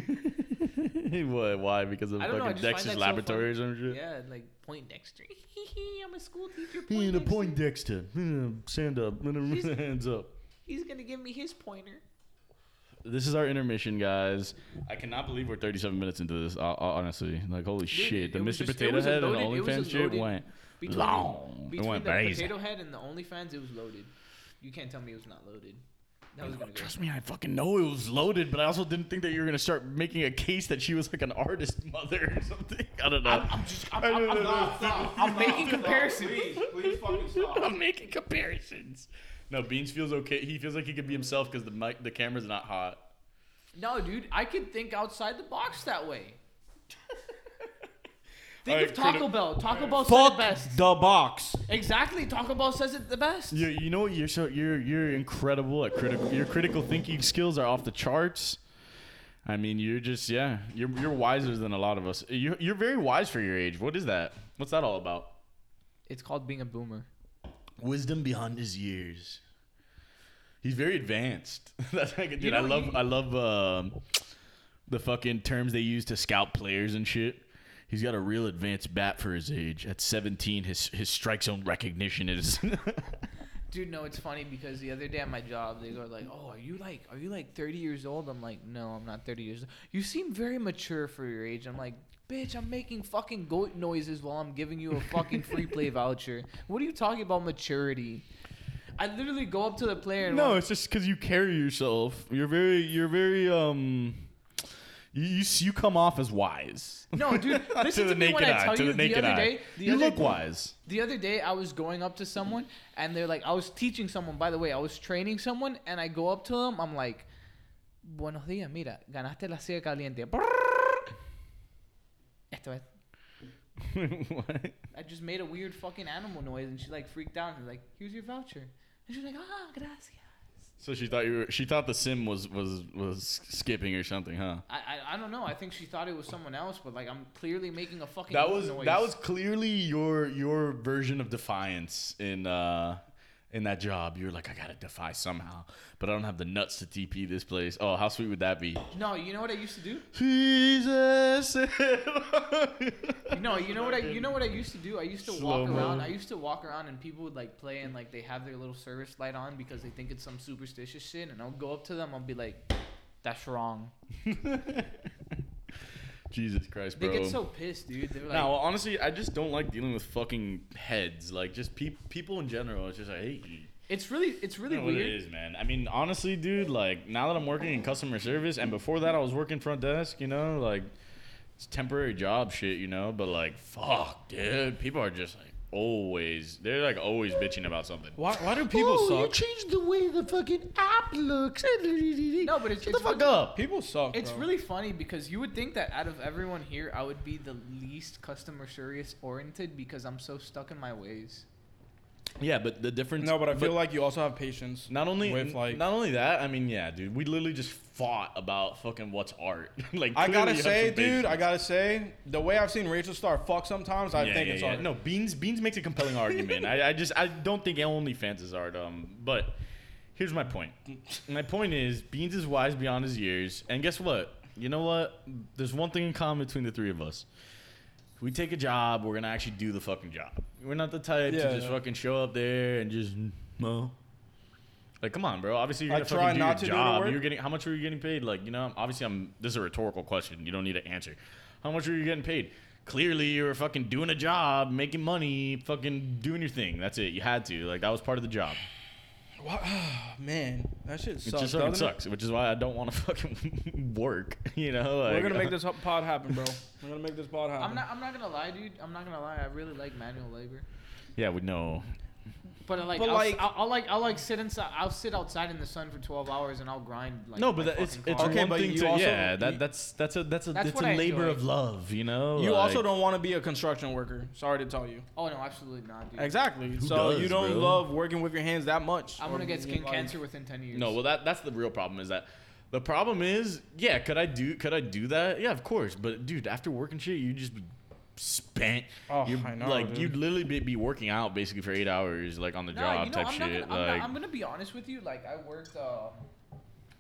Speaker 2: what, why? Because of
Speaker 4: I don't know, I
Speaker 2: fucking
Speaker 4: just find
Speaker 2: Dexter's
Speaker 4: that so
Speaker 2: Laboratory or some shit?
Speaker 4: Yeah, like Poindexter.
Speaker 5: I'm a school teacher.
Speaker 2: Yeah, the
Speaker 5: Poindexter.
Speaker 2: point Dexter. Yeah, Stand up. Hands up.
Speaker 5: He's gonna give me his pointer.
Speaker 2: This is our intermission, guys. I cannot believe we're 37 minutes into this. Uh, uh, honestly, like holy shit, the
Speaker 4: it was
Speaker 2: Mr.
Speaker 4: just- it
Speaker 2: potato
Speaker 4: was a
Speaker 2: Head and
Speaker 4: loaded- it was a
Speaker 2: OnlyFans shit
Speaker 4: loaded-
Speaker 2: went
Speaker 4: Between,
Speaker 2: long. It
Speaker 4: between
Speaker 2: went
Speaker 4: the
Speaker 2: crazy.
Speaker 4: potato head and the OnlyFans, it was loaded. You can't tell me it was not loaded. That was gonna go.
Speaker 2: Trust me, I fucking know it was loaded, but I also didn't think that you were gonna start making a case that she was like an artist mother or something. I don't know. I'm, just, I'm,
Speaker 4: I'm making comparisons.
Speaker 3: Please fucking stop.
Speaker 2: I'm making comparisons. No, Beans feels okay. He feels like he could be himself because the mic, the camera's not hot.
Speaker 4: No, dude, I can think outside the box that way. Think
Speaker 2: Alright,
Speaker 4: of Taco
Speaker 2: criti-
Speaker 4: Bell. Taco Bell said it
Speaker 3: Fuck
Speaker 4: best.
Speaker 3: the box.
Speaker 4: Exactly, Taco Bell says it the best.
Speaker 2: You, you know what? You're so you're you're incredible at critical. Your critical thinking skills are off the charts. I mean, you're just yeah. You're you're wiser than a lot of us. You're you're very wise for your age. What is that? What's that all about?
Speaker 4: It's called being a boomer.
Speaker 2: Wisdom beyond his years. He's very advanced. That's like, dude, I
Speaker 4: know,
Speaker 2: love
Speaker 4: you-
Speaker 2: I love um, the fucking terms they use to scout players and shit. He's got a real advanced bat for his age. At 17, his his strike zone recognition is
Speaker 4: Dude, no, it's funny because the other day at my job, they go like, "Oh, are you like, are you like 30 years old?" I'm like, "No, I'm not 30 years old. You seem very mature for your age." I'm like, "Bitch, I'm making fucking goat noises while I'm giving you a fucking free play voucher. What are you talking about maturity?" I literally go up to the player and
Speaker 2: No,
Speaker 4: want-
Speaker 2: it's just because you carry yourself. You're very, you're very, um, you you, s- you come off as wise.
Speaker 4: no, dude, listen
Speaker 2: to
Speaker 4: to,
Speaker 2: the
Speaker 4: me
Speaker 2: naked
Speaker 4: when I
Speaker 2: eye.
Speaker 4: tell
Speaker 2: to
Speaker 4: you
Speaker 2: the naked
Speaker 4: the other
Speaker 2: eye,
Speaker 4: day, the
Speaker 2: you
Speaker 4: other
Speaker 2: look wise.
Speaker 4: The other day, I was going up to someone, and they're like, I was teaching someone, by the way, I was training someone, and I go up to them, I'm like, Buenos días, mira, ganaste la silla caliente. Brrrr. Esto es-
Speaker 2: What?
Speaker 4: I just made a weird fucking animal noise, and she like freaked out, and like, here's your voucher. And she's like, ah, gracias.
Speaker 2: So she thought you were. She thought the sim was was was skipping or something, huh?
Speaker 4: I, I, I don't know. I think she thought it was someone else, but like I'm clearly making a fucking
Speaker 2: That was
Speaker 4: noise.
Speaker 2: that was clearly your your version of defiance in uh in that job. You were like, I gotta defy somehow, but I don't have the nuts to TP this place. Oh, how sweet would that be?
Speaker 4: no. You know what I used to do?
Speaker 2: Jesus.
Speaker 4: No, you know what I you know what I used to do? I used to walk
Speaker 2: Slow-mo.
Speaker 4: around. I used to walk around and people would like play and like they have their little service light on because they think it's some superstitious shit and I'll go up to them, I'll be like, That's wrong.
Speaker 2: Jesus Christ,
Speaker 4: They
Speaker 2: bro.
Speaker 4: get so pissed, dude. They're like
Speaker 2: no, well, honestly, I just don't like dealing with fucking heads. Like, just peop people in general. It's just I hate you.
Speaker 4: it's really it's
Speaker 2: I
Speaker 4: really
Speaker 2: don't know what
Speaker 4: weird.
Speaker 2: it is, man. I mean, honestly, dude, like now that I'm working in customer service, and before that I was working front desk, you know, like it's temporary job shit, you know. But like, fuck, dude, people are just like always. They're like always bitching about something.
Speaker 3: Why, why do people suck?
Speaker 2: changed the way the fucking app looks. No,
Speaker 4: No, but it's
Speaker 2: shut the
Speaker 4: it's
Speaker 2: fuck
Speaker 4: fucking-
Speaker 2: up.
Speaker 3: people suck.
Speaker 4: It's
Speaker 3: bro.
Speaker 4: really funny because you would think that out of everyone here, I would be the least customer service oriented because I'm so stuck in my ways.
Speaker 2: Yeah, but the difference.
Speaker 3: No, but I feel like you also have patience.
Speaker 2: Not only
Speaker 3: with, like-
Speaker 2: not only that, I mean, yeah, dude, we literally just fought about fucking what's art. like,
Speaker 3: I
Speaker 2: clearly
Speaker 3: gotta
Speaker 2: you have
Speaker 3: say,
Speaker 2: some
Speaker 3: dude, I
Speaker 2: patience.
Speaker 3: gotta say, the way I've seen Rachel Star fuck sometimes, I
Speaker 2: Yeah,
Speaker 3: think
Speaker 2: yeah,
Speaker 3: it's
Speaker 2: yeah.
Speaker 3: art.
Speaker 2: No, Beans Beans makes a compelling argument. I, I just I don't think OnlyFans is art. Um, but here's my point. My point is Beans is wise beyond his years, and guess what? You know what? There's one thing in common between the three of us. We take a job, we're gonna actually do the fucking job. We're not the type to
Speaker 3: Yeah,
Speaker 2: just
Speaker 3: yeah.
Speaker 2: fucking show up there and just no. Like, come on, bro. Obviously, you're
Speaker 3: I
Speaker 2: gonna
Speaker 3: try
Speaker 2: fucking do
Speaker 3: not
Speaker 2: your
Speaker 3: to do the
Speaker 2: job.
Speaker 3: work.
Speaker 2: You're getting how much were you getting paid? Like, you know, obviously, I'm. This is a rhetorical question. You don't need to answer. How much were you getting paid? Clearly, you were fucking doing a job, making money, fucking doing your thing. That's it. You had to. Like, that was part of the job.
Speaker 3: Wha- man, that shit
Speaker 2: It
Speaker 3: sucks.
Speaker 2: just fucking
Speaker 3: doesn't it?
Speaker 2: sucks, which is why I don't want to fucking work. You know, like, uh,
Speaker 3: We're gonna make this pod happen, bro. We're gonna make this pod happen.
Speaker 2: Uh-huh.
Speaker 4: I'm not I'm not gonna lie, dude. I'm not gonna lie. I really like manual labor.
Speaker 2: Yeah, we know.
Speaker 4: But uh, like,
Speaker 3: But,
Speaker 4: I'll,
Speaker 3: like-
Speaker 4: like I'll, I'll like I'll like sit inside. I'll sit outside in the sun for twelve hours and I'll grind. Like,
Speaker 2: no, but
Speaker 4: my
Speaker 2: that, it's
Speaker 4: fucking
Speaker 2: it's
Speaker 4: car.
Speaker 3: Okay,
Speaker 2: one
Speaker 3: but
Speaker 2: thing
Speaker 3: you
Speaker 2: to
Speaker 3: also-
Speaker 2: yeah.
Speaker 3: you-
Speaker 2: That that's that's a that's a
Speaker 4: That's
Speaker 2: it's
Speaker 4: what
Speaker 2: a
Speaker 4: I
Speaker 2: labor
Speaker 4: enjoy.
Speaker 2: of love. You know.
Speaker 3: You also
Speaker 2: Like,
Speaker 3: don't want to be a construction worker. Sorry to tell you.
Speaker 4: Oh no, absolutely not, dude.
Speaker 3: Exactly.
Speaker 2: Who
Speaker 3: so
Speaker 2: does,
Speaker 3: you don't
Speaker 2: bro?
Speaker 3: love working with your hands that much.
Speaker 4: I'm
Speaker 3: or
Speaker 4: gonna get
Speaker 3: being,
Speaker 4: skin
Speaker 3: like-
Speaker 4: cancer within ten years.
Speaker 2: No, well that that's the real problem is that the problem is yeah, could I do could I do that? Yeah, of course. But dude, after working shit, you just be spent.
Speaker 3: Oh,
Speaker 2: You're-
Speaker 3: I know,
Speaker 2: Like
Speaker 3: dude.
Speaker 2: you'd literally be, be working out basically for eight hours, like on the job type
Speaker 4: I'm
Speaker 2: shit.
Speaker 4: Not gonna, I'm,
Speaker 2: like
Speaker 4: not, I'm gonna be honest with you. Like I worked, uh,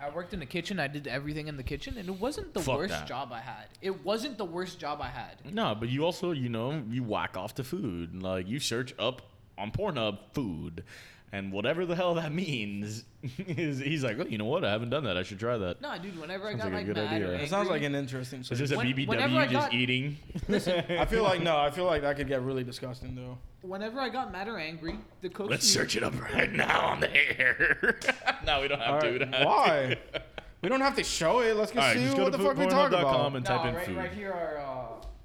Speaker 4: I worked in the kitchen. I did everything in the kitchen, and it wasn't the
Speaker 2: Fuck
Speaker 4: worst
Speaker 2: that.
Speaker 4: job I had. It wasn't the worst job I had.
Speaker 2: no, but you also you know you whack off to food. Like you search up on Pornhub food. And whatever the hell that means, is he's like, oh, you know what? I haven't done that. I should try that.
Speaker 4: No, dude. Whenever
Speaker 2: Sounds
Speaker 4: I got
Speaker 2: like a
Speaker 4: like,
Speaker 2: good
Speaker 4: mad
Speaker 2: idea.
Speaker 4: or
Speaker 2: That
Speaker 4: angry,
Speaker 3: It sounds like an interesting.
Speaker 2: Is this
Speaker 3: Service.
Speaker 2: a
Speaker 4: When-
Speaker 2: BBW
Speaker 4: whenever I
Speaker 2: just
Speaker 4: got-
Speaker 2: eating?
Speaker 3: I feel like no. I feel like that could get really disgusting though.
Speaker 4: whenever I got mad or angry, the coach.
Speaker 2: Let's
Speaker 4: knew-
Speaker 2: search it up right now on the air. no, we don't have
Speaker 3: All
Speaker 2: to. We
Speaker 3: right,
Speaker 2: don't have to.
Speaker 3: Why? we don't have to show it. Let's
Speaker 2: All
Speaker 3: get
Speaker 2: right,
Speaker 3: see
Speaker 2: just go
Speaker 3: what
Speaker 2: to
Speaker 3: the fuck we
Speaker 2: pornhub.com
Speaker 3: talk about.
Speaker 2: and
Speaker 4: No,
Speaker 2: type in
Speaker 4: right,
Speaker 2: food.
Speaker 4: right here are. Uh,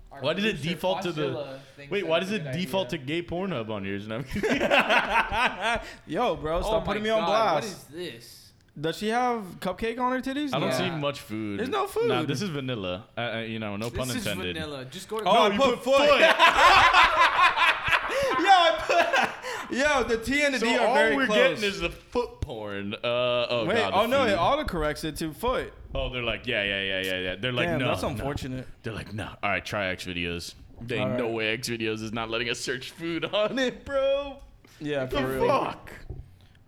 Speaker 4: our
Speaker 2: Why does it
Speaker 4: producer,
Speaker 2: default to the?
Speaker 4: Fodzilla, thinks
Speaker 2: Wait,
Speaker 4: that
Speaker 2: why
Speaker 4: it's
Speaker 2: does
Speaker 4: a
Speaker 2: it
Speaker 4: good
Speaker 2: default
Speaker 4: idea.
Speaker 2: to gay Pornhub on yours? And I'm-
Speaker 3: Yo, bro,
Speaker 4: Oh
Speaker 3: stop
Speaker 4: my
Speaker 3: putting me on
Speaker 4: God,
Speaker 3: blast.
Speaker 4: What is this?
Speaker 3: Does she have cupcake on her titties?
Speaker 2: I don't
Speaker 3: No.
Speaker 2: see
Speaker 4: Yeah.
Speaker 2: much food.
Speaker 3: There's no food.
Speaker 2: No, this is vanilla. Uh, uh, you know, no pun
Speaker 4: this
Speaker 2: intended.
Speaker 4: is vanilla. Just go to.
Speaker 3: Oh,
Speaker 2: No,
Speaker 3: I
Speaker 2: you
Speaker 3: put,
Speaker 2: put
Speaker 3: foot. yo, I put, yo, the T and the D
Speaker 2: So
Speaker 3: are
Speaker 2: all
Speaker 3: very
Speaker 2: we're
Speaker 3: close.
Speaker 2: getting is the foot porn. Uh, oh
Speaker 3: Wait,
Speaker 2: God, the
Speaker 3: oh no,
Speaker 2: food.
Speaker 3: it auto corrects it to foot.
Speaker 2: oh, they're like, yeah, yeah, yeah, yeah, yeah. They're like,
Speaker 3: Damn,
Speaker 2: no,
Speaker 3: that's
Speaker 2: no.
Speaker 3: unfortunate.
Speaker 2: They're like, no. All right, try X videos. They
Speaker 3: All
Speaker 2: no
Speaker 3: right.
Speaker 2: way X videos is not letting us search food on it, bro.
Speaker 3: Yeah, for
Speaker 2: the
Speaker 3: real. All
Speaker 2: fuck.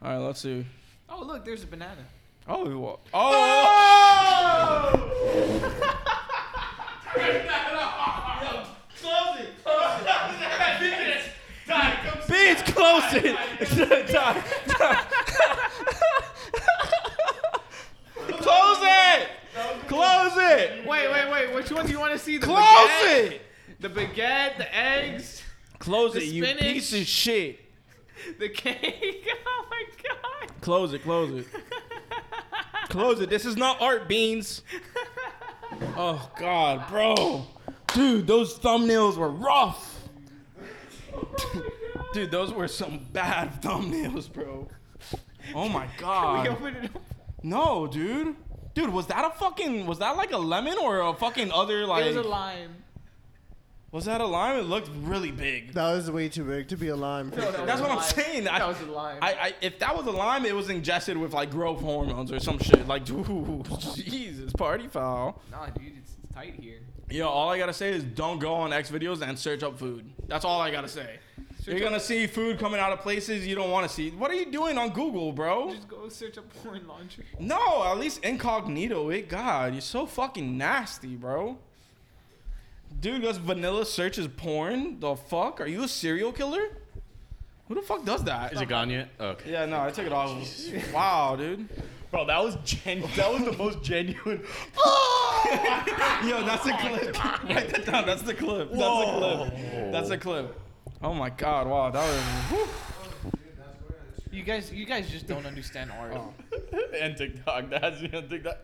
Speaker 3: right, let's see.
Speaker 4: Oh, look, there's a banana.
Speaker 3: Oh, we wa- oh, Beans, close it. Ty, it.
Speaker 4: Wait, wait, wait. Which one do you want to see? The
Speaker 3: Close
Speaker 4: baguette?
Speaker 3: it.
Speaker 4: The baguette, the eggs,
Speaker 3: Close
Speaker 4: The
Speaker 3: it, you
Speaker 4: spinach.
Speaker 3: piece of shit.
Speaker 4: the cake. Oh my god.
Speaker 3: Close it, close it. close it. This is not art beans. Oh god, bro. Dude, those thumbnails were rough. Dude, those were some bad thumbnails, bro. Oh my
Speaker 4: We
Speaker 3: god.
Speaker 4: opened it up.
Speaker 3: No, dude. Dude, was that a fucking was that like a lemon or a fucking other like
Speaker 4: It was a lime.
Speaker 3: Was that a lime? It looked really big.
Speaker 6: That was way too big to be a lime. for
Speaker 4: No, that
Speaker 6: sure.
Speaker 4: was
Speaker 3: That's
Speaker 4: a
Speaker 3: what I'm
Speaker 4: lime.
Speaker 3: saying. I-
Speaker 4: That was a lime.
Speaker 3: I, I if that was a lime, it was ingested with like growth hormones or some shit. Like, dude, Jesus, party foul.
Speaker 4: Nah, dude, it's, it's tight here.
Speaker 3: Yo, all I gotta say is don't go on X videos and search up food. That's all I gotta say. You're gonna see food coming out of places you don't want to see. What are you doing on Google, bro?
Speaker 4: Just go search up porn laundry.
Speaker 3: No, at least incognito it. God, you're so fucking nasty, bro. Dude, does vanilla searches porn? The fuck? Are you a serial killer? Who the fuck does that?
Speaker 2: Is it gone yet? Oh, Okay.
Speaker 3: Yeah, no, I took it off. Wow, dude.
Speaker 2: Bro, that was gen- that was the most genuine.
Speaker 3: Yo, that's a clip. Write that down. That's the clip. That's a clip. That's a clip. Oh my god, wow, that was
Speaker 4: You guys, you guys just don't understand art.
Speaker 2: and TikTok. That has me on TikTok.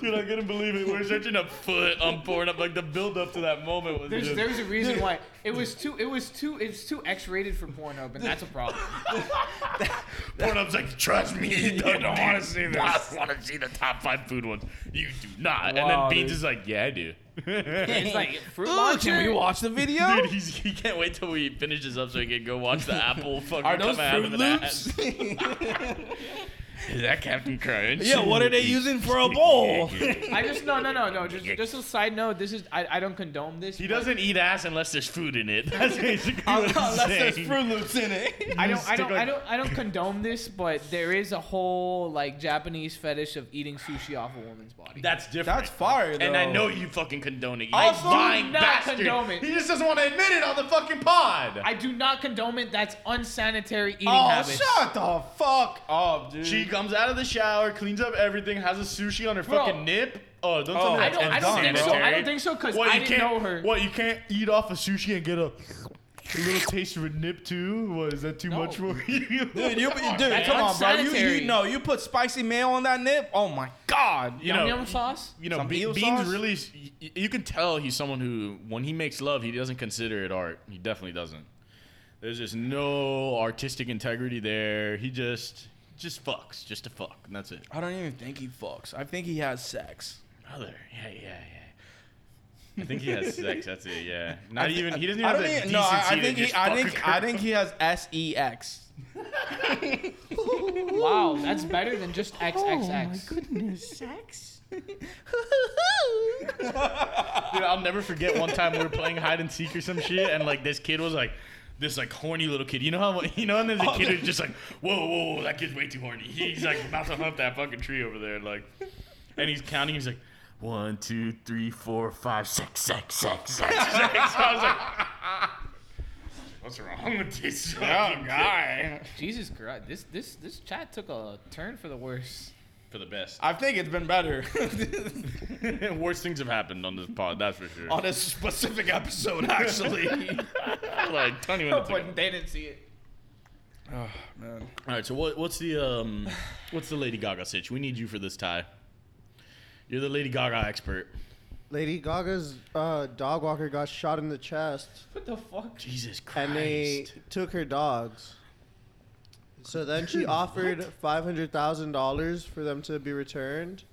Speaker 2: Dude, I couldn't believe it. We're searching a foot on porn up. Like the build up to that moment was
Speaker 4: There's,
Speaker 2: just.
Speaker 4: there's a reason why it was too it was too it's too X-rated for Pornhub and that's a problem.
Speaker 2: Pornhub's like, trust me, you don't, want to see this. I want to see the top five food ones. You do not. and
Speaker 3: Wow,
Speaker 2: then Beans
Speaker 3: dude.
Speaker 2: is like, yeah, I do.
Speaker 4: It's like fruit
Speaker 3: Ooh,
Speaker 4: launcher.
Speaker 3: can we watch the video?
Speaker 2: Dude, he's, he can't wait till we finish this up so he can go watch the apple fucking
Speaker 3: Are those
Speaker 2: come out of
Speaker 3: Fruit
Speaker 2: an ass.
Speaker 3: Loops?
Speaker 2: Is that Captain Crunch?
Speaker 3: yeah, what are they using for a bowl?
Speaker 4: I just no no no no. Just just a side note. This is I, I don't condone this.
Speaker 2: He
Speaker 4: but
Speaker 2: doesn't eat ass unless there's food in it. That's basically what he's
Speaker 3: Unless there's
Speaker 2: saying.
Speaker 3: Fruit Loops in it.
Speaker 4: I don't
Speaker 2: just
Speaker 4: I
Speaker 2: stick
Speaker 4: don't I
Speaker 2: like-
Speaker 4: don't I don't condone this, but there is a whole like Japanese fetish of eating sushi off a woman's body.
Speaker 2: That's different.
Speaker 3: That's fire, though.
Speaker 2: And I know you fucking condone it. You
Speaker 3: Also,
Speaker 2: lying
Speaker 4: not
Speaker 2: bastard.
Speaker 4: condone it.
Speaker 2: He just doesn't want to admit it on the fucking pod.
Speaker 4: I do not condone it. That's unsanitary eating
Speaker 3: Oh,
Speaker 4: habits.
Speaker 3: shut the fuck up, Oh, dude.
Speaker 2: she comes out of the shower, cleans up everything, has a sushi on her
Speaker 4: Bro.
Speaker 2: fucking nip. Oh, don't
Speaker 3: Oh,
Speaker 2: tell me
Speaker 4: I
Speaker 2: that's
Speaker 4: don't I don't think so. I
Speaker 2: unsanitary.
Speaker 4: don't think so because
Speaker 2: What,
Speaker 4: I
Speaker 2: you
Speaker 4: didn't know
Speaker 2: can't-
Speaker 4: her.
Speaker 2: What, you can't eat off a sushi and get a, a little taste of a nip too? What, is that too much for you?
Speaker 3: Dude, you, dude,
Speaker 4: man.
Speaker 3: come on, bro. You,
Speaker 4: Unsanitary.
Speaker 3: you know, you put spicy mayo on that nip. Oh my god.
Speaker 2: You
Speaker 4: Yum
Speaker 2: know,
Speaker 4: yum sauce.
Speaker 2: you know,
Speaker 3: Some
Speaker 2: Be-
Speaker 3: eel
Speaker 2: Beans
Speaker 3: sauce?
Speaker 2: really, you, you can tell he's someone who, when he makes love, he doesn't consider it art. He definitely doesn't. There's just no artistic integrity there. He just, just fucks, just to fuck, and that's it.
Speaker 3: I don't even think he fucks. I think he has sex.
Speaker 2: Brother, yeah, yeah, yeah. I think he has sex. That's it. Yeah. Not
Speaker 3: I thi-
Speaker 2: even. He doesn't
Speaker 3: I
Speaker 2: even have
Speaker 3: don't
Speaker 2: the
Speaker 3: even-
Speaker 2: decency
Speaker 3: no, I, I
Speaker 2: to
Speaker 3: think he,
Speaker 2: just
Speaker 3: I
Speaker 2: fuck a
Speaker 3: think I
Speaker 2: girl.
Speaker 3: think he has S E X.
Speaker 4: Wow, that's better than just XXX.
Speaker 2: Dude, I'll never forget one time we were playing hide and seek or some shit, and like this kid was like, this like horny little kid. You know how you know, and then the kid was just like, whoa, whoa, whoa, that kid's way too horny. He's like about to hump that fucking tree over there, like, and he's counting. He's like, one, two, three, four, five, six, six, six, six, six. So I was like, what's wrong with this?
Speaker 4: Oh,
Speaker 2: fucking kid?"
Speaker 4: Jesus Christ, this this this chat took a turn for the worse.
Speaker 2: For the best.
Speaker 3: I think it's been better
Speaker 2: Worse things have happened on this pod, that's for sure.
Speaker 3: on this specific episode, actually.
Speaker 2: like 20 minutes ago.
Speaker 4: they didn't see it.
Speaker 3: oh man.
Speaker 2: All right, so what, what's the um, what's the Lady Gaga sitch? We need you for this tie. You're the Lady Gaga expert.
Speaker 6: Lady Gaga's uh, dog walker got shot in the chest,
Speaker 4: What the fuck?
Speaker 2: Jesus Christ.
Speaker 6: and they took her dogs. So then she offered five hundred thousand dollars for them to be returned,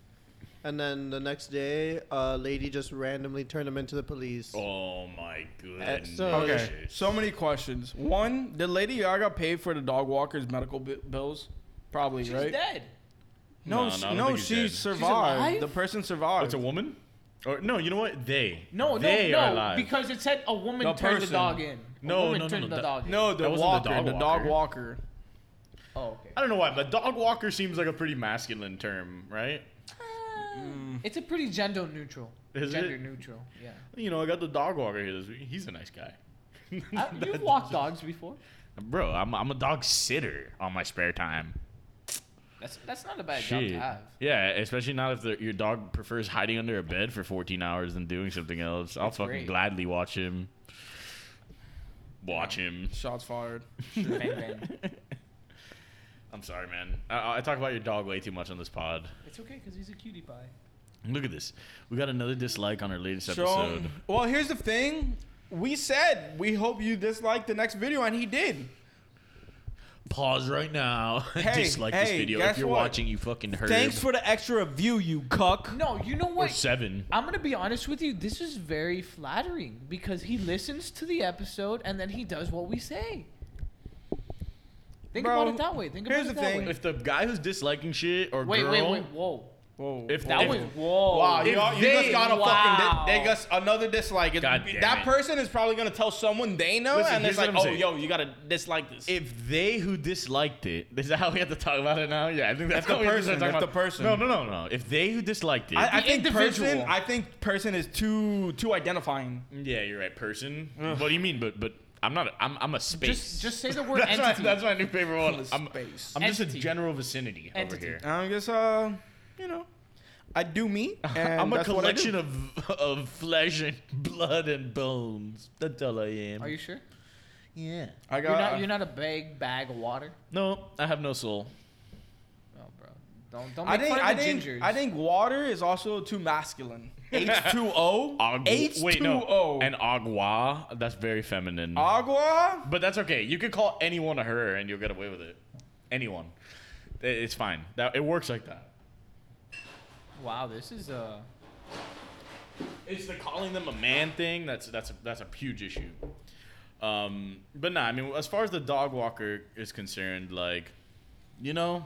Speaker 6: and then the next day, a lady just randomly turned them into the police.
Speaker 2: Oh my
Speaker 6: Uh,
Speaker 2: goodness.
Speaker 6: so-
Speaker 3: Okay. So many questions. One, did Lady Gaga pay for the dog walker's medical bi- bills? Probably,
Speaker 4: She's
Speaker 3: right?
Speaker 4: dead.
Speaker 2: No, no, I
Speaker 3: No, she-
Speaker 2: don't
Speaker 3: no,
Speaker 2: think he's
Speaker 3: she
Speaker 2: dead. She's
Speaker 3: survived.
Speaker 4: alive?
Speaker 3: the person survived.
Speaker 2: It's a woman? Or no, you know what? They.
Speaker 4: No,
Speaker 2: they
Speaker 4: no,
Speaker 2: are
Speaker 4: no,
Speaker 2: alive.
Speaker 4: because it said a woman
Speaker 3: The
Speaker 4: turned
Speaker 3: person.
Speaker 4: the dog in. A
Speaker 2: No,
Speaker 4: woman
Speaker 2: no, no,
Speaker 4: turned
Speaker 2: no,
Speaker 4: the
Speaker 2: that-
Speaker 4: dog in.
Speaker 3: no, the
Speaker 2: That wasn't
Speaker 3: walker,
Speaker 2: the
Speaker 3: the dog
Speaker 2: dog
Speaker 3: walker.
Speaker 4: Oh, okay.
Speaker 2: I don't know why, but dog walker seems like a pretty masculine term, right?
Speaker 4: It's a pretty gender neutral.
Speaker 2: Is
Speaker 4: gender
Speaker 2: it?
Speaker 4: neutral. Yeah.
Speaker 2: You know, I got the dog walker here this week. He's a nice guy.
Speaker 4: I, you've walked dogs before.
Speaker 2: Bro, I'm, I'm a dog sitter on my spare time.
Speaker 4: That's that's not a bad job
Speaker 2: Shit.
Speaker 4: to have.
Speaker 2: Yeah, especially not if the, your dog prefers hiding under a bed for 14 hours than doing something else. I'll
Speaker 4: That's
Speaker 2: fucking
Speaker 4: great.
Speaker 2: gladly watch him. Watch him.
Speaker 3: Shots fired.
Speaker 4: Bang, bang.
Speaker 2: I'm sorry, man. I, I talk about your dog way too much on this pod.
Speaker 4: It's okay because he's a cutie pie.
Speaker 2: Look at this. We got another dislike on our latest
Speaker 3: So,
Speaker 2: episode.
Speaker 3: well, here's the thing. We said we hope you dislike the next video, and he did.
Speaker 2: Pause right now.
Speaker 3: Hey,
Speaker 2: dislike this
Speaker 3: hey,
Speaker 2: video
Speaker 3: guess
Speaker 2: if you're
Speaker 3: what?
Speaker 2: watching. You fucking heard.
Speaker 3: Thanks for the extra view, you cuck.
Speaker 4: No, you know
Speaker 2: or
Speaker 4: what?
Speaker 2: seven.
Speaker 4: I'm gonna be honest with you. This is very flattering because he listens to the episode and then he does what we say. Think
Speaker 3: Bro,
Speaker 4: about it that way. Think about
Speaker 3: here's
Speaker 4: it
Speaker 3: the
Speaker 4: that
Speaker 3: thing.
Speaker 4: way.
Speaker 2: If the guy who's disliking shit or
Speaker 4: Wait,
Speaker 2: girl,
Speaker 4: wait, wait! Whoa,
Speaker 3: Whoa.
Speaker 2: If
Speaker 4: that
Speaker 2: if-
Speaker 4: was whoa!
Speaker 3: Wow, you,
Speaker 2: If
Speaker 3: all- you just
Speaker 2: they-
Speaker 3: got a
Speaker 4: wow.
Speaker 3: fucking. They got another dislike. It-
Speaker 2: God damn
Speaker 3: that
Speaker 2: it.
Speaker 3: person is probably gonna tell someone they know,
Speaker 2: Listen,
Speaker 3: and
Speaker 2: here's
Speaker 3: it's like,
Speaker 2: what
Speaker 3: oh,
Speaker 2: I'm saying.
Speaker 3: yo, you gotta dislike this.
Speaker 2: if they who disliked it, is that how we have to talk about it now? Yeah, I think that's
Speaker 3: If the
Speaker 2: how we have to
Speaker 3: person,
Speaker 2: start talking
Speaker 3: if the
Speaker 2: about-
Speaker 3: person.
Speaker 2: No, no, no, no. If they who disliked it,
Speaker 3: I, I
Speaker 4: The
Speaker 3: think person.
Speaker 4: individual.
Speaker 3: I think person is too too identifying.
Speaker 2: yeah, you're right. Person. What do you mean? But but I'm not. A, I'm I'm a space.
Speaker 4: Just just say the word
Speaker 2: that's my,
Speaker 4: entity.
Speaker 2: that's my new favorite one.
Speaker 3: Space.
Speaker 2: I'm, I'm just a
Speaker 4: Entity.
Speaker 2: general vicinity
Speaker 4: Entity.
Speaker 2: over here.
Speaker 3: I guess uh, you know, I do me. And
Speaker 2: I'm a
Speaker 3: that's what I do.
Speaker 2: collection of of flesh and blood and bones. That's all I am.
Speaker 4: Are you sure?
Speaker 2: Yeah.
Speaker 3: I got.
Speaker 4: You're not you're not a big bag of water.
Speaker 2: No, I have no soul.
Speaker 4: Oh, bro, don't don't
Speaker 3: I
Speaker 4: make
Speaker 3: think
Speaker 4: fun
Speaker 3: I
Speaker 4: of the
Speaker 3: think
Speaker 4: gingers.
Speaker 3: I think water is also too masculine. H2O.
Speaker 2: Agu-
Speaker 3: H2O.
Speaker 2: Wait, no. And agua. That's very feminine.
Speaker 3: agua.
Speaker 2: But that's okay. You could call anyone a her, and you'll get away with it. Anyone. I- It's fine. That it works like that.
Speaker 4: Wow, this is uh
Speaker 2: It's the calling them a man thing. That's that's a, that's a huge issue. Um, but nah, I mean, as far as the dog walker is concerned, like, you know,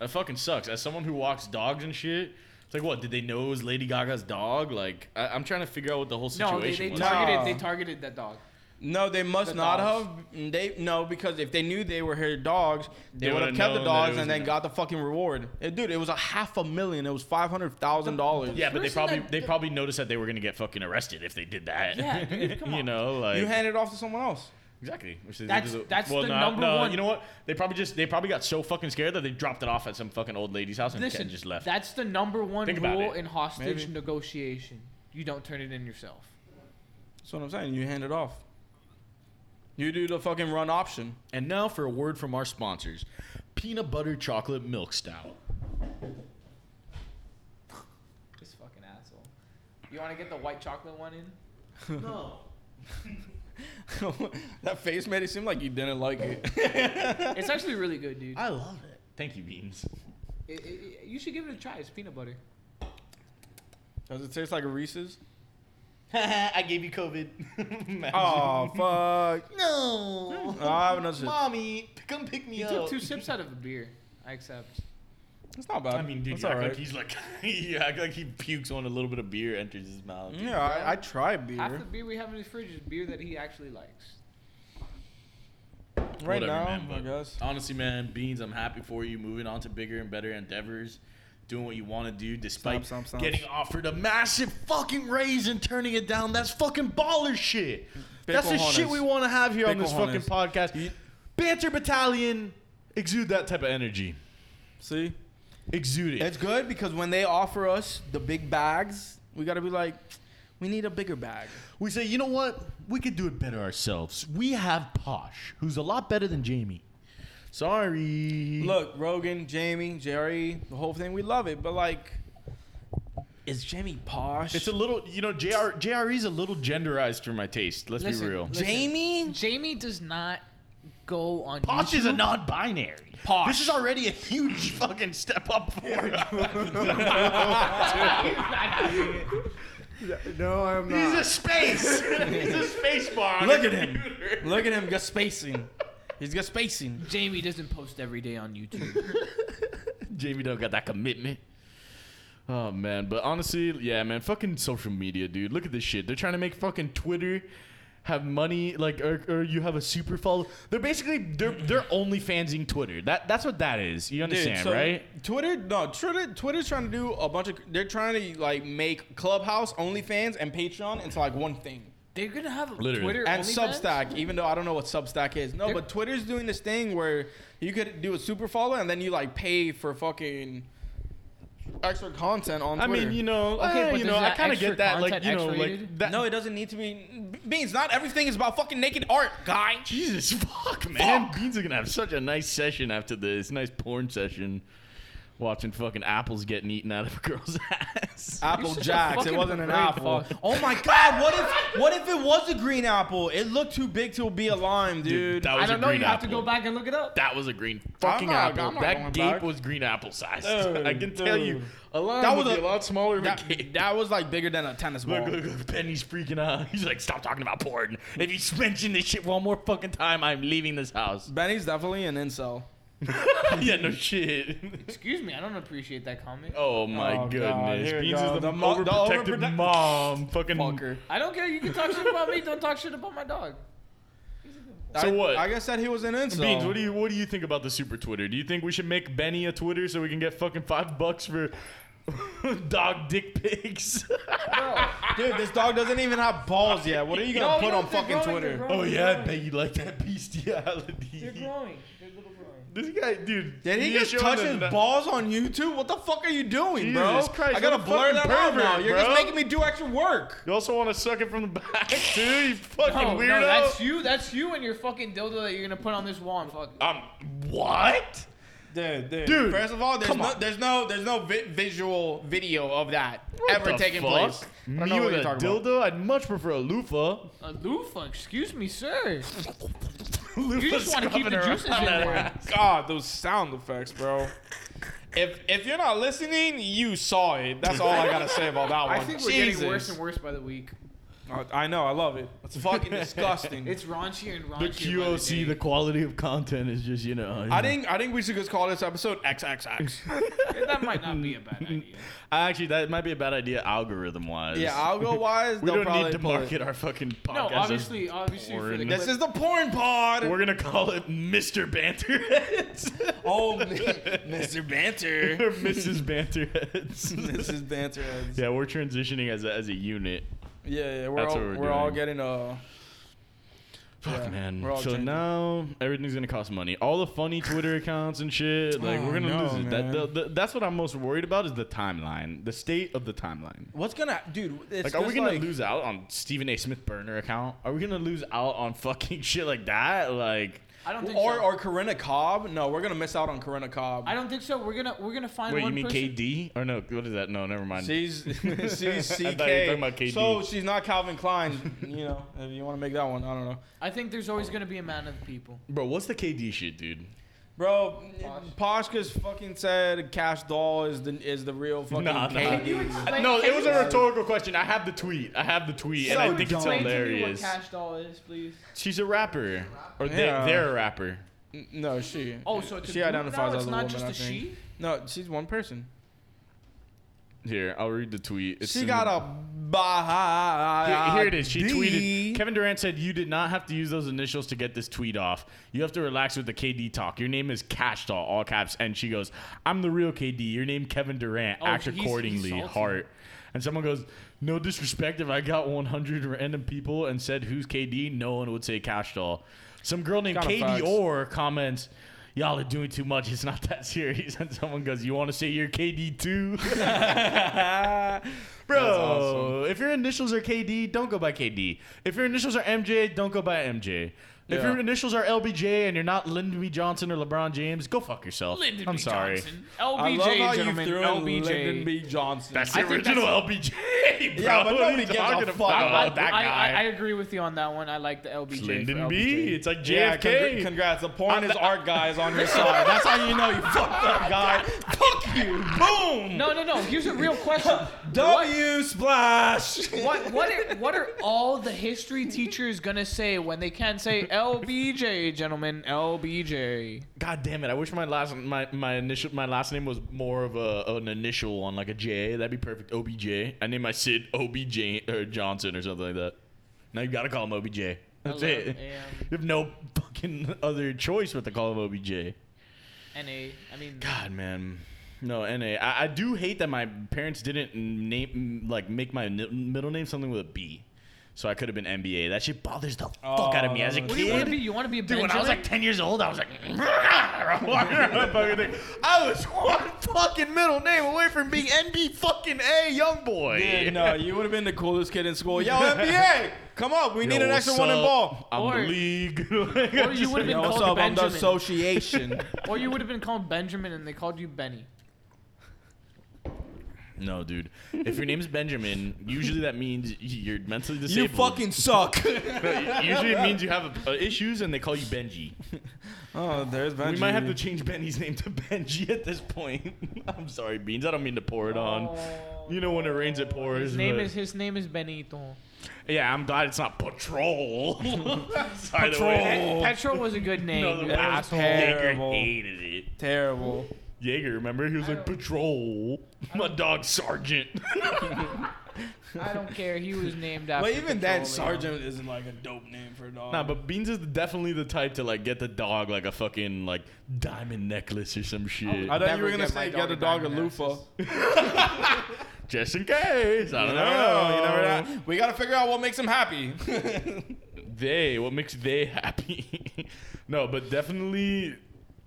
Speaker 2: that fucking sucks. As someone who walks dogs and shit, it's like, what did they know it was Lady Gaga's dog? Like, I, I'm trying to figure out what the whole
Speaker 4: no. They, they
Speaker 2: situation was.
Speaker 3: talk-
Speaker 4: targeted
Speaker 3: Nah.
Speaker 4: they targeted that dog.
Speaker 3: No, they must
Speaker 4: The
Speaker 3: not
Speaker 4: dogs.
Speaker 3: have. They no, because if they knew they were her dogs, they,
Speaker 2: They
Speaker 3: would have
Speaker 2: would've
Speaker 3: kept the
Speaker 2: known that it
Speaker 3: dogs
Speaker 2: was
Speaker 3: and then
Speaker 2: them.
Speaker 3: got the fucking reward. Eh, dude, it was a half a million. It was five hundred thousand dollars.
Speaker 2: yeah, but they
Speaker 4: person
Speaker 2: probably
Speaker 4: that-
Speaker 2: they probably noticed that they were gonna get fucking arrested if they did that.
Speaker 4: Yeah, dude, come
Speaker 2: you
Speaker 4: on.
Speaker 2: know, like
Speaker 3: you handed it off to someone else.
Speaker 2: Exactly. Which they did
Speaker 4: That's-
Speaker 2: to the-
Speaker 4: that's the
Speaker 2: no,
Speaker 4: number
Speaker 2: no,
Speaker 4: one-
Speaker 2: You know what? They probably just they probably got so fucking scared that they dropped it off at some fucking old lady's house and
Speaker 4: Listen,
Speaker 2: just left.
Speaker 4: that's the number one
Speaker 2: Think about
Speaker 4: rule
Speaker 2: it.
Speaker 4: in hostage
Speaker 3: Maybe.
Speaker 4: negotiation. You don't turn it in yourself.
Speaker 3: That's what I'm saying. You hand it off. You do the fucking run option.
Speaker 2: and now for a word from our sponsors, peanut butter chocolate milk stout.
Speaker 4: This fucking asshole. You want to get the white chocolate one in?
Speaker 3: that face made it seem like you didn't like it.
Speaker 4: It's actually really good, dude.
Speaker 2: I love it. Thank you, beans.
Speaker 4: It- it- it- you should give it a try. It's peanut butter.
Speaker 3: Does it taste like a Reese's?
Speaker 2: I gave you COVID.
Speaker 3: Oh fuck!
Speaker 2: no,
Speaker 3: Oh, I have another. sip.
Speaker 2: mommy, come pick me
Speaker 4: You took two sips out of a beer. I accept.
Speaker 3: It's not bad.
Speaker 2: I mean, dude,
Speaker 3: it's
Speaker 2: you
Speaker 3: all
Speaker 2: act
Speaker 3: right.
Speaker 2: like he's like, you act like he pukes when a little bit of beer enters his mouth. dude.
Speaker 3: yeah, I, I try
Speaker 4: Half the
Speaker 3: beer
Speaker 4: beer we have in the fridge is beer that he actually likes.
Speaker 3: right
Speaker 2: Whatever,
Speaker 3: now.
Speaker 2: man,
Speaker 3: I
Speaker 2: but
Speaker 3: guess.
Speaker 2: Honestly, man, Beans, I'm happy for you. Moving on to bigger and better endeavors, doing what you want to do, despite
Speaker 3: Stomp, stomp, stomp.
Speaker 2: getting offered a massive fucking raise and turning it down. That's fucking baller shit. That's the
Speaker 3: Picklejones.
Speaker 2: shit we want to have here on this fucking
Speaker 3: Picklejones.
Speaker 2: podcast. Banter Battalion, exude that type of energy.
Speaker 3: See,
Speaker 2: Exude it.
Speaker 3: it's good because when they offer us the big bags, we gotta be like, we need a bigger bag.
Speaker 2: We say, you know what? We could do it better ourselves. We have Posh, who's a lot better than Jamie. Sorry.
Speaker 3: Look, Rogan, Jamie, Jerry, the whole thing, we love it, but like, is Jamie posh?
Speaker 2: It's a little, you know, JR, JRE's E a little genderized for my taste. Let's
Speaker 4: Listen,
Speaker 2: be real.
Speaker 4: listen.
Speaker 3: Jamie.
Speaker 4: Jamie does not go on
Speaker 2: Posh
Speaker 4: YouTube.
Speaker 2: is a non-binary. Posh. This is already a huge fucking step up for
Speaker 6: No, I'm
Speaker 2: He's a
Speaker 6: not.
Speaker 2: space. He's a space bar.
Speaker 3: Look at him. Look at him, got spacing. He's got spacing.
Speaker 4: Jamie doesn't post every day on YouTube.
Speaker 2: Jamie don't got that commitment. Oh man, but honestly, yeah, man, fucking social media, dude. Look at this shit. They're trying to make fucking Twitter have money, like, or, or you have a super follow. They're basically they're they're only fansing Twitter. That that's what that is. You understand,
Speaker 3: so
Speaker 2: right?
Speaker 3: Twitter, no, Twitter, Twitter's trying to do a bunch of. They're trying to like make Clubhouse, OnlyFans, and Patreon into like one thing.
Speaker 4: They're gonna have
Speaker 2: Literally.
Speaker 4: Twitter
Speaker 3: and
Speaker 4: OnlyFans?
Speaker 3: Substack, even though I don't know what Substack is. No,
Speaker 4: They're-
Speaker 3: but Twitter's doing this thing where you could do a super follow and then you like pay for fucking extra content on
Speaker 2: I
Speaker 3: Twitter.
Speaker 2: mean, you know,
Speaker 4: Okay,
Speaker 2: eh,
Speaker 4: but
Speaker 2: you
Speaker 4: does
Speaker 2: know, I
Speaker 4: that
Speaker 2: kind of
Speaker 4: extra
Speaker 2: get that, like,
Speaker 4: content
Speaker 2: you know, like
Speaker 4: X-rated?
Speaker 2: that.
Speaker 3: no, it doesn't need to be. Beans, not everything is about fucking naked art, guy.
Speaker 2: Jesus, fuck, man. Beans are gonna have such a nice session after this. Nice porn session, watching fucking apples getting eaten out of a girl's ass.
Speaker 3: Apple
Speaker 4: such a
Speaker 3: Jacks. It
Speaker 4: fucking
Speaker 3: wasn't an
Speaker 4: great
Speaker 3: apple.
Speaker 4: fuck.
Speaker 3: Oh my god! What if what if it was a green apple? It looked too big to be a lime, dude.
Speaker 2: that was
Speaker 4: I don't
Speaker 2: a
Speaker 4: know.
Speaker 2: green
Speaker 4: You have
Speaker 2: apple.
Speaker 4: to go back and look it up.
Speaker 2: That was a green fucking
Speaker 3: not-
Speaker 2: apple.
Speaker 3: I'm not
Speaker 2: that
Speaker 3: going
Speaker 2: gape
Speaker 3: back.
Speaker 2: was green apple sized.
Speaker 3: Dude,
Speaker 2: I can tell you,
Speaker 3: dude.
Speaker 2: a lime
Speaker 3: That
Speaker 2: would
Speaker 3: was
Speaker 2: be
Speaker 3: a-
Speaker 2: lot smaller of a
Speaker 3: that,
Speaker 2: gape.
Speaker 3: that was like bigger than a tennis ball.
Speaker 2: Look, look, look, Benny's freaking out. He's like, stop talking about porn. If you mention this shit one more fucking time, I'm leaving this house.
Speaker 3: Benny's definitely an incel.
Speaker 2: yeah, no shit.
Speaker 4: Excuse me, I don't appreciate that comment.
Speaker 2: Oh my
Speaker 3: Oh, God.
Speaker 2: goodness.
Speaker 3: Here we
Speaker 2: Beans
Speaker 3: go.
Speaker 2: is the,
Speaker 3: The mo- the
Speaker 2: overprotective
Speaker 3: overprotect-
Speaker 2: mom. Fucking
Speaker 3: Fucker.
Speaker 4: I don't care. You can talk shit about me. Don't talk shit about my dog.
Speaker 2: So
Speaker 3: I,
Speaker 2: what?
Speaker 3: I guess that he was an incel.
Speaker 2: Beans, what do you what do you think about the super Twitter? Do you think we should make Benny a Twitter so we can get fucking five bucks for dog dick pics?
Speaker 3: Dude, this dog doesn't even have balls yet. What are you gonna
Speaker 4: No,
Speaker 3: put
Speaker 4: no,
Speaker 3: on
Speaker 4: they're
Speaker 3: fucking
Speaker 4: growing,
Speaker 3: Twitter?
Speaker 4: they're growing.
Speaker 2: oh yeah, I bet you like that bestiality.
Speaker 4: They're growing. They're little growing.
Speaker 2: This guy, dude.
Speaker 3: Did he
Speaker 2: is
Speaker 3: just touch
Speaker 2: showing
Speaker 3: his
Speaker 2: the-
Speaker 3: balls on YouTube? What the fuck are you doing,
Speaker 2: Jesus
Speaker 3: bro?
Speaker 2: Christ,
Speaker 3: I gotta
Speaker 2: what a
Speaker 3: blur that
Speaker 2: fucking
Speaker 3: out
Speaker 2: pervert,
Speaker 3: now. You're
Speaker 2: bro.
Speaker 3: just making me do extra work.
Speaker 2: You also want to suck it from the back, too? You fucking
Speaker 4: No,
Speaker 2: weirdo.
Speaker 4: no, that's you. That's you and your fucking dildo that you're gonna put on this wall and fuck.
Speaker 2: um, what?
Speaker 3: Dude, dude.
Speaker 2: Dude,
Speaker 3: First of all, there's
Speaker 2: come
Speaker 3: no,
Speaker 2: on.
Speaker 3: there's no, there's no vi- visual video of that ever
Speaker 2: the
Speaker 3: taking
Speaker 2: fuck?
Speaker 3: place. I don't
Speaker 2: Me
Speaker 3: know what
Speaker 2: with
Speaker 3: you're
Speaker 2: a
Speaker 3: talking about.
Speaker 2: dildo? I'd much prefer a loofah.
Speaker 4: A loofah. Uh, Excuse me, sir.
Speaker 2: loofah
Speaker 4: You just want to keep the juices in there.
Speaker 3: God, Ah, those sound effects, bro. If if you're not listening, you saw it. That's all I gotta say about that one.
Speaker 4: I think we're
Speaker 3: Jesus.
Speaker 4: getting worse and worse by the week.
Speaker 3: Uh, I know, I love it. It's fucking disgusting.
Speaker 4: It's raunchier and raunchier.
Speaker 2: The QOC, the quality of content is just, you know.
Speaker 3: I think I think we should just call this episode XXX.
Speaker 4: the that might not be a bad idea.
Speaker 2: Actually, that might be a bad idea algorithm wise.
Speaker 3: yeah, algo wise,
Speaker 2: We don't need to market our fucking podcast.
Speaker 4: No,
Speaker 2: as
Speaker 4: obviously, obviously for
Speaker 2: porn.
Speaker 4: the
Speaker 3: This
Speaker 4: clip,
Speaker 3: is the porn pod.
Speaker 2: We're gonna call it Mr. Banterheads
Speaker 3: oh, Mr. Banter.
Speaker 2: or Mrs. Banterheads.
Speaker 3: This is banter. Yeah,
Speaker 2: yeah, we're transitioning as a, as a unit.
Speaker 3: yeah, we're
Speaker 2: That's
Speaker 3: all
Speaker 2: what we're
Speaker 3: we're, all
Speaker 2: doing.
Speaker 3: getting uh
Speaker 2: Fuck
Speaker 3: Yeah,
Speaker 2: man.
Speaker 3: we're all
Speaker 2: So
Speaker 3: changing.
Speaker 2: now everything's gonna cost money. All the funny Twitter accounts and shit. Like we're
Speaker 3: Oh,
Speaker 2: gonna
Speaker 3: no,
Speaker 2: lose it. That,
Speaker 3: man.
Speaker 2: the, the, that's what I'm most worried about is the timeline, the state of the timeline.
Speaker 3: What's gonna, dude? It's
Speaker 2: Like, are we
Speaker 3: just
Speaker 2: gonna
Speaker 3: like-
Speaker 2: lose out on Stephen A. Smith burner account? Are we gonna lose out on fucking shit like that? Like,
Speaker 4: I don't think
Speaker 3: Or
Speaker 4: so.
Speaker 3: or Corinna Cobb? No, we're gonna miss out on Corinna Cobb.
Speaker 4: I don't think so. We're gonna we're gonna find
Speaker 2: wait, you
Speaker 4: one
Speaker 2: mean
Speaker 4: person.
Speaker 2: KD? Or no, what is that? No, never mind.
Speaker 3: She's she's
Speaker 2: I thought you were
Speaker 3: CK.
Speaker 2: talking about KD.
Speaker 3: So she's not Calvin Klein. You know, if you want to make that one, I don't know,
Speaker 4: I think there's always gonna be a man of the people.
Speaker 2: Bro, what's the KD shit, dude?
Speaker 3: bro. Poshka's fucking said Cash Doll is the is the real fucking
Speaker 2: Nah, nah.
Speaker 3: KD.
Speaker 4: explain-
Speaker 2: no,
Speaker 4: can
Speaker 2: it was
Speaker 4: you-
Speaker 2: a rhetorical question. I have the tweet. I have the tweet, and I think it's
Speaker 4: explain to me
Speaker 2: hilarious.
Speaker 4: What cash doll is, please.
Speaker 2: She's a rapper, or
Speaker 3: Yeah.
Speaker 2: they, they're a rapper.
Speaker 3: No, she.
Speaker 4: Oh, so it's a
Speaker 3: she
Speaker 4: group
Speaker 3: identifies
Speaker 4: now?
Speaker 3: as
Speaker 4: It's
Speaker 3: a
Speaker 4: not
Speaker 3: woman.
Speaker 4: just
Speaker 3: I
Speaker 4: a
Speaker 3: think.
Speaker 4: she.
Speaker 3: No, she's one person.
Speaker 2: Here, I'll read the tweet. It's
Speaker 3: she
Speaker 2: in
Speaker 3: got
Speaker 2: the-
Speaker 3: a Baha.
Speaker 2: Here, here it is. She tweeted. Kevin Durant said, "You did not have to use those initials to get this tweet off. You have to relax with the KD talk. Your name is Cash Doll, all caps." And she goes, "I'm the real KD. Your name Kevin Durant.
Speaker 4: Oh,
Speaker 2: Act
Speaker 4: he's- he's
Speaker 2: accordingly,
Speaker 4: salty.
Speaker 2: heart." And someone goes, "No disrespect. If I got 100 random people and said who's KD, no one would say Cash Doll." Some girl named
Speaker 3: Kinda
Speaker 2: KD
Speaker 3: facts.
Speaker 2: Orr comments. Y'all are doing too much. It's not that serious. And someone goes, "You want to say you're KD too?" Bro, if your initials are KD, don't go by KD. If your initials are MJ, don't go by MJ. If
Speaker 3: Yeah.
Speaker 2: your initials are LBJ and you're not Lyndon B. Johnson or LeBron James, go fuck yourself.
Speaker 4: Lyndon
Speaker 2: I'm
Speaker 4: B.
Speaker 2: sorry.
Speaker 4: Johnson.
Speaker 3: I
Speaker 4: LBJ,
Speaker 3: love how
Speaker 4: gentlemen.
Speaker 3: you threw in Lyndon
Speaker 4: LBJ.
Speaker 3: B. Johnson.
Speaker 2: That's
Speaker 4: I
Speaker 2: the
Speaker 4: think that's-
Speaker 2: original LBJ, bro.
Speaker 3: Yeah, but
Speaker 2: What are
Speaker 3: nobody
Speaker 2: you
Speaker 3: gives a
Speaker 2: talking
Speaker 3: fuck
Speaker 2: about
Speaker 3: about
Speaker 2: Oh, that
Speaker 4: I,
Speaker 2: guy.
Speaker 4: I, I agree with you on that one. I like the LBJ. for
Speaker 2: Lyndon
Speaker 4: LBJ.
Speaker 2: B. It's like JFK.
Speaker 3: Yeah, congr- congrats. The porn
Speaker 2: I'm
Speaker 3: is
Speaker 2: the-
Speaker 3: art guy is on your side. That's how you know you fucked up, guy. Fuck you. Boom.
Speaker 4: No, no, no. Here's a real question.
Speaker 3: W splash.
Speaker 4: What what are, what are all the history teachers gonna say when they can't say LBJ, gentlemen? LBJ.
Speaker 2: God damn it! I wish my last my my initial my last name was more of a an initial on like a J. That'd be perfect. OBJ. I name my Sid OBJ or Johnson or something like that. Now you gotta call him OBJ. That's
Speaker 4: Hello,
Speaker 2: it.
Speaker 4: am-
Speaker 2: You have no fucking other choice but to call him OBJ.
Speaker 4: NA. I mean,
Speaker 2: God, man. No, NA. I, I do hate that my parents didn't name like make my n- middle name something with a B. So I could have been NBA. That shit bothers the fuck out of me as a kid.
Speaker 3: What
Speaker 4: What do you want to Oh, be? You want to be a
Speaker 2: Dude,
Speaker 4: Benjamin?
Speaker 2: when I was like 10 years old, I was like, I'm walking around the fucking thing. I was one fucking middle name away from being NB fucking A young boy.
Speaker 3: Yeah, no, you would have been the coolest kid in school. Yo, NBA, come up. We
Speaker 2: Yo,
Speaker 3: need an
Speaker 2: what's
Speaker 3: extra one in
Speaker 2: up?
Speaker 3: ball.
Speaker 2: I'm
Speaker 4: Or-
Speaker 2: the league.
Speaker 4: or you would have been
Speaker 3: Yo, what's up?
Speaker 4: called
Speaker 3: I'm the
Speaker 4: Benjamin.
Speaker 3: association.
Speaker 4: or you would have been called Benjamin, and they called you Benny.
Speaker 2: no, dude. If your name's Benjamin, usually that means you're mentally
Speaker 3: you
Speaker 2: disabled.
Speaker 3: fucking suck.
Speaker 2: Usually it means you have uh, issues and they call you Benji.
Speaker 3: oh, there's Benji.
Speaker 2: We might have to change Benny's name to Benji at this point. I'm sorry, Beans. I don't mean to pour it on. You know when it rains, it pours.
Speaker 4: Oh. His name
Speaker 2: but-
Speaker 4: is his name is Benito.
Speaker 2: Yeah, I'm glad it's not Patrol. Sorry, the way-
Speaker 3: Patrol.
Speaker 4: Petro was a good name.
Speaker 2: No, the
Speaker 4: you
Speaker 2: way
Speaker 4: asshole.
Speaker 2: Jaeger
Speaker 3: Terrible.
Speaker 2: hated it.
Speaker 3: Terrible.
Speaker 2: Jaeger, remember? He was like, Patrol. My dog, Sergeant.
Speaker 4: I don't care. He was named after.
Speaker 3: But even that
Speaker 4: Petroleum.
Speaker 3: sergeant isn't like a dope name for a dog.
Speaker 2: nah, but Beans is definitely the type to like get the dog like a fucking like diamond necklace or some shit.
Speaker 3: I thought you
Speaker 4: Never
Speaker 3: were gonna
Speaker 4: get
Speaker 3: say
Speaker 4: my dog
Speaker 3: get a
Speaker 4: a
Speaker 3: dog a
Speaker 4: diamond
Speaker 3: loofah.
Speaker 4: necklace.
Speaker 2: Just in case. I
Speaker 3: You
Speaker 4: Oh.
Speaker 2: don't
Speaker 3: never
Speaker 2: know.
Speaker 3: know. You never know. We gotta figure out what makes him happy.
Speaker 2: They, what makes they happy? no, but definitely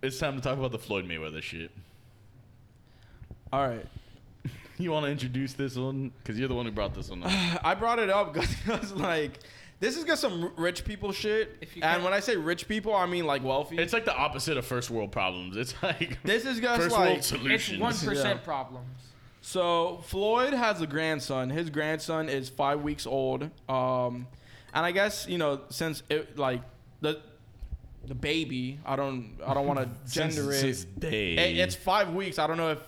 Speaker 2: it's time to talk about the Floyd Mayweather shit.
Speaker 3: All right.
Speaker 2: You want to introduce this one? Because you're the one who brought this one up.
Speaker 3: I brought it up because like this is just some rich people shit.
Speaker 4: If you
Speaker 3: And
Speaker 4: can-
Speaker 3: when I say rich people, I mean like wealthy.
Speaker 2: It's like the opposite of first world problems. It's like
Speaker 3: this is just
Speaker 2: first
Speaker 3: like
Speaker 2: world solutions.
Speaker 4: It's one percent
Speaker 3: Yeah.
Speaker 4: problems.
Speaker 3: So Floyd has a grandson. His grandson is five weeks old. Um, and I guess you know since it like the the baby, I don't I don't want to
Speaker 2: Since-
Speaker 3: gender it.
Speaker 2: since day.
Speaker 3: It- It's five weeks. I don't know if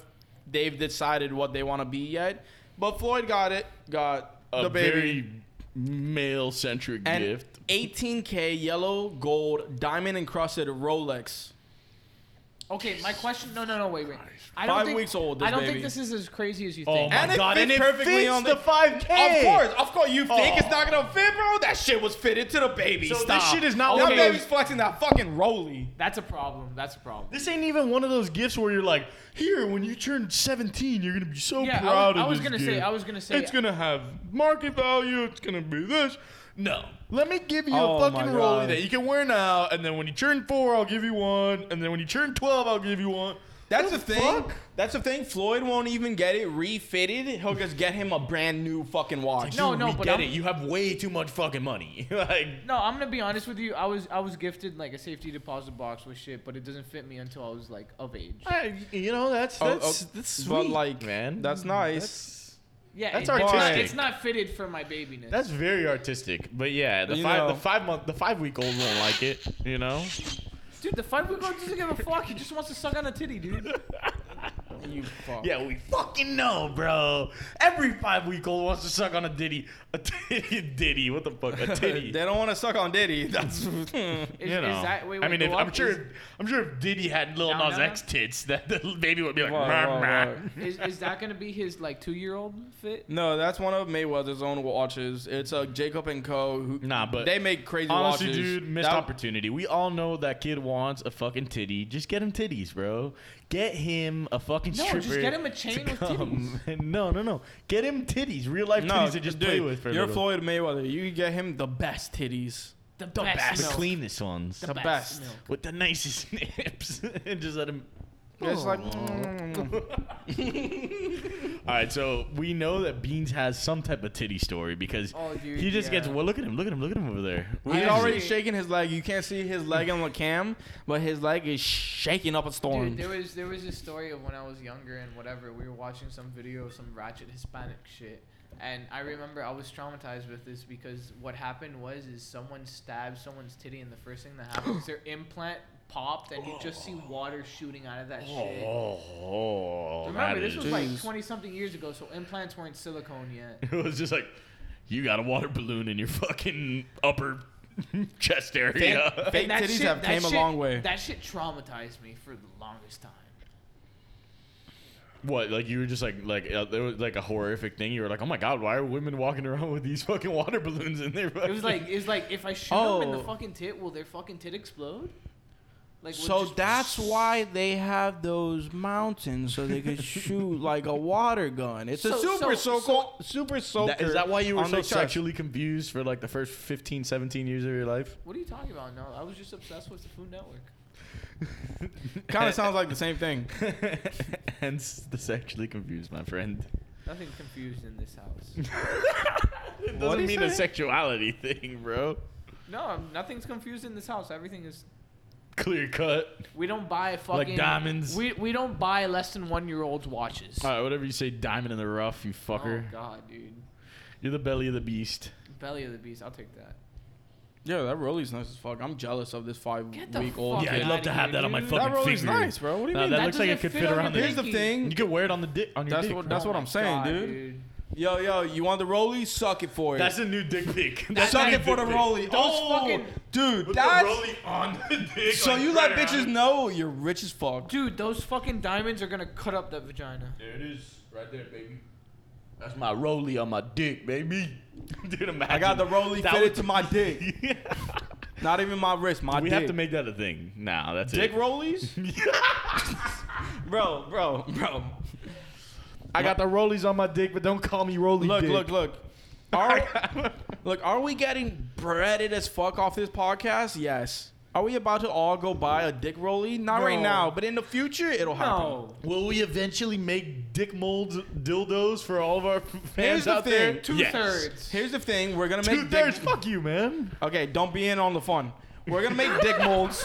Speaker 3: they've decided what they want to be yet. But Floyd got it. Got
Speaker 2: a
Speaker 3: the baby.
Speaker 2: very male centric
Speaker 3: and
Speaker 2: gift.
Speaker 3: 18k yellow gold diamond encrusted Rolex.
Speaker 4: Okay, my question. No, no, no. Wait, wait. I
Speaker 3: Five
Speaker 4: don't think,
Speaker 3: weeks old, this
Speaker 4: I don't
Speaker 3: baby.
Speaker 4: think this is as crazy as you
Speaker 2: Oh
Speaker 4: think.
Speaker 2: my
Speaker 3: and it
Speaker 2: God,
Speaker 3: fits
Speaker 2: and it
Speaker 3: perfectly
Speaker 2: fits
Speaker 3: on
Speaker 2: the 5K.
Speaker 3: Of course, of course. You think
Speaker 2: Oh.
Speaker 3: it's not gonna fit, bro? That shit was fitted to the baby.
Speaker 2: So this
Speaker 3: Stop.
Speaker 2: shit is not
Speaker 3: That
Speaker 2: okay.
Speaker 3: baby's flexing that fucking Rolly.
Speaker 4: That's a problem. That's a problem.
Speaker 2: This ain't even one of those gifts where you're like, here, when you turn 17, you're gonna be so
Speaker 4: Yeah, I was-
Speaker 2: proud
Speaker 4: I
Speaker 2: of
Speaker 4: was
Speaker 2: this
Speaker 4: gonna
Speaker 2: gift.
Speaker 4: say- I was gonna say-
Speaker 2: it's gonna have market value. It's gonna be this. No, let me give you
Speaker 3: Oh
Speaker 2: a
Speaker 3: my
Speaker 2: fucking
Speaker 3: God.
Speaker 2: Rolly that you can wear now, and then when you turn four, I'll give you one, and then when you turn 12, I'll give you one.
Speaker 3: That's the
Speaker 2: What
Speaker 3: thing.
Speaker 2: fuck?
Speaker 3: That's the thing. Floyd won't even get it refitted. He'll just get him a brand new fucking watch.
Speaker 4: No,
Speaker 2: Dude,
Speaker 4: no,
Speaker 2: we
Speaker 4: but
Speaker 2: get
Speaker 4: I'm-
Speaker 2: it. You have way too much fucking money. like,
Speaker 4: No, I'm gonna be honest with you. I was I was gifted like a safety deposit box with shit, but it doesn't fit me until I was like of age.
Speaker 2: I, you know, that's
Speaker 3: Oh,
Speaker 2: that's
Speaker 3: oh,
Speaker 2: that's sweet,
Speaker 3: but, like,
Speaker 2: man.
Speaker 3: that's nice.
Speaker 2: That's,
Speaker 4: Yeah,
Speaker 2: That's
Speaker 4: it- it's, not,
Speaker 2: artistic.
Speaker 4: it's not fitted for my babiness.
Speaker 2: that's very artistic. But yeah, the
Speaker 3: You
Speaker 2: five
Speaker 3: know.
Speaker 2: the five month the five week old won't like it. You know.
Speaker 4: dude, the five week old doesn't give a fuck. He just wants to suck on a titty, dude.
Speaker 3: You fuck.
Speaker 2: Yeah, we fucking know, bro. Every five week old wants to suck on a ditty. A titty, a ditty. What the fuck? A
Speaker 3: they
Speaker 2: titty.
Speaker 3: don't want to suck on Diddy. That's
Speaker 4: Is,
Speaker 2: you know.
Speaker 4: is that wait, wait,
Speaker 2: I mean,
Speaker 4: go
Speaker 2: if,
Speaker 4: up?
Speaker 2: I'm sure.
Speaker 4: Is,
Speaker 2: I'm sure if Diddy had Lil
Speaker 4: Down,
Speaker 2: Nas
Speaker 4: down,
Speaker 2: X tits, that the baby would be like,
Speaker 3: Whoa, whoa,
Speaker 2: "Rah, rah."
Speaker 3: whoa.
Speaker 4: is, is that gonna be his like two year old fit?
Speaker 3: no. That's one of Mayweather's own watches. It's a Jacob and Co. Who,
Speaker 2: Nah, but
Speaker 3: they make crazy
Speaker 2: honestly,
Speaker 3: watches.
Speaker 2: dude, missed
Speaker 3: That-
Speaker 2: opportunity. We all know that kid wants a fucking titty. Just get him titties, bro. Get him a fucking
Speaker 4: No,
Speaker 2: stripper.
Speaker 4: just get him a
Speaker 2: to
Speaker 4: chain with
Speaker 2: come.
Speaker 4: titties.
Speaker 2: no, no, no. Get him titties. Real life
Speaker 3: No,
Speaker 2: titties to just
Speaker 3: dude,
Speaker 2: play with for a
Speaker 3: you're
Speaker 2: little.
Speaker 3: Floyd Mayweather. You get him the best titties.
Speaker 4: The,
Speaker 2: the best, the
Speaker 4: milk.
Speaker 2: cleanest ones.
Speaker 3: The best.
Speaker 4: milk.
Speaker 2: with the nicest nips and just let him
Speaker 3: It's
Speaker 4: Oh.
Speaker 3: like mm.
Speaker 2: all right so we know that beans has some type of titty story because
Speaker 4: Oh, dude,
Speaker 2: he just gets
Speaker 4: yeah.
Speaker 2: well look at him look at him look at him over there What
Speaker 3: he's
Speaker 2: is
Speaker 4: I
Speaker 3: already
Speaker 4: actually-
Speaker 3: shaking his leg. You can't see his leg on the cam, but his leg is shaking up a storm.
Speaker 4: Dude, there was there was a story of when I was younger and whatever. We were watching some video of some ratchet Hispanic shit, and I remember I was traumatized with this because what happened was is someone stabbed someone's titty, and the first thing that happened is their implant popped, and you just
Speaker 2: Oh.
Speaker 4: see water shooting out of that
Speaker 2: it?
Speaker 4: shit.
Speaker 2: oh
Speaker 4: Remember,
Speaker 2: that
Speaker 4: this
Speaker 2: is-
Speaker 4: was like
Speaker 3: Jeez.
Speaker 4: twenty something years ago, so implants weren't silicone yet.
Speaker 2: it was just like you got a water balloon in your fucking upper chest
Speaker 3: Fake,
Speaker 2: area
Speaker 3: fake
Speaker 4: And that
Speaker 3: titties
Speaker 4: shit-
Speaker 3: have
Speaker 4: that
Speaker 3: came
Speaker 4: shit-
Speaker 3: a long way.
Speaker 4: That shit traumatized me for the longest time.
Speaker 2: what like you were just like like uh, there was like a horrific thing you were like oh my god why are women walking around with these fucking water balloons in their
Speaker 4: It was like it's like if I shoot them in
Speaker 3: Oh.
Speaker 4: the fucking tit, will their fucking tit explode? Like would
Speaker 3: So
Speaker 4: just-
Speaker 3: that's why they have those mountains, so they could shoot like a water gun. It's a
Speaker 4: So-
Speaker 3: super
Speaker 4: so-
Speaker 3: soaker. super soaker.
Speaker 2: That, is that why you were
Speaker 3: on
Speaker 2: so
Speaker 3: the chest.
Speaker 2: sexually confused for like the first 15, 17 years of your life?
Speaker 4: What are you talking about? No, I was just obsessed with the Food Network.
Speaker 3: Kind of sounds like the same thing.
Speaker 2: Hence the sexually confused, my friend.
Speaker 4: Nothing confused in this house.
Speaker 2: It
Speaker 3: What'd
Speaker 2: doesn't
Speaker 3: he
Speaker 2: mean a
Speaker 3: say?
Speaker 2: sexuality thing, bro.
Speaker 4: No, nothing's confused in this house. Everything is.
Speaker 2: Clear cut.
Speaker 4: We don't buy fucking
Speaker 2: diamonds?
Speaker 4: We we don't buy less than one year olds watches.
Speaker 2: All right, whatever you say, diamond in the rough, you fucker.
Speaker 4: Oh god, dude.
Speaker 2: You're the belly of the beast.
Speaker 4: Belly of the beast. I'll take that.
Speaker 3: Yeah, that Rolly's nice as fuck. I'm jealous of this five
Speaker 4: Get the
Speaker 3: week old
Speaker 4: fuck
Speaker 3: kid.
Speaker 4: Yeah, I'd love to have that on my
Speaker 2: fucking
Speaker 3: That Rolly's nice, bro. What do you
Speaker 2: Nah,
Speaker 3: mean?
Speaker 2: that,
Speaker 4: That
Speaker 2: looks like it
Speaker 4: doesn't
Speaker 2: could
Speaker 4: fit
Speaker 2: fit,
Speaker 4: on your
Speaker 2: around the
Speaker 3: Here's
Speaker 2: dick.
Speaker 3: the
Speaker 4: pinky.
Speaker 3: thing.
Speaker 2: You could wear it on the dick on your
Speaker 3: That's
Speaker 2: dick.
Speaker 3: what-
Speaker 2: bro.
Speaker 3: that's what
Speaker 4: my
Speaker 3: I'm saying, dude. Yo, yo, you want the Rolly? Suck it for you.
Speaker 2: That's a new dick pic.
Speaker 3: suck
Speaker 2: a new
Speaker 3: it
Speaker 2: dick
Speaker 3: for the
Speaker 2: pic.
Speaker 3: Rolly. oh,
Speaker 4: fucking-
Speaker 3: dude,
Speaker 2: Put
Speaker 3: that's
Speaker 2: the rolly on the dick.
Speaker 3: so
Speaker 2: like,
Speaker 3: you
Speaker 2: right
Speaker 3: let bitches
Speaker 2: around.
Speaker 3: know you're rich as fuck.
Speaker 4: Dude, those fucking diamonds are gonna cut up that vagina.
Speaker 2: There it is, right there, baby. That's my rolly on my dick, baby. Dude, imagine.
Speaker 3: I got the Rolly
Speaker 2: That
Speaker 3: fitted
Speaker 2: would-
Speaker 3: to my dick. Not even my wrist, my
Speaker 2: we
Speaker 3: dick.
Speaker 2: have to make that a thing. Nah, that's
Speaker 3: dick
Speaker 2: it.
Speaker 3: rollies, bro, bro, bro.
Speaker 2: I got the rollies on my dick, but don't call me rolly
Speaker 3: Look, look, look. Are, look, are we getting breaded as fuck off this podcast? Yes. Are we about to all go buy a dick rolly? Not right
Speaker 4: No.
Speaker 3: now, but in the future it'll happen.
Speaker 4: No.
Speaker 2: Will we eventually make dick mold dildos for all of our fans
Speaker 3: the
Speaker 2: out
Speaker 3: thing.
Speaker 2: there?
Speaker 4: Two
Speaker 2: Yes.
Speaker 4: thirds.
Speaker 3: Here's the thing: we're gonna make
Speaker 2: Two thirds.
Speaker 3: dick-
Speaker 2: Fuck you, man.
Speaker 3: Okay, don't be in on the fun. We're gonna make dick molds.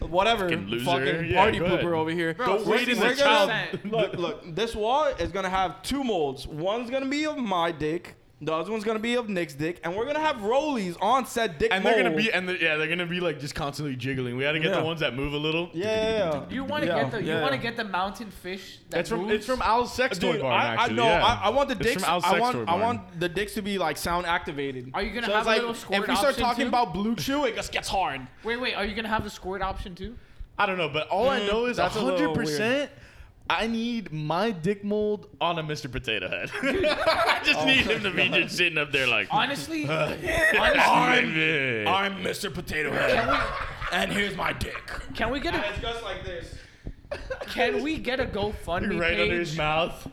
Speaker 3: Whatever,
Speaker 2: Fucking
Speaker 3: fucking,
Speaker 2: loser. Yeah,
Speaker 3: party
Speaker 2: go
Speaker 3: pooper
Speaker 2: ahead.
Speaker 3: over here.
Speaker 2: Don't
Speaker 3: We're-
Speaker 2: wait as
Speaker 3: we're
Speaker 2: a
Speaker 3: gonna-
Speaker 2: child.
Speaker 3: Look, look, this wall is gonna have two molds. One's gonna be of my dick. The other one's gonna be of Nick's dick, and we're gonna have rollies on said dick.
Speaker 2: And they're gonna
Speaker 3: mold.
Speaker 2: be and the, yeah, they're gonna be like just constantly jiggling. We gotta get
Speaker 3: Yeah.
Speaker 2: the ones that move a little.
Speaker 3: Yeah, yeah, yeah.
Speaker 4: You want to
Speaker 3: Yeah,
Speaker 4: get the
Speaker 3: yeah.
Speaker 4: you want to get the mountain fish that
Speaker 2: It's from
Speaker 4: moves?
Speaker 2: it's from Al's sex toy
Speaker 3: Dude,
Speaker 2: barn.
Speaker 3: I,
Speaker 2: actually,
Speaker 3: I know.
Speaker 2: yeah.
Speaker 3: I, I want the
Speaker 2: It's
Speaker 3: dicks.
Speaker 2: from Al's
Speaker 3: I
Speaker 2: sex
Speaker 3: want.
Speaker 2: toy
Speaker 3: I
Speaker 2: barn.
Speaker 3: want the dicks to be like sound activated.
Speaker 4: Are you gonna
Speaker 3: So
Speaker 4: have
Speaker 3: it's
Speaker 4: a
Speaker 3: like
Speaker 4: little squirt
Speaker 3: if we start
Speaker 4: option
Speaker 3: talking
Speaker 4: too?
Speaker 3: about blue chew, it just gets hard.
Speaker 4: Wait, wait. Are you gonna have the squirt option too?
Speaker 2: I don't know, but all I know is
Speaker 3: that's a little
Speaker 2: hundred percent. I need my dick mold on a Mr. Potato Head. I just need him to be just sitting up there like.
Speaker 4: Honestly,
Speaker 2: I'm,
Speaker 3: I'm Mr. Potato Head, and here's my dick.
Speaker 4: can we get a
Speaker 3: It's just like this.
Speaker 4: can we get a GoFundMe
Speaker 2: right
Speaker 4: page?
Speaker 2: under his mouth.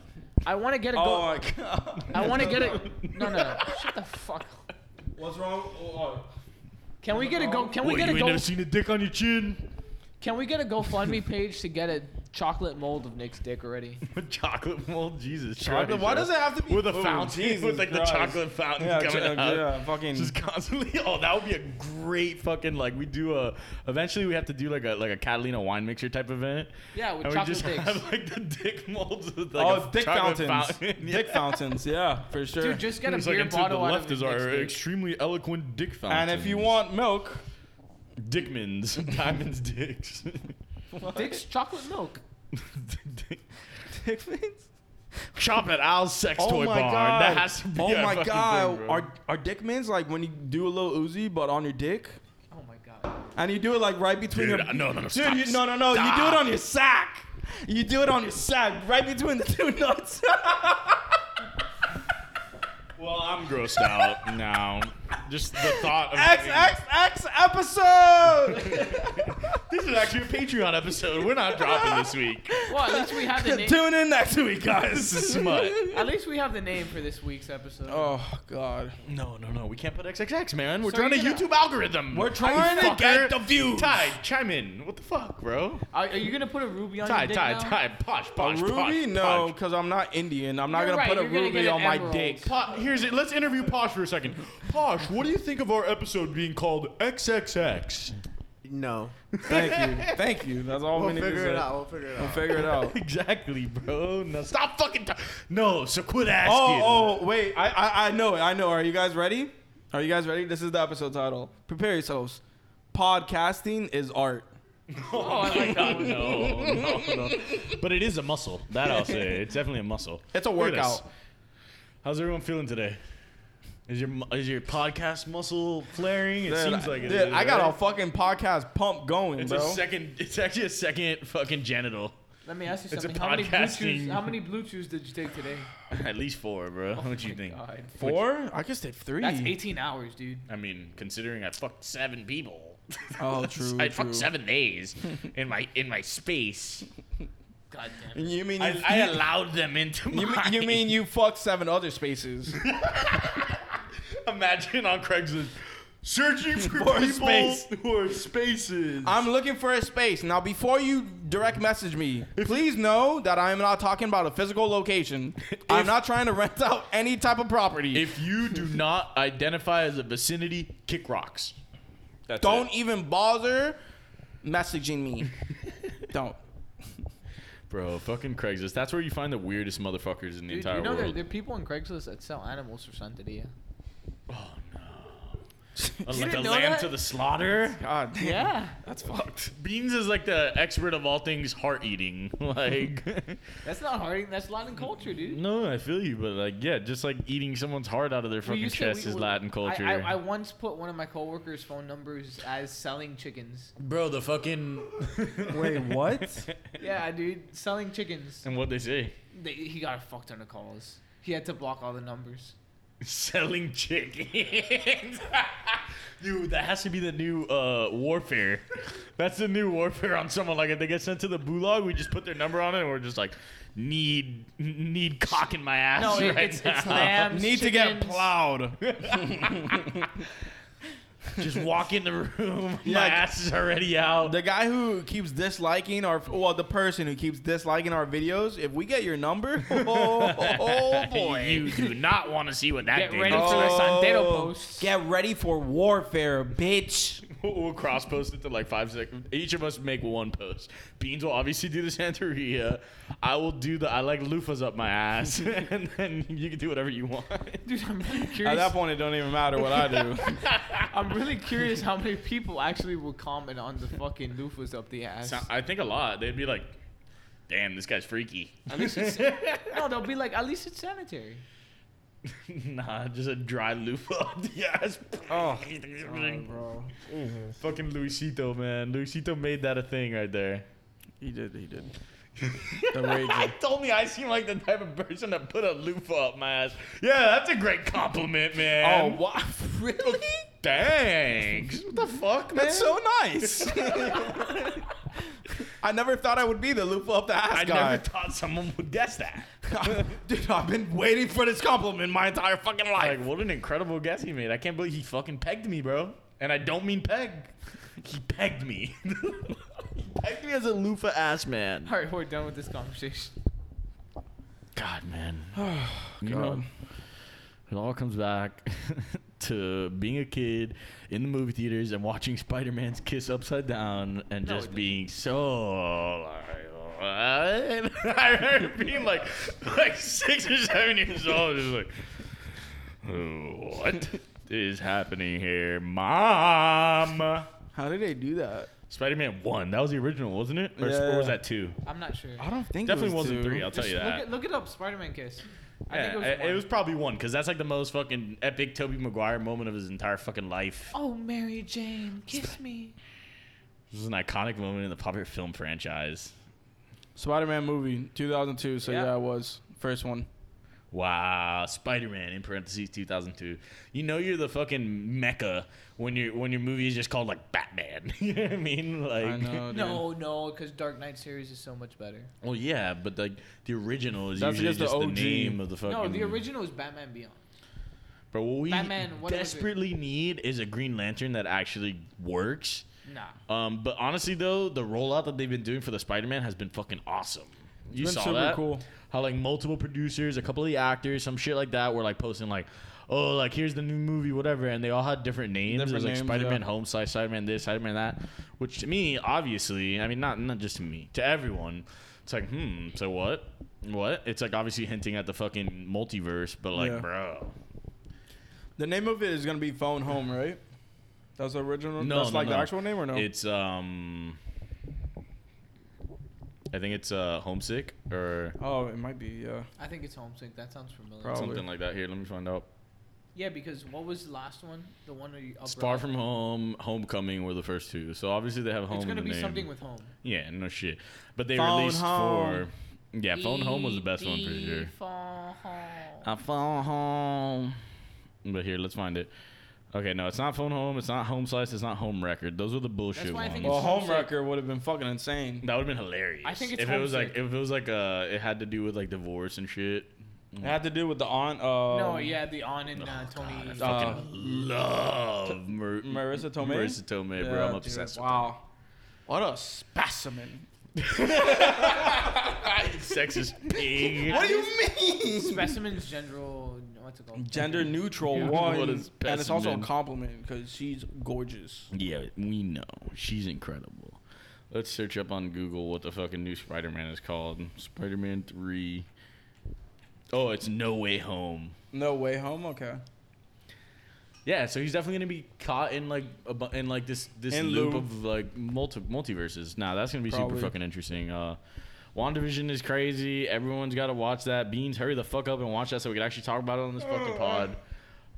Speaker 4: I want to get a
Speaker 3: Oh
Speaker 4: go.
Speaker 3: my god.
Speaker 4: I want to get a no, no, no. Shut the fuck. up.
Speaker 3: What's wrong? Oh,
Speaker 4: Can we get a go? Can we
Speaker 2: Wait, you
Speaker 4: get a
Speaker 2: ain't
Speaker 4: go?
Speaker 2: never seen a dick on your chin?
Speaker 4: Can we get a GoFundMe page to get a chocolate mold of Nick's dick already?
Speaker 2: chocolate mold, Jesus
Speaker 3: Chocolate-
Speaker 2: Christ,
Speaker 3: why
Speaker 2: yo.
Speaker 3: does it have to be-
Speaker 2: with a
Speaker 3: Oh,
Speaker 2: fountain?
Speaker 3: Jesus
Speaker 2: with like
Speaker 3: Christ.
Speaker 2: the chocolate fountain
Speaker 3: Yeah,
Speaker 2: coming
Speaker 3: ch-
Speaker 2: out.
Speaker 3: yeah, fucking-
Speaker 2: Just constantly. Oh, that would be a great fucking like. We do a. Eventually, we have to do like a like a Catalina wine mixer type event.
Speaker 4: Yeah, with
Speaker 2: and we
Speaker 4: chocolate
Speaker 2: just
Speaker 4: dicks.
Speaker 2: have like the dick molds with like
Speaker 3: oh
Speaker 2: a
Speaker 3: dick
Speaker 2: chocolate
Speaker 3: fountains.
Speaker 2: fountain.
Speaker 3: Dick fountains, yeah, for sure.
Speaker 4: Dude, just get a
Speaker 2: It's like
Speaker 4: beer
Speaker 2: and to
Speaker 4: bottle
Speaker 2: the
Speaker 4: out
Speaker 2: left
Speaker 4: of
Speaker 2: is
Speaker 4: Nick's
Speaker 2: our
Speaker 4: dick.
Speaker 2: extremely eloquent dick fountain.
Speaker 3: and if you want milk,
Speaker 2: Dickmans, Diamond's dicks.
Speaker 4: Dick's chocolate milk.
Speaker 2: Dick-
Speaker 3: dick fins.
Speaker 2: Shop at Al's sex toy barn. That has to be.
Speaker 3: oh
Speaker 2: our
Speaker 3: my
Speaker 2: fucking
Speaker 3: god,
Speaker 2: thing, bro.
Speaker 3: are are dick mins like when you do a little Uzi but on your dick,
Speaker 4: Oh my god.
Speaker 3: and you do it like right between
Speaker 2: Dude,
Speaker 3: your
Speaker 2: no, no, no,
Speaker 3: dude,
Speaker 2: stop,
Speaker 3: you, no, no, no, you do it
Speaker 2: stop.
Speaker 3: on your sack. You do it on your sack, right between the two nuts.
Speaker 2: Well, I'm grossed out now. Just the thought of
Speaker 3: X
Speaker 2: having-
Speaker 3: X X episode.
Speaker 2: This is actually a Patreon episode. We're not dropping this week.
Speaker 4: Well, at least we have the name.
Speaker 3: Tune in next week, guys.
Speaker 2: This is smut.
Speaker 4: At least we have the name for this week's episode.
Speaker 3: Oh god,
Speaker 2: No, no, no. Oh, We can't put XXX, man. We're
Speaker 4: So
Speaker 2: trying to
Speaker 4: you know-
Speaker 2: YouTube algorithm.
Speaker 3: we're trying to
Speaker 2: fucker.
Speaker 3: get the views.
Speaker 2: Ty, chime in. What the fuck, bro?
Speaker 4: Are, are you gonna put a ruby on
Speaker 2: Ty,
Speaker 4: your dick
Speaker 2: Ty,
Speaker 4: now?
Speaker 2: Ty. Posh,
Speaker 3: A
Speaker 2: posh, posh.
Speaker 3: ruby? No, because I'm not Indian. I'm not
Speaker 4: You're
Speaker 3: gonna
Speaker 4: right,
Speaker 3: put a
Speaker 4: you're gonna
Speaker 3: ruby
Speaker 4: get an
Speaker 3: on my
Speaker 4: emerald.
Speaker 3: dick.
Speaker 2: Po- here's it. Let's interview Posh for a second. Posh, what do you think of our episode being called XXX?
Speaker 6: No.
Speaker 3: Thank you, thank you. That's all
Speaker 6: We'll
Speaker 3: we need to
Speaker 6: figure
Speaker 3: say.
Speaker 6: it out. We'll figure it out.
Speaker 3: Figure it out.
Speaker 2: Exactly, bro. No, stop fucking. T- no, so quit asking.
Speaker 3: Oh, oh, wait. I, I, I know it. I know. Are you guys ready? Are you guys ready? This is the episode title. Prepare yourselves. Podcasting is art.
Speaker 4: Oh, I like that one.
Speaker 2: no, no, no. But it is a muscle. That I'll say. It's definitely a muscle.
Speaker 3: It's a
Speaker 2: Look at
Speaker 3: workout.
Speaker 2: us. How's everyone feeling today? Is your mu- is your podcast muscle flaring? It
Speaker 3: Dude,
Speaker 2: seems like it.
Speaker 3: dude,
Speaker 2: is,
Speaker 3: I got
Speaker 2: right?
Speaker 3: a fucking podcast pump going,
Speaker 2: It's
Speaker 3: bro.
Speaker 2: a second. It's actually a second fucking genital.
Speaker 4: Let me ask you
Speaker 2: It's a
Speaker 4: something. How many, blue chews,
Speaker 2: podcasting-
Speaker 4: how many blue chews did you take today?
Speaker 2: At least four, bro.
Speaker 3: Oh
Speaker 2: what do you
Speaker 4: my
Speaker 2: think?
Speaker 4: God.
Speaker 3: Four? I guess did three.
Speaker 4: That's 18 hours, dude.
Speaker 2: I mean, considering I fucked seven people.
Speaker 3: Oh, true.
Speaker 7: I
Speaker 3: true.
Speaker 7: fucked seven days in my in my space.
Speaker 4: God damn.
Speaker 3: You mean you,
Speaker 7: I, I allowed them into
Speaker 3: you,
Speaker 7: my.
Speaker 3: mean, you mean you fucked seven other spaces?
Speaker 2: Imagine on Craigslist searching for
Speaker 3: For
Speaker 2: people
Speaker 3: space.
Speaker 2: who are spaces.
Speaker 3: I'm looking for a space now. Before you direct message me, please know that I am not talking about a physical location. I'm not trying to rent out any type of property.
Speaker 2: if you do not identify as a vicinity, kick rocks. That's
Speaker 3: Don't
Speaker 2: it.
Speaker 3: even bother messaging me. Don't.
Speaker 2: bro. Fucking Craigslist. That's where you find the weirdest motherfuckers in the
Speaker 4: Dude,
Speaker 2: entire
Speaker 4: you know there,
Speaker 2: world.
Speaker 4: there are people on Craigslist that sell animals for Santa Dia.
Speaker 2: Uh,
Speaker 4: You
Speaker 2: like a
Speaker 4: didn't know
Speaker 2: lamb
Speaker 4: that?
Speaker 2: to the slaughter.
Speaker 3: God damn.
Speaker 4: Yeah,
Speaker 3: That's fucked.
Speaker 2: Beans is like the expert of all things heart eating. Like,
Speaker 4: that's not hard. That's Latin culture, dude.
Speaker 2: no, I feel you, but like, yeah, just like eating someone's heart out of their
Speaker 4: We
Speaker 2: fucking
Speaker 4: used to-
Speaker 2: chest
Speaker 4: we-
Speaker 2: is
Speaker 4: we-
Speaker 2: Latin culture.
Speaker 4: I, I, I once put one of my coworkers' phone numbers as selling chickens.
Speaker 2: Bro, the fucking.
Speaker 3: Wait, what?
Speaker 4: Yeah, dude, selling chickens.
Speaker 2: and what they say?
Speaker 4: They, he got a fuck ton of calls. He had to block all the numbers.
Speaker 2: Selling chickens. Dude, that has to be the new uh, warfare. That's the new warfare on someone. Like, if they get sent to the gulag, we just put their number on it, and we're just like, need need cock in my ass.
Speaker 4: No, it,
Speaker 2: right
Speaker 4: it's, it's
Speaker 2: now.
Speaker 4: lambs.
Speaker 3: Need to get
Speaker 4: chickens.
Speaker 3: plowed.
Speaker 2: Just walk in the room.
Speaker 3: Yeah,
Speaker 2: my
Speaker 3: like-
Speaker 2: ass is already out.
Speaker 3: The guy who keeps disliking our, well, the person who keeps disliking our videos, if we get your number, oh, boy.
Speaker 7: You do not want to see what that
Speaker 4: Get
Speaker 7: did.
Speaker 4: ready for a
Speaker 3: Oh.
Speaker 4: sandero post.
Speaker 3: Get ready for warfare, bitch.
Speaker 2: We'll, we'll cross post it to like five seconds. Each of us make one post. Beans will obviously do the Santeria. I will do the I like loofahs up my ass, and then you can do whatever you want.
Speaker 4: Dude, I'm really
Speaker 3: At
Speaker 4: curious.
Speaker 3: that point, it don't even matter what I do.
Speaker 4: I'm really curious how many people actually will comment on the fucking loofahs up the ass.
Speaker 2: So- I think a lot. They'd be like, "Damn, this guy's freaky."
Speaker 4: At least it's, no, they'll be like, at least it's sanitary.
Speaker 2: nah, just a dry loofah up the ass.
Speaker 3: oh,
Speaker 2: bro. Fucking Luisito, man. Luisito made that a thing right there.
Speaker 3: he did, he did.
Speaker 2: I told me I seem like the type of person that put a loofah up my ass. Yeah, that's a great compliment,
Speaker 3: Oh,
Speaker 2: man.
Speaker 3: what? Really?
Speaker 2: Thanks. What the fuck, man?
Speaker 3: That's so nice. I never thought I would be the loofah up the ass
Speaker 2: I
Speaker 3: guy.
Speaker 2: never thought someone would guess that.
Speaker 3: Dude, I've been waiting for this compliment my entire fucking life.
Speaker 2: Like, what an incredible guess he made. I can't believe he fucking pegged me, bro. And I don't mean peg. He pegged me. he pegged me as a loofah ass man.
Speaker 4: All right, we're done with this conversation.
Speaker 2: God, man.
Speaker 3: Oh,
Speaker 2: You know, it all comes back to being a kid in the movie theaters and watching Spider Man's kiss upside down and
Speaker 4: No, it
Speaker 2: just
Speaker 4: doesn't.
Speaker 2: being so. Like, what? I remember being like, like six or seven years old, just like, what is happening here, mom?
Speaker 3: How did they do that?
Speaker 2: Spider Man one, that was the original, wasn't it? Or, or was
Speaker 3: Yeah.
Speaker 2: that two?
Speaker 4: I'm not sure.
Speaker 3: I don't think
Speaker 2: Definitely
Speaker 3: it was
Speaker 2: wasn't
Speaker 3: two.
Speaker 2: three. I'll tell you
Speaker 4: Look,
Speaker 2: that.
Speaker 4: it, look it up, Spider-Man kiss. I
Speaker 2: Yeah,
Speaker 4: think
Speaker 2: it-
Speaker 4: it was.
Speaker 2: it
Speaker 4: one.
Speaker 2: was probably one because that's like the most fucking epic Toby Maguire moment of his entire fucking life.
Speaker 4: Oh, Mary Jane, kiss me.
Speaker 2: This is an iconic moment in the popular film franchise.
Speaker 3: Spider-Man movie, 2002. So
Speaker 4: Yeah.
Speaker 3: yeah, it was first one.
Speaker 2: Wow, Spider-Man in parentheses 2002. You know you're the fucking mecca when your when your movie is just called like Batman. you know what I mean? Like,
Speaker 3: I know. Oh, dude.
Speaker 4: No, no, because Dark Knight series is so much better.
Speaker 2: well, yeah, but like the original is
Speaker 3: That's
Speaker 2: usually
Speaker 3: just the
Speaker 2: just the,
Speaker 3: OG.
Speaker 2: name of the fucking.
Speaker 4: No, the original is Batman Beyond.
Speaker 2: Bro, what we
Speaker 4: Batman, what was it?
Speaker 2: desperately need is a Green Lantern that actually works.
Speaker 4: Nah.
Speaker 2: Um, but honestly, though, the rollout that they've been doing for the Spider-Man has been fucking awesome. You
Speaker 3: been
Speaker 2: saw
Speaker 3: super
Speaker 2: that?
Speaker 3: cool.
Speaker 2: How like multiple producers, a couple of the actors, some shit like that, were like posting like, "Oh, like here's the new movie, whatever," and they all had different names.
Speaker 3: Different
Speaker 2: it was like
Speaker 3: names,
Speaker 2: Spider-Man
Speaker 3: yeah.
Speaker 2: Home slash Spider-Man this, Spider-Man that. Which to me, obviously, I mean, not not just to me, to everyone, it's like, hmm, so what? What? It's like obviously hinting at the fucking multiverse, but like,
Speaker 3: Yeah.
Speaker 2: bro,
Speaker 3: The name of it is gonna be Phone Home, right? That's the original.
Speaker 2: No,
Speaker 3: that's
Speaker 2: no,
Speaker 3: like
Speaker 2: no.
Speaker 3: the actual name or no?
Speaker 2: It's um, I think it's uh, homesick or
Speaker 3: oh, it might be. Yeah.
Speaker 4: I think it's Homesick. That sounds familiar.
Speaker 3: Probably.
Speaker 2: something like that. Here, let me find out.
Speaker 4: Yeah, because what was the last one? The one where you up
Speaker 2: It's Far from home, homecoming were the first two, so obviously they have home.
Speaker 4: It's
Speaker 2: in
Speaker 4: gonna
Speaker 2: the
Speaker 4: be
Speaker 2: name.
Speaker 4: something with home.
Speaker 2: Yeah, no shit. But they
Speaker 3: Phone
Speaker 2: released
Speaker 3: home.
Speaker 2: four. Yeah, phone home was the best one for sure.
Speaker 4: Phone home.
Speaker 2: I phone home. But here, let's find it. Uh, Okay, no, it's not phone home. It's not home slice. It's not home record. Those are the bullshit
Speaker 4: That's why I
Speaker 2: ones.
Speaker 4: think
Speaker 3: Well,
Speaker 4: it's Homesick.
Speaker 3: Homewrecker would have been fucking insane.
Speaker 2: that would have been hilarious.
Speaker 4: I think it's
Speaker 2: if it was like
Speaker 4: Homesick.
Speaker 2: if it was like uh it had to do with like divorce and shit.
Speaker 3: It had to do with the aunt. Uh,
Speaker 4: no, yeah, the on and
Speaker 3: Oh,
Speaker 4: uh, Tony.
Speaker 2: I Oh, fucking love Mar-
Speaker 3: Marissa Tomei?
Speaker 2: Marissa Tomei,
Speaker 3: yeah,
Speaker 2: bro. I'm
Speaker 3: dude,
Speaker 2: obsessed. with
Speaker 3: Wow. What a specimen.
Speaker 2: Sexist pig.
Speaker 3: What do you mean?
Speaker 4: Specimen's general. What's it called?
Speaker 3: Gender neutral
Speaker 2: What
Speaker 3: one,
Speaker 2: a
Speaker 3: and it's also a
Speaker 2: specimen.
Speaker 3: compliment because she's gorgeous.
Speaker 2: Yeah, we know. She's incredible. Let's search up on Google what the fucking new Spider Man is called. Spider Man 3. Oh, it's No Way Home.
Speaker 3: No way home. Okay.
Speaker 2: Yeah, so he's definitely gonna be caught in like a, bu- in like this this
Speaker 3: In
Speaker 2: loop,
Speaker 3: loop.
Speaker 2: of like multi multiverses. Nah, that's gonna be
Speaker 3: Probably.
Speaker 2: super fucking interesting. Uh, WandaVision is crazy. Everyone's gotta watch that. Beans, hurry the fuck up and watch that so we can actually talk about it on this fucking pod.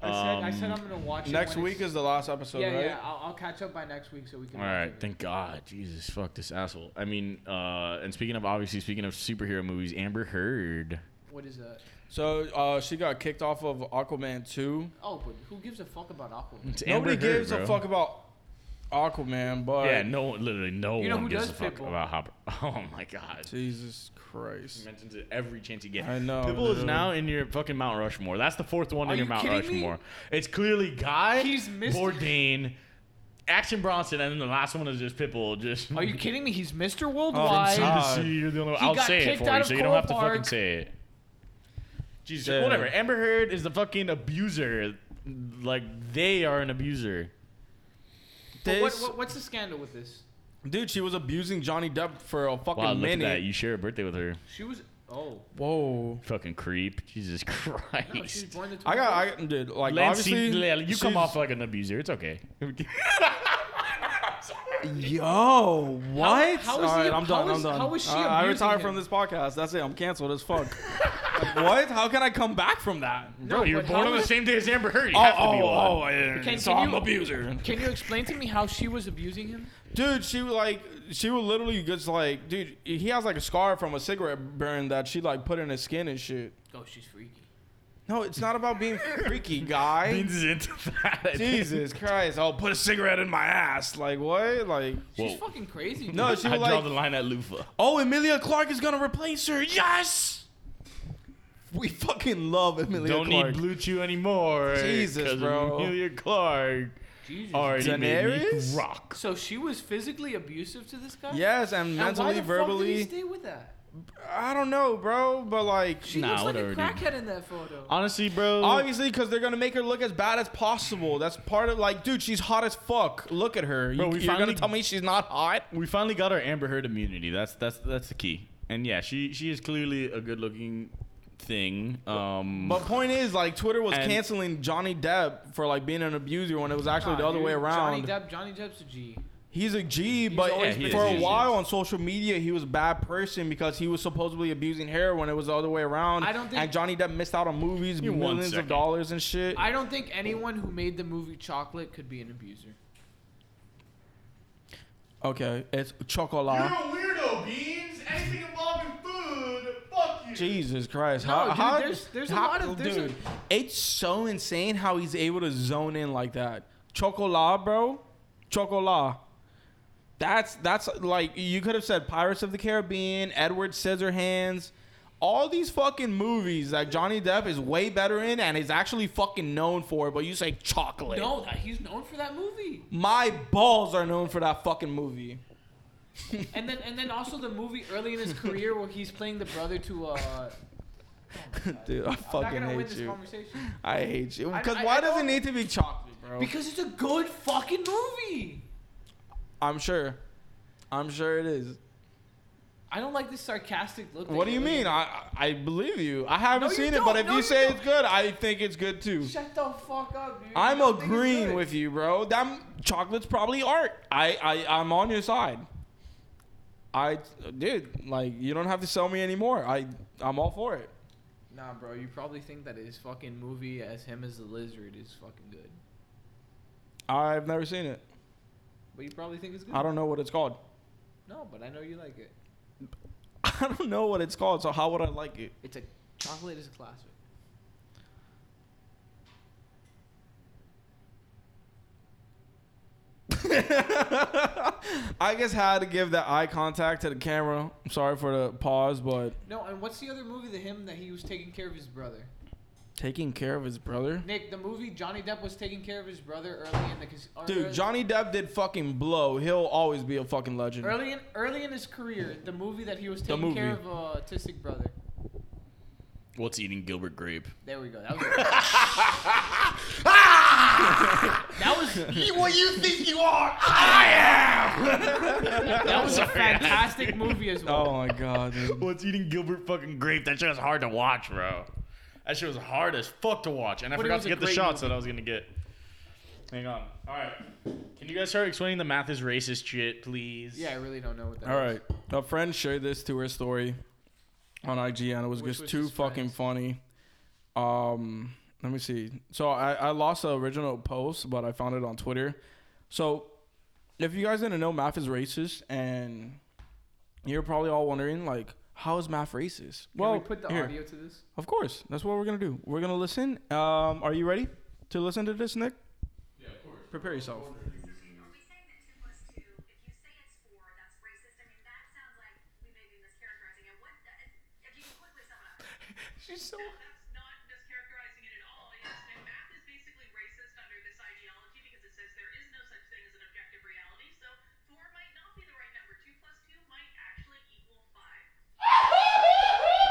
Speaker 4: I said, I said
Speaker 2: Um,
Speaker 4: I'm gonna watch it
Speaker 3: Next
Speaker 4: when
Speaker 3: week
Speaker 4: it's-
Speaker 3: is the last episode,
Speaker 4: yeah,
Speaker 3: right?
Speaker 4: yeah. I'll, I'll catch up by next week so we can.
Speaker 2: All
Speaker 4: watch
Speaker 2: right,
Speaker 4: it.
Speaker 2: thank God, Jesus, fuck this asshole. I mean, uh, and speaking of obviously, speaking of superhero movies, Amber Heard.
Speaker 4: What is that?
Speaker 3: So uh, she got kicked off of Aquaman two.
Speaker 4: Oh, but who gives a fuck about Aquaman?
Speaker 2: It's
Speaker 3: Nobody
Speaker 2: Amber Heard,
Speaker 3: gives a
Speaker 2: bro.
Speaker 3: fuck about Aquaman, but
Speaker 2: Yeah, no one, literally, no
Speaker 4: You know
Speaker 2: one
Speaker 4: who
Speaker 2: gives a
Speaker 4: does
Speaker 2: fuck
Speaker 4: Pitbull?
Speaker 2: about Hopper. Oh my God.
Speaker 3: Jesus Christ.
Speaker 2: mentions it every chance you get.
Speaker 3: I know,
Speaker 2: Pitbull is
Speaker 3: dude.
Speaker 2: now in your fucking Mount Rushmore. That's the fourth one
Speaker 4: Are
Speaker 2: in your
Speaker 4: you
Speaker 2: Mount
Speaker 4: kidding me?
Speaker 2: Rushmore. It's clearly Guy,
Speaker 4: He's Mr.
Speaker 2: Bourdain, Action Bronson, and then the last one is just Pitbull. Just
Speaker 4: Are you kidding me? He's
Speaker 3: Oh,
Speaker 4: Mr.
Speaker 2: From
Speaker 4: Worldwide.
Speaker 2: sea to
Speaker 3: God.
Speaker 2: sea, you're the only one.
Speaker 4: He
Speaker 2: I'll
Speaker 4: got
Speaker 2: say it
Speaker 4: kicked
Speaker 2: for
Speaker 4: out
Speaker 2: you,
Speaker 4: of
Speaker 2: so you don't have to
Speaker 4: Coral
Speaker 2: fucking
Speaker 4: Park.
Speaker 2: say it. Jesus,
Speaker 3: Yeah.
Speaker 2: whatever. Amber Heard is the fucking abuser. Like they are an abuser.
Speaker 4: But what,
Speaker 3: This
Speaker 4: what, what's the scandal with this?
Speaker 3: dude, she was abusing Johnny Depp for a fucking
Speaker 2: Wow, look
Speaker 3: minute.
Speaker 2: at that. You share a birthday with her.
Speaker 4: She was. Oh,
Speaker 3: Whoa.
Speaker 2: Fucking creep. Jesus Christ.
Speaker 4: no, she was born the.
Speaker 3: I got, I dude, like
Speaker 2: Lance,
Speaker 3: obviously,
Speaker 2: you- you come
Speaker 3: she's-
Speaker 2: off like an abuser. It's okay.
Speaker 3: Yo, what?
Speaker 4: how is he-
Speaker 3: I'm
Speaker 4: how
Speaker 3: done. I'm
Speaker 4: is-
Speaker 3: done.
Speaker 4: how is she
Speaker 3: I- I
Speaker 4: abusing
Speaker 3: retire from
Speaker 4: him?
Speaker 3: this podcast. That's it. I'm canceled as fuck. Like, what? How can I come back from that?
Speaker 2: Bro, you were
Speaker 4: but
Speaker 2: born on
Speaker 4: how
Speaker 2: the
Speaker 4: is-
Speaker 2: same day as Amber Heard. You
Speaker 3: Oh,
Speaker 2: have to be one.
Speaker 3: oh, oh, yeah.
Speaker 4: Can-
Speaker 3: so
Speaker 4: can
Speaker 3: I'm
Speaker 4: you-
Speaker 3: abuser.
Speaker 4: Can you explain to me how she was abusing him?
Speaker 3: Dude, she was like, she was literally just like, dude, he has like a scar from a cigarette burn that she like put in his skin and shit.
Speaker 4: Oh, she's freaky.
Speaker 3: No, it's not about being freaky, guy.
Speaker 2: Beans is into that.
Speaker 3: Jesus Christ! I'll put a cigarette in my ass. Like what? Like
Speaker 2: Whoa.
Speaker 4: She's fucking crazy. Dude.
Speaker 3: no, she
Speaker 2: I
Speaker 3: was
Speaker 2: draw
Speaker 3: like,
Speaker 2: the line at Lufa.
Speaker 3: oh, Emilia Clark is gonna replace her. Yes. We fucking love Emilia
Speaker 2: Don't
Speaker 3: Clarke.
Speaker 2: need Blue Chew anymore.
Speaker 3: Jesus,
Speaker 2: 'cause
Speaker 3: bro.
Speaker 2: Amelia Clark
Speaker 4: Jesus.
Speaker 2: already made me
Speaker 3: Daenerys?
Speaker 2: rock.
Speaker 4: So she was physically abusive to this guy.
Speaker 3: Yes, and
Speaker 4: And why
Speaker 3: mentally,
Speaker 4: the Fuck did
Speaker 3: verbally.
Speaker 4: he stay with that?
Speaker 3: I don't know, bro, but like,
Speaker 4: She
Speaker 2: Nah,
Speaker 4: looks like a
Speaker 2: whatever, dude.
Speaker 4: crackhead in that photo.
Speaker 2: Honestly, bro.
Speaker 3: obviously, because they're gonna make her look as bad as possible. That's part of like, dude, she's hot as fuck. Look at her.
Speaker 2: Bro,
Speaker 3: you,
Speaker 2: we
Speaker 3: you're
Speaker 2: finally-
Speaker 3: gonna tell me she's not hot?
Speaker 2: we finally got our Amber Heard immunity. That's that's that's the key. And yeah, she she is clearly a good looking thing. Um,
Speaker 3: But point is, like, Twitter was
Speaker 2: And-
Speaker 3: canceling Johnny Depp for like being an abuser when it was actually
Speaker 4: Nah,
Speaker 3: the other
Speaker 4: dude,
Speaker 3: way around.
Speaker 4: Johnny Depp. Johnny Depp's a G.
Speaker 3: He's a G, but
Speaker 2: always Yeah, he been-
Speaker 3: for
Speaker 2: is, he
Speaker 3: a
Speaker 2: is,
Speaker 3: while
Speaker 2: he
Speaker 3: on social media, he was a bad person because he was supposedly abusing her when it was the other way around.
Speaker 4: I don't think-
Speaker 3: and Johnny Depp missed out on movies,
Speaker 2: Give me one
Speaker 3: millions of
Speaker 2: second.
Speaker 3: dollars and shit.
Speaker 4: I don't think anyone who made the movie Chocolate could be an abuser.
Speaker 3: okay, it's chocolate.
Speaker 2: weirdo, Beans. Anything involving food, fuck you.
Speaker 3: Jesus Christ!
Speaker 4: No,
Speaker 3: how,
Speaker 4: dude,
Speaker 3: how-
Speaker 4: there's- there's a
Speaker 3: how-
Speaker 4: lot of- there's a-
Speaker 3: dude. It's so insane how he's able to zone in like that. Chocolat, bro, chocolat. That's that's like you could have said Pirates of the Caribbean, Edward Scissorhands, all these fucking movies that Johnny Depp is way better in and is actually fucking known for. But you say chocolate.
Speaker 4: No, that he's known for that movie.
Speaker 3: My balls are known for that fucking movie.
Speaker 4: And then and then also the movie early in his career where he's playing the brother to uh.
Speaker 3: Dude, I
Speaker 4: I'm not
Speaker 3: fucking
Speaker 4: gonna win
Speaker 3: hate
Speaker 4: this
Speaker 3: you.
Speaker 4: conversation.
Speaker 3: I hate you. Because
Speaker 4: I-
Speaker 3: why
Speaker 4: I
Speaker 3: does it
Speaker 4: don't-
Speaker 3: need to be chocolate, bro?
Speaker 4: Because it's a good fucking movie.
Speaker 3: I'm sure. I'm sure it is.
Speaker 4: I don't like this sarcastic look. that
Speaker 3: What do you
Speaker 4: you're
Speaker 3: mean?
Speaker 4: giving me.
Speaker 3: I I I believe you. I haven't
Speaker 4: No, you
Speaker 3: seen it,
Speaker 4: don't.
Speaker 3: but if
Speaker 4: No,
Speaker 3: you,
Speaker 4: you
Speaker 3: say
Speaker 4: don't.
Speaker 3: it's good, I think it's good too.
Speaker 4: Shut the fuck up, dude.
Speaker 3: I'm
Speaker 4: I don't think it's
Speaker 3: agreeing
Speaker 4: good.
Speaker 3: with you, bro. That m- chocolate's probably art. I I I'm on your side. I dude, like you don't have to sell me anymore. I I'm all for it.
Speaker 4: Nah, bro. You probably think that his fucking movie as him as the lizard is fucking good,
Speaker 3: I've never seen it.
Speaker 4: but you probably think it's good.
Speaker 3: I don't know what it's called.
Speaker 4: No, but I know you like it.
Speaker 3: I don't know what it's called. So how would I like it?
Speaker 4: It's a chocolate is a classic.
Speaker 3: I guess had to give that eye contact to the camera. I'm sorry for the pause, but
Speaker 4: No, and what's the other movie that him that he was taking care of his brother?
Speaker 3: taking care of his brother.
Speaker 4: Nick, the movie Johnny Depp was taking care of his brother early in the cas- or
Speaker 3: Dude,
Speaker 4: early-
Speaker 3: Johnny Depp did fucking blow. He'll always be a fucking legend.
Speaker 4: Early in early in his career, the movie that he was
Speaker 3: The
Speaker 4: taking care
Speaker 3: movie.
Speaker 4: of uh, autistic brother.
Speaker 2: What's eating Gilbert Grape?
Speaker 4: There we go. That was. that was
Speaker 7: what you think you are? I
Speaker 4: that was a fantastic movie as well.
Speaker 3: Oh my god. dude.
Speaker 2: What's eating Gilbert fucking Grape? That shit was hard to watch, bro. That shit was hard as fuck to watch, and I
Speaker 4: But it
Speaker 2: forgot
Speaker 4: was
Speaker 2: to
Speaker 4: a
Speaker 2: get the
Speaker 4: great
Speaker 2: shots that I was gonna get. Hang on. All right. Can you guys start explaining the math is racist shit, please?
Speaker 4: Yeah, I really don't know what that.
Speaker 3: All right. A friend shared this to her story on IG and it was
Speaker 4: Which
Speaker 3: just
Speaker 4: was
Speaker 3: too
Speaker 4: his
Speaker 3: fucking funny. Um, let me see. So I, I lost the original post, but I found it on Twitter. So if you guys didn't know, math is racist, and you're probably all wondering like, how is math racist?
Speaker 4: Well, Can we put the
Speaker 3: here.
Speaker 4: audio to this.
Speaker 3: Of course. That's what we're going to do. We're going to listen. Um, are you ready to listen to this, Nick? Yeah, of course. Prepare yourself.
Speaker 8: Are we saying that two plus two? If you say it's four, that's racist. I mean, that sounds like we may be mischaracterizing it. What the, if you can quickly sum it up?
Speaker 4: She's so.
Speaker 8: That's not mischaracterizing it at all. Yes, and math is basically racist under this ideology because it says there is no such thing as an objective reality. So four might not be the right number. Two plus two might actually equal five.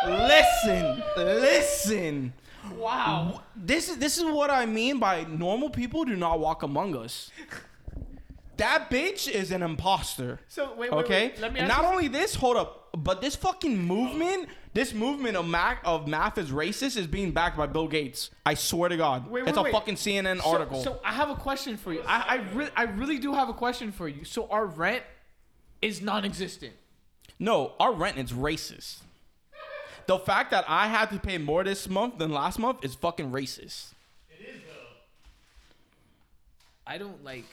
Speaker 3: Listen. Listen.
Speaker 4: Wow.
Speaker 3: This is this is what I mean by normal people do not walk among us. That bitch is an imposter.
Speaker 4: So wait, wait,
Speaker 3: Okay.
Speaker 4: wait. Let me
Speaker 3: And
Speaker 4: ask
Speaker 3: not
Speaker 4: you-
Speaker 3: only this, hold up, but this fucking movement, this movement of math of math is racist is being backed by Bill Gates. I swear to God,
Speaker 4: Wait,
Speaker 3: it's
Speaker 4: wait,
Speaker 3: a
Speaker 4: wait.
Speaker 3: fucking CNN
Speaker 4: So-
Speaker 3: article.
Speaker 4: So, I have a question for you. I I, re- I really do have a question for you. So our rent is non-existent.
Speaker 3: No, our rent is racist. The fact that I had to pay more this month than last month is fucking racist.
Speaker 4: I don't like.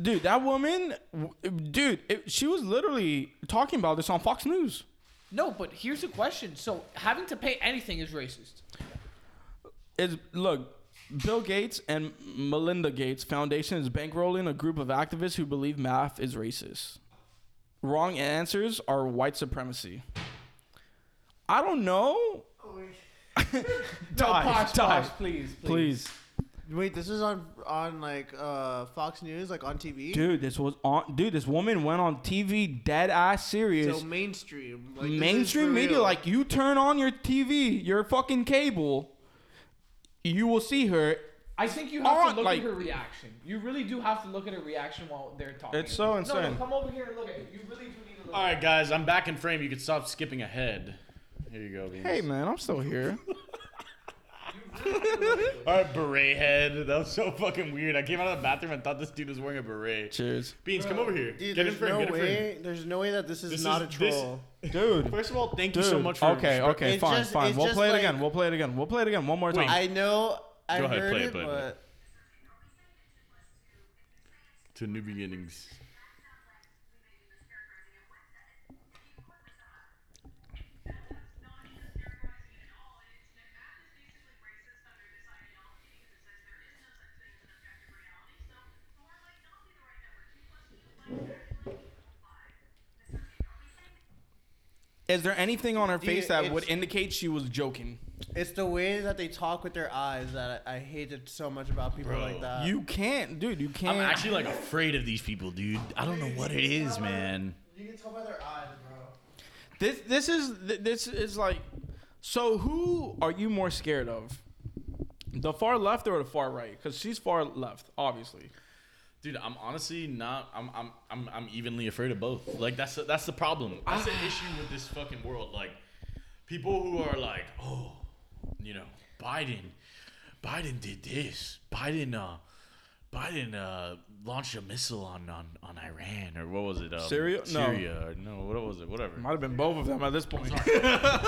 Speaker 3: Dude, that woman, w- dude, it, she was literally talking about this on Fox News.
Speaker 4: No, but here's a question. So having to pay anything is racist.
Speaker 3: It's look, Bill Gates and Melinda Gates Foundation is bankrolling a group of activists who believe math is racist. Wrong answers are white supremacy. I don't know.
Speaker 4: no, pause,
Speaker 3: dive,
Speaker 4: pause,
Speaker 3: dive,
Speaker 4: please, please.
Speaker 3: please.
Speaker 6: Wait, this is on on like uh, Fox News, like on TV.
Speaker 3: Dude, this was on. Dude, this woman went on TV, dead ass serious.
Speaker 6: so mainstream. Like, this is
Speaker 3: mainstream
Speaker 6: for
Speaker 3: media,
Speaker 6: real.
Speaker 3: like you turn on your TV, your fucking cable, you will see her.
Speaker 4: I think you have
Speaker 3: Aren't,
Speaker 4: to look
Speaker 3: like-
Speaker 4: at her reaction. You really do have to look at her reaction while they're talking.
Speaker 3: It's so
Speaker 4: No,
Speaker 3: insane.
Speaker 4: no, come over here and look at it. You really do need to look.
Speaker 2: All right, guys. I'm back in frame. You can stop skipping ahead. Here you go. Beans.
Speaker 3: Hey man, I'm still here.
Speaker 2: All right, beret head. That was so fucking weird. I came out of the bathroom and thought this dude was wearing a beret.
Speaker 3: Cheers,
Speaker 2: Beans, come over here.
Speaker 6: Dude,
Speaker 2: get in
Speaker 6: there's
Speaker 2: frame.
Speaker 6: no
Speaker 2: get in frame.
Speaker 6: way. There's no way that this is
Speaker 2: This
Speaker 6: not
Speaker 2: is-
Speaker 6: a
Speaker 2: this-
Speaker 6: troll.
Speaker 3: dude.
Speaker 2: First of all, thank you so
Speaker 3: Dude,
Speaker 2: much for
Speaker 3: okay, okay,
Speaker 6: It's
Speaker 3: fine,
Speaker 6: just-
Speaker 3: fine.
Speaker 6: it's
Speaker 3: We'll
Speaker 6: just
Speaker 3: play it
Speaker 6: like-
Speaker 3: again. We'll play it again. We'll play it again one more time.
Speaker 6: I know. I
Speaker 2: Um, Go ahead,
Speaker 6: heard
Speaker 2: play it,
Speaker 6: it,
Speaker 2: play it, play
Speaker 6: but
Speaker 2: to new beginnings.
Speaker 3: Is there anything on her
Speaker 6: Dude,
Speaker 3: face that
Speaker 6: it's-
Speaker 3: would indicate she was joking?
Speaker 6: it's the way that they talk with their eyes that I, I hated so much about people
Speaker 2: Bro,
Speaker 6: like that.
Speaker 3: You can't, dude. You can't.
Speaker 2: I'm actually like afraid of these people, dude. I don't know what it is, man.
Speaker 6: you can tell by their eyes, bro.
Speaker 3: this this is th- this is like. So who are you more scared of? The far left or the far right? Because she's far left, obviously.
Speaker 2: Dude, I'm honestly not. I'm I'm I'm, I'm evenly afraid of both. Like that's the, that's the problem. That's the issue with this fucking world. Like people who are like, oh, you know, Biden, Biden did this. Biden, uh, Biden uh, launched a missile on on on Iran or what was it? Um,
Speaker 3: Syria? No.
Speaker 2: Syria? No. What was it? Whatever.
Speaker 3: Might have been both of them at this point.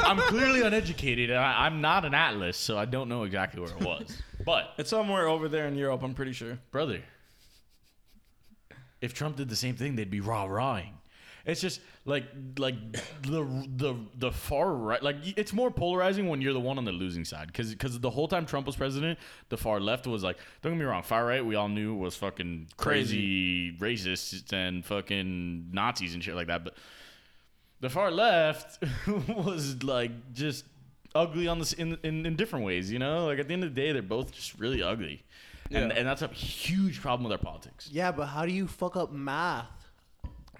Speaker 2: I'm clearly uneducated. and I, I'm not an atlas, so I don't know exactly where it was. But
Speaker 3: it's somewhere over there in Europe, I'm pretty sure.
Speaker 2: brother, if Trump did the same thing, they'd be rah rahing. It's just like like the the the far right like y- it's more polarizing when you're the one on the losing side because the whole time Trump was president, the far left was like don't get me wrong, far right we all knew was fucking crazy, racists and fucking Nazis and shit like that, but the far left was like just ugly on this in, in in different ways, you know. Like at the end of the day, they're both just really ugly, and
Speaker 3: Yeah.
Speaker 2: and that's a huge problem with our politics.
Speaker 6: Yeah, but how do you fuck up math?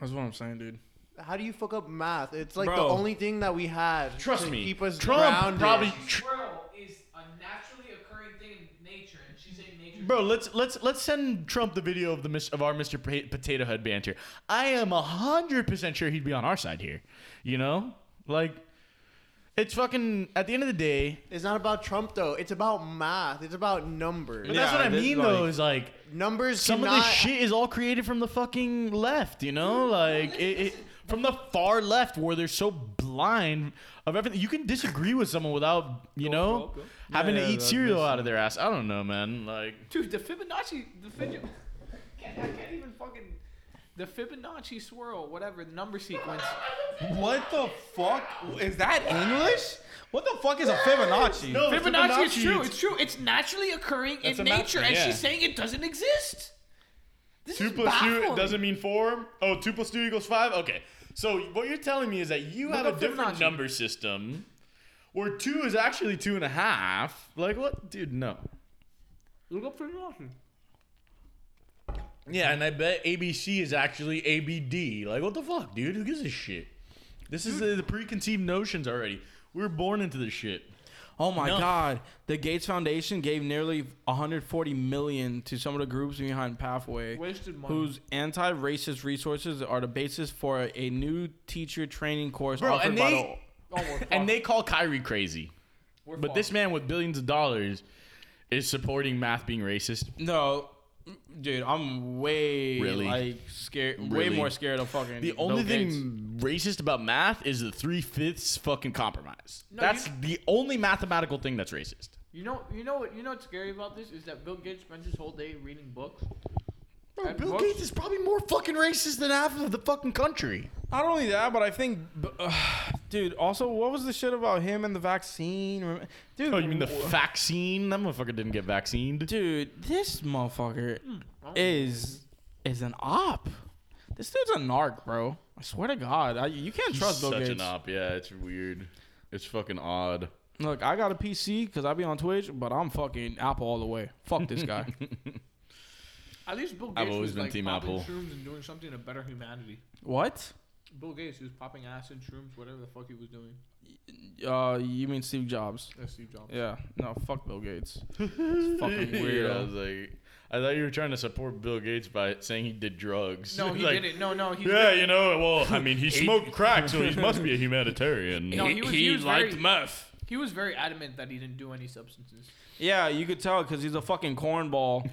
Speaker 3: That's what I'm saying, dude.
Speaker 6: How do you fuck up math? It's like
Speaker 3: Bro.
Speaker 6: the only thing that we had.
Speaker 2: Trust
Speaker 6: to
Speaker 2: me,
Speaker 6: Keep us
Speaker 2: Trump
Speaker 6: grounded.
Speaker 2: probably.
Speaker 4: Squirrel is a naturally occurring thing in nature, and she's a nature.
Speaker 2: Bro, let's let's let's send Trump the video of the mis- of our Mr. Pa- Potato Head banter. I am hundred percent sure he'd be on our side here. You know, like it's fucking. At the end of the day,
Speaker 6: It's not about Trump though. It's about math. It's about numbers.
Speaker 2: but that's what I
Speaker 3: this-
Speaker 2: mean
Speaker 3: like-
Speaker 2: though. Is like
Speaker 6: Numbers.
Speaker 2: some
Speaker 6: cannot,
Speaker 2: of this shit is all created from the fucking left, you know? Like it, it from the far left where they're so blind of everything. You can disagree with someone without,
Speaker 4: Oh,
Speaker 2: you know, having
Speaker 3: Yeah,
Speaker 2: to
Speaker 3: yeah,
Speaker 2: eat
Speaker 3: that-
Speaker 2: cereal
Speaker 3: that's-
Speaker 2: out of their ass. I don't know, man. Like
Speaker 4: Dude, the Fibonacci, the Fibonacci, I can't even fucking. The Fibonacci swirl, whatever the number sequence.
Speaker 3: What the fuck is that English? What the fuck is a Fibonacci?
Speaker 4: Fibonacci, is true. It's true. It's naturally occurring
Speaker 2: That's a
Speaker 4: in
Speaker 2: ma-
Speaker 4: nature, and
Speaker 2: yeah.
Speaker 4: she's saying it doesn't exist. This
Speaker 2: two
Speaker 4: is
Speaker 2: plus two
Speaker 4: baffling.
Speaker 2: doesn't mean four. Oh, two plus two equals five. Okay. So what you're telling me is that you have a
Speaker 4: up
Speaker 2: different
Speaker 4: Fibonacci.
Speaker 2: number system where two is actually two and a half. Like what, dude? No.
Speaker 4: Look up Fibonacci.
Speaker 2: Yeah, and I bet ABC is actually ABD. Like, what the fuck, dude? Who gives a shit? This is the, the preconceived notions already. We were born into this shit.
Speaker 3: Oh my
Speaker 2: No.
Speaker 3: God! The Gates Foundation gave nearly 140 million to some of the groups behind Pathway,
Speaker 4: Wasted money.
Speaker 3: whose anti-racist resources are the basis for a new teacher training course offered
Speaker 2: and
Speaker 3: by
Speaker 2: they,
Speaker 4: Oh, we're
Speaker 2: and
Speaker 4: fucked.
Speaker 2: they call Kyrie crazy.
Speaker 4: We're
Speaker 2: But this man with billions of dollars is supporting math being racist.
Speaker 3: the. No, dude, I'm way
Speaker 2: Really?
Speaker 3: like scared, way
Speaker 2: Really?
Speaker 3: more scared of fucking.
Speaker 2: The only
Speaker 3: Bill Gates.
Speaker 2: thing racist about math is the three fifths fucking compromise. that's
Speaker 4: you-
Speaker 2: the only mathematical thing that's racist.
Speaker 4: You know, you know what? You know what's scary about this is that Bill Gates spends his whole day reading books.
Speaker 2: Bro,
Speaker 4: And
Speaker 2: Bill
Speaker 4: books-
Speaker 2: Gates is probably more fucking racist than half of the fucking country.
Speaker 3: Not only that, but I think, b- uh, dude. Also, what was the shit about him and the vaccine? Rem- Dude,
Speaker 2: Oh, you mean the
Speaker 3: wh-
Speaker 2: vaccine? That motherfucker didn't get vaccinated.
Speaker 3: dude? This motherfucker is is an op. This dude's a narc, bro. I swear to God, I, you can't trust Bill
Speaker 2: such
Speaker 3: Gates.
Speaker 2: an op. Yeah, it's weird. It's fucking odd.
Speaker 3: Look, I got a PC because I be on Twitch, but I'm fucking Apple all the way. Fuck this guy.
Speaker 4: At least Bill Gates
Speaker 2: I've always
Speaker 4: was
Speaker 2: been
Speaker 4: like
Speaker 2: Team Apple.
Speaker 4: popping shrooms and doing something to better humanity.
Speaker 3: what?
Speaker 4: Bill Gates, he was popping acid, shrooms, whatever the fuck he was doing.
Speaker 3: Uh, you mean Steve Jobs?
Speaker 4: That's Steve Jobs.
Speaker 3: Yeah. No, fuck Bill Gates. It's fucking
Speaker 2: Yeah, I
Speaker 3: weirdo.
Speaker 2: was like, I thought you were trying to support Bill Gates by saying he did drugs.
Speaker 4: No, he
Speaker 2: Like,
Speaker 4: didn't. No, no, he.
Speaker 2: Yeah, you know, well, I mean, he smoked crack, so he must be a humanitarian.
Speaker 4: No, he was. He, was very,
Speaker 3: meth.
Speaker 4: He was very adamant that he didn't do any substances.
Speaker 3: Yeah, you could tell because he's a fucking cornball.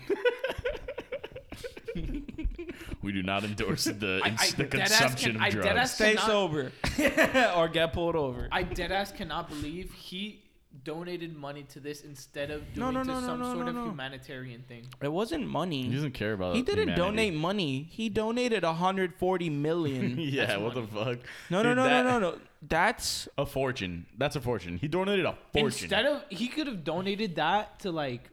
Speaker 2: We do not endorse the, ins- the
Speaker 4: deadass
Speaker 2: consumption
Speaker 4: can- I
Speaker 2: of drugs.
Speaker 4: deadass
Speaker 3: Stay
Speaker 4: cannot-
Speaker 3: sober or get pulled over.
Speaker 4: I deadass cannot believe he donated money to this instead of
Speaker 3: No,
Speaker 4: doing
Speaker 3: no,
Speaker 4: to
Speaker 3: no, no,
Speaker 4: some
Speaker 3: no,
Speaker 4: sort
Speaker 3: no,
Speaker 4: of
Speaker 3: no.
Speaker 4: humanitarian thing.
Speaker 3: It wasn't money.
Speaker 2: he doesn't care about.
Speaker 3: He didn't
Speaker 2: humanity.
Speaker 3: donate money. He donated 140 million.
Speaker 2: Yeah, what the fuck?
Speaker 3: No, no,
Speaker 2: Dude,
Speaker 3: no, no,
Speaker 2: that-
Speaker 3: no, no. That's
Speaker 2: A fortune. That's a fortune. He donated a fortune.
Speaker 4: Instead of he could have donated that to like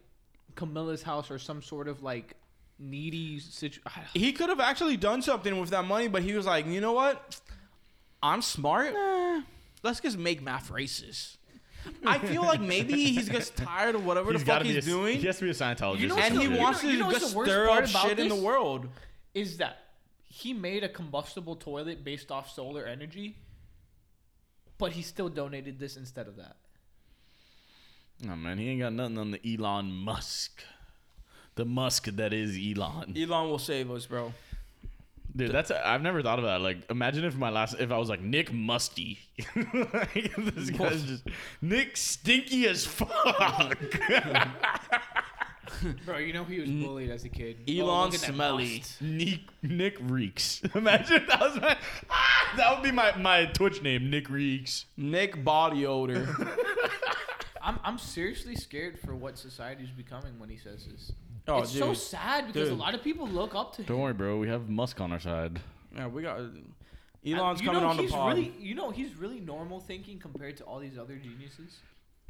Speaker 4: Camilla's house or some sort of like needy situation.
Speaker 3: he could have actually done something with that money, but he was like, you know what? I'm smart. Nah, let's just make math racist. I feel like maybe he's just tired of whatever
Speaker 2: He's
Speaker 3: the fuck
Speaker 2: gotta be
Speaker 3: he's
Speaker 2: a,
Speaker 3: doing,
Speaker 2: He has to be a Scientologist.
Speaker 4: You know
Speaker 2: or
Speaker 4: what's
Speaker 3: and he
Speaker 4: You
Speaker 2: something.
Speaker 4: know-
Speaker 3: wants
Speaker 4: you know
Speaker 3: to
Speaker 4: what's
Speaker 3: just
Speaker 4: the worst
Speaker 3: stir
Speaker 4: part
Speaker 3: up
Speaker 4: about
Speaker 3: shit in the
Speaker 4: this?
Speaker 3: world.
Speaker 4: Is that he made a combustible toilet based off solar energy, but he still donated this instead of that.
Speaker 2: Oh man, he ain't got nothing on the Elon Musk. The Musk that is Elon.
Speaker 3: Elon will save us,
Speaker 4: Oh,
Speaker 3: bro.
Speaker 2: Dude, that's i I've never thought about. It. Like, imagine if my last if I was like Nick Musty. Like, this guy's just Nick Stinky as fuck.
Speaker 4: Bro, you know he was bullied as a kid.
Speaker 3: Elon Smelly.
Speaker 2: Nick Nick Reeks. Imagine if that was my ah, that would be my my Twitch name, Nick Reeks.
Speaker 3: Nick body odor.
Speaker 4: I'm I'm seriously scared for what society's becoming when he says this.
Speaker 3: Oh,
Speaker 4: it's
Speaker 3: dude.
Speaker 4: so sad because
Speaker 3: Dude.
Speaker 4: a lot of people look up to him.
Speaker 2: Don't worry, bro. We have Musk on our side.
Speaker 3: Yeah, we got. uh, Elon's
Speaker 5: you
Speaker 3: coming
Speaker 5: know,
Speaker 3: on the
Speaker 5: he's
Speaker 3: pod.
Speaker 5: Really, you know, he's really normal thinking compared to all these other geniuses.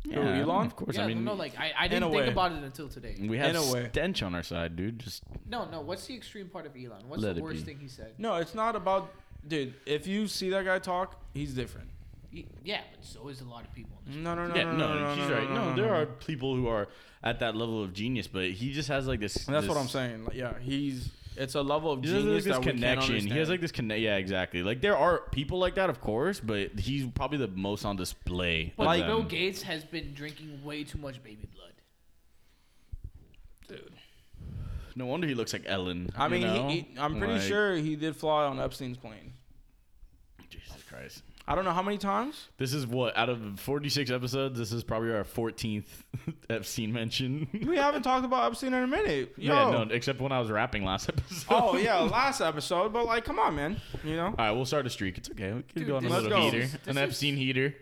Speaker 3: Who, Elon?
Speaker 2: Of course.
Speaker 5: yeah,
Speaker 2: I mean,
Speaker 5: no, like I, I
Speaker 3: a
Speaker 5: didn't think
Speaker 3: way. Mm.
Speaker 5: about it until today.
Speaker 2: we have
Speaker 3: In a way.
Speaker 2: stench on our side, dude. Just
Speaker 5: No, no. What's the extreme part of Elon? What's
Speaker 2: Let
Speaker 5: the
Speaker 2: it
Speaker 5: worst
Speaker 2: be.
Speaker 5: thing he said?
Speaker 3: No, it's not about, dude. If you see that guy talk, he's different.
Speaker 5: Y- Yeah, but so is a lot of people.
Speaker 3: No, no, no,
Speaker 2: yeah,
Speaker 3: no,
Speaker 2: no,
Speaker 3: no, no,
Speaker 2: she's
Speaker 3: no,
Speaker 2: right.
Speaker 3: no,
Speaker 2: No,
Speaker 3: no,
Speaker 2: there
Speaker 3: no.
Speaker 2: are people who are at that level of genius, but he just has like this.
Speaker 3: And that's what
Speaker 2: this-
Speaker 3: I'm saying. Like, yeah, he's it's a level of
Speaker 2: He has like
Speaker 3: genius
Speaker 2: this
Speaker 3: that we can't
Speaker 2: connection.
Speaker 3: understand.
Speaker 2: He has like this connect. Yeah, exactly. Like there are people like that, of course, but he's probably the most on display.
Speaker 5: But
Speaker 2: of
Speaker 5: Bill
Speaker 2: them.
Speaker 5: Gates has been drinking way too much baby blood.
Speaker 2: No wonder he looks like Ellen.
Speaker 3: I
Speaker 2: you
Speaker 3: mean,
Speaker 2: know?
Speaker 3: he, he, I'm pretty
Speaker 2: Like,
Speaker 3: sure he did fly on Epstein's plane.
Speaker 2: Jesus Christ.
Speaker 3: I don't know how many times.
Speaker 2: This is what out of 46 episodes, this is probably our 14th Epstein mention.
Speaker 3: We haven't talked about Epstein in a minute. Yo.
Speaker 2: Yeah, no, except when I was rapping last episode.
Speaker 3: oh yeah, last episode. But like, come on, man. You know.
Speaker 2: All right, we'll start a streak. It's okay. We can
Speaker 5: Dude,
Speaker 2: go on a
Speaker 5: this
Speaker 2: little
Speaker 3: is-
Speaker 2: heater,
Speaker 5: this
Speaker 2: an
Speaker 5: is-
Speaker 2: Epstein heater.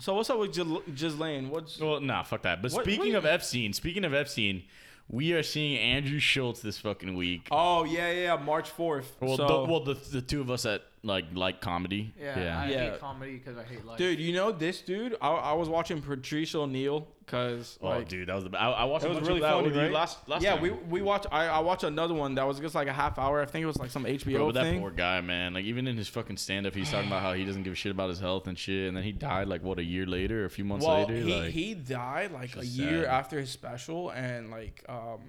Speaker 3: So what's up with Gis- Ghislaine? What's
Speaker 2: Well, nah, fuck that. But
Speaker 3: What-
Speaker 2: speaking
Speaker 3: what-
Speaker 2: of Epstein, speaking of Epstein, we are seeing Andrew Schultz this fucking week.
Speaker 3: Oh yeah, yeah, yeah, March fourth.
Speaker 2: well,
Speaker 3: Oh, so,
Speaker 2: the, well, the, the two of us at like like comedy.
Speaker 5: Yeah, I
Speaker 3: Yeah.
Speaker 5: hate comedy because I hate life.
Speaker 3: dude, you know this dude? I, I was watching Patrice O'Neill because
Speaker 2: oh,
Speaker 3: like
Speaker 2: dude, that was the. I, I watched
Speaker 3: it
Speaker 2: a
Speaker 3: was
Speaker 2: bunch
Speaker 3: really
Speaker 2: of that
Speaker 3: funny.
Speaker 2: with
Speaker 3: right?
Speaker 2: you last last.
Speaker 3: yeah,
Speaker 2: time.
Speaker 3: we we watched. I, I watched another one that was just like a half hour. I think it was like some HBO
Speaker 2: Bro, but that
Speaker 3: thing.
Speaker 2: poor guy, man. Like even in his fucking stand up, he's talking about how he doesn't give a shit about his health and shit, and then he died like what a year later, or a few months
Speaker 3: well,
Speaker 2: later.
Speaker 3: he
Speaker 2: like,
Speaker 3: he died like a
Speaker 2: just
Speaker 3: year
Speaker 2: sad.
Speaker 3: after his special, and like um,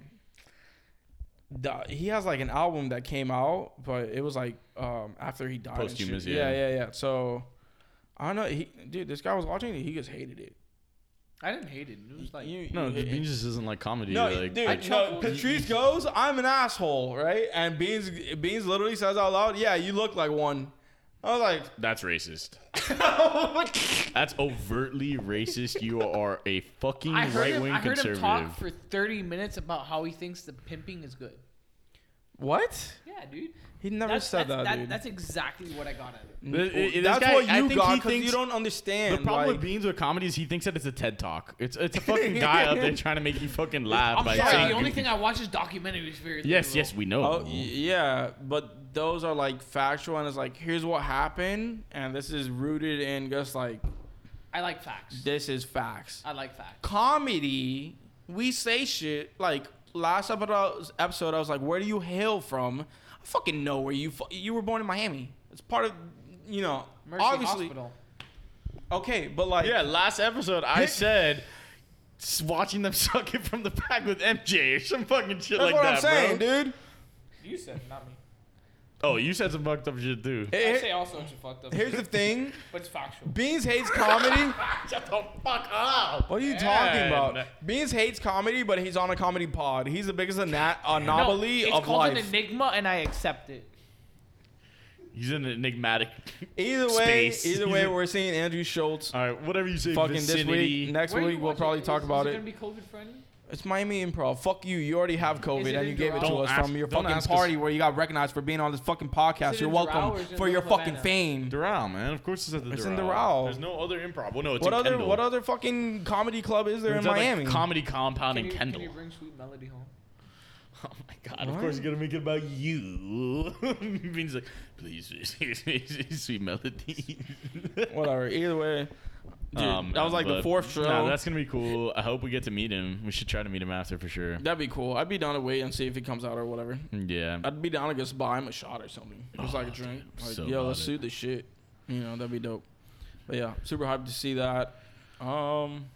Speaker 3: the, he has like an album that came out, but it was like um after he died. and shit.
Speaker 2: Posthumous,
Speaker 3: yeah,
Speaker 2: yeah.
Speaker 3: yeah, yeah. So I don't know. He, dude, this guy was watching it. He just hated it.
Speaker 5: I didn't hate it. It was like
Speaker 3: You-
Speaker 2: no,
Speaker 3: you-
Speaker 2: he just doesn't like comedy.
Speaker 3: No,
Speaker 2: like,
Speaker 3: dude.
Speaker 2: I-
Speaker 3: no, Patrice goes, "I'm an asshole," right? And Beans, Beans literally says out loud, "Yeah, you look like one." I was like,
Speaker 2: that's racist. that's overtly racist. You are a fucking
Speaker 5: I heard,
Speaker 2: right
Speaker 5: him,
Speaker 2: wing
Speaker 5: I heard him
Speaker 2: conservative.
Speaker 5: talk for 30 minutes about how he thinks the pimping is good.
Speaker 3: "What?"
Speaker 5: Yeah, dude.
Speaker 3: He never
Speaker 5: That's,
Speaker 3: said
Speaker 5: that's,
Speaker 3: that, dude.
Speaker 5: that's exactly what I got out of it.
Speaker 2: Th- i- this
Speaker 3: that's
Speaker 2: guy-
Speaker 3: what
Speaker 2: I
Speaker 3: you
Speaker 2: think
Speaker 3: got
Speaker 2: he
Speaker 3: because you
Speaker 2: thinks-
Speaker 3: don't understand.
Speaker 2: The problem
Speaker 3: like,
Speaker 2: with Beans with comedy is he thinks that it's a TED talk. It's it's a fucking guy out there trying to make you fucking laugh.
Speaker 5: I'm
Speaker 2: by
Speaker 5: sorry.
Speaker 2: saying
Speaker 5: The only
Speaker 2: goofy-
Speaker 5: thing I watch is documentaries. Very
Speaker 2: yes,
Speaker 5: little.
Speaker 2: yes, we know.
Speaker 3: Oh y- yeah, but those are like factual, and it's like here's what happened, and this is rooted in just like
Speaker 5: I like facts.
Speaker 3: this is facts.
Speaker 5: I like facts.
Speaker 3: Comedy, we say shit like last episode. Episode, I was like, where do you hail from? I fucking know where you fu- you were born in Miami. It's part of you know
Speaker 5: Mercy
Speaker 3: obviously
Speaker 5: Hospital.
Speaker 3: okay, but like
Speaker 2: Yeah, last episode I said s- watching them suck it from the back with MJ or some fucking shit
Speaker 3: that's
Speaker 2: like
Speaker 3: what
Speaker 2: that,
Speaker 3: I'm saying,
Speaker 2: bro.
Speaker 3: dude.
Speaker 5: You said, not me.
Speaker 2: Oh, you said some fucked up shit too.
Speaker 3: Here-
Speaker 5: I say all sorts of fucked up.
Speaker 3: Eh, here's the thing.
Speaker 5: but it's factual.
Speaker 3: Beans hates comedy.
Speaker 2: Shut the fuck up.
Speaker 3: What are you talking
Speaker 2: Man.
Speaker 3: about? Beans hates comedy, but he's on a comedy pod. He's the biggest ana-
Speaker 5: No,
Speaker 3: anomaly
Speaker 5: it's
Speaker 3: of
Speaker 5: called
Speaker 3: life.
Speaker 5: an enigma, and I accept it.
Speaker 2: He's an enigmatic.
Speaker 3: either way,
Speaker 2: space.
Speaker 3: either
Speaker 2: He's
Speaker 3: way,
Speaker 2: a-
Speaker 3: we're seeing Andrew Schultz.
Speaker 2: All right, whatever you say.
Speaker 3: fucking this
Speaker 2: vicinity.
Speaker 3: week, next
Speaker 5: Where are
Speaker 3: week
Speaker 5: you
Speaker 3: we'll
Speaker 5: watching
Speaker 3: probably
Speaker 5: it?
Speaker 3: talk
Speaker 5: Is-
Speaker 3: about
Speaker 5: Is
Speaker 3: it.
Speaker 5: it gonna be COVID friendly?
Speaker 3: It's Miami Improv. Fuck you. You already have COVID,
Speaker 5: it
Speaker 3: and you
Speaker 5: in
Speaker 3: gave it to
Speaker 2: Doral?
Speaker 3: us
Speaker 2: Don't
Speaker 3: from
Speaker 2: ask-
Speaker 3: your
Speaker 2: don't
Speaker 3: fucking
Speaker 2: ask us.
Speaker 3: party where you got recognized for being on this fucking podcast.
Speaker 5: it
Speaker 3: You're
Speaker 5: in Doral or
Speaker 3: welcome
Speaker 5: is it
Speaker 3: for
Speaker 5: in
Speaker 3: your
Speaker 5: North
Speaker 3: fucking
Speaker 5: Havana?
Speaker 3: fame.
Speaker 2: Doral, man. Of course it's at the
Speaker 3: It's
Speaker 2: Doral.
Speaker 3: in Doral.
Speaker 2: There's no other improv. Well, no, it's
Speaker 3: What
Speaker 2: in
Speaker 3: other
Speaker 2: Kendall.
Speaker 3: what other fucking comedy club is there
Speaker 2: It's
Speaker 3: in
Speaker 2: at, like,
Speaker 3: Miami?
Speaker 2: comedy compound
Speaker 5: Can
Speaker 2: in
Speaker 5: you,
Speaker 2: Kendall.
Speaker 5: can you bring Sweet Melody home?
Speaker 2: Oh my god! Of course, you're gonna make it about you. Beans like, please, sweet melody.
Speaker 3: Whatever. Either way, dude,
Speaker 2: Um,
Speaker 3: that was like the
Speaker 2: but-
Speaker 3: fourth show.
Speaker 2: Nah, that's gonna be cool. I hope we get to meet him. We should try to meet him after for sure.
Speaker 3: That'd be cool. I'd be down to wait and see if he comes out or whatever.
Speaker 2: Yeah.
Speaker 3: I'd be down to just buy him a shot or something. Just like a drink.
Speaker 2: I'm
Speaker 3: Like,
Speaker 2: Oh, so
Speaker 3: yo,
Speaker 2: about
Speaker 3: let's
Speaker 2: it.
Speaker 3: do the shit. You know, that'd be dope. But yeah, super hyped to see that. Um,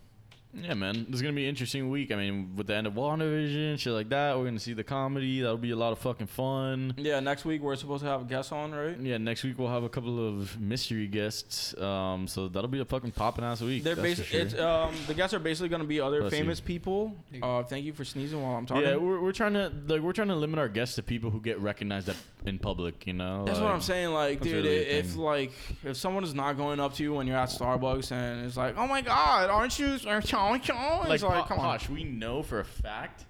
Speaker 2: Yeah, man. It's gonna be an interesting week. I mean, with the end of WandaVision, shit like that, we're gonna see the comedy. That'll be a lot of fucking fun.
Speaker 3: yeah, next week we're supposed to have a guest on, right?
Speaker 2: Yeah, next week we'll have a couple of mystery guests. Um, so that'll be a fucking popping ass week.
Speaker 3: They're
Speaker 2: that's for
Speaker 3: basically
Speaker 2: sure.
Speaker 3: it's um the guests are basically gonna be other
Speaker 2: Bless you.
Speaker 3: famous people. Uh, thank you for sneezing while I'm talking.
Speaker 2: yeah, we're, we're trying to like we're trying to limit our guests to people who get recognized at, in public. You know,
Speaker 3: that's what
Speaker 2: like-
Speaker 3: I'm saying. Like,
Speaker 2: that's
Speaker 3: dude,
Speaker 2: really a
Speaker 3: if
Speaker 2: thing.
Speaker 3: like if someone is not going up to you when you're at Starbucks and it's like, oh my god, aren't you? Aren't you? Aren't you?
Speaker 2: Like,
Speaker 3: It's like, come on.
Speaker 2: Posh, we know for a fact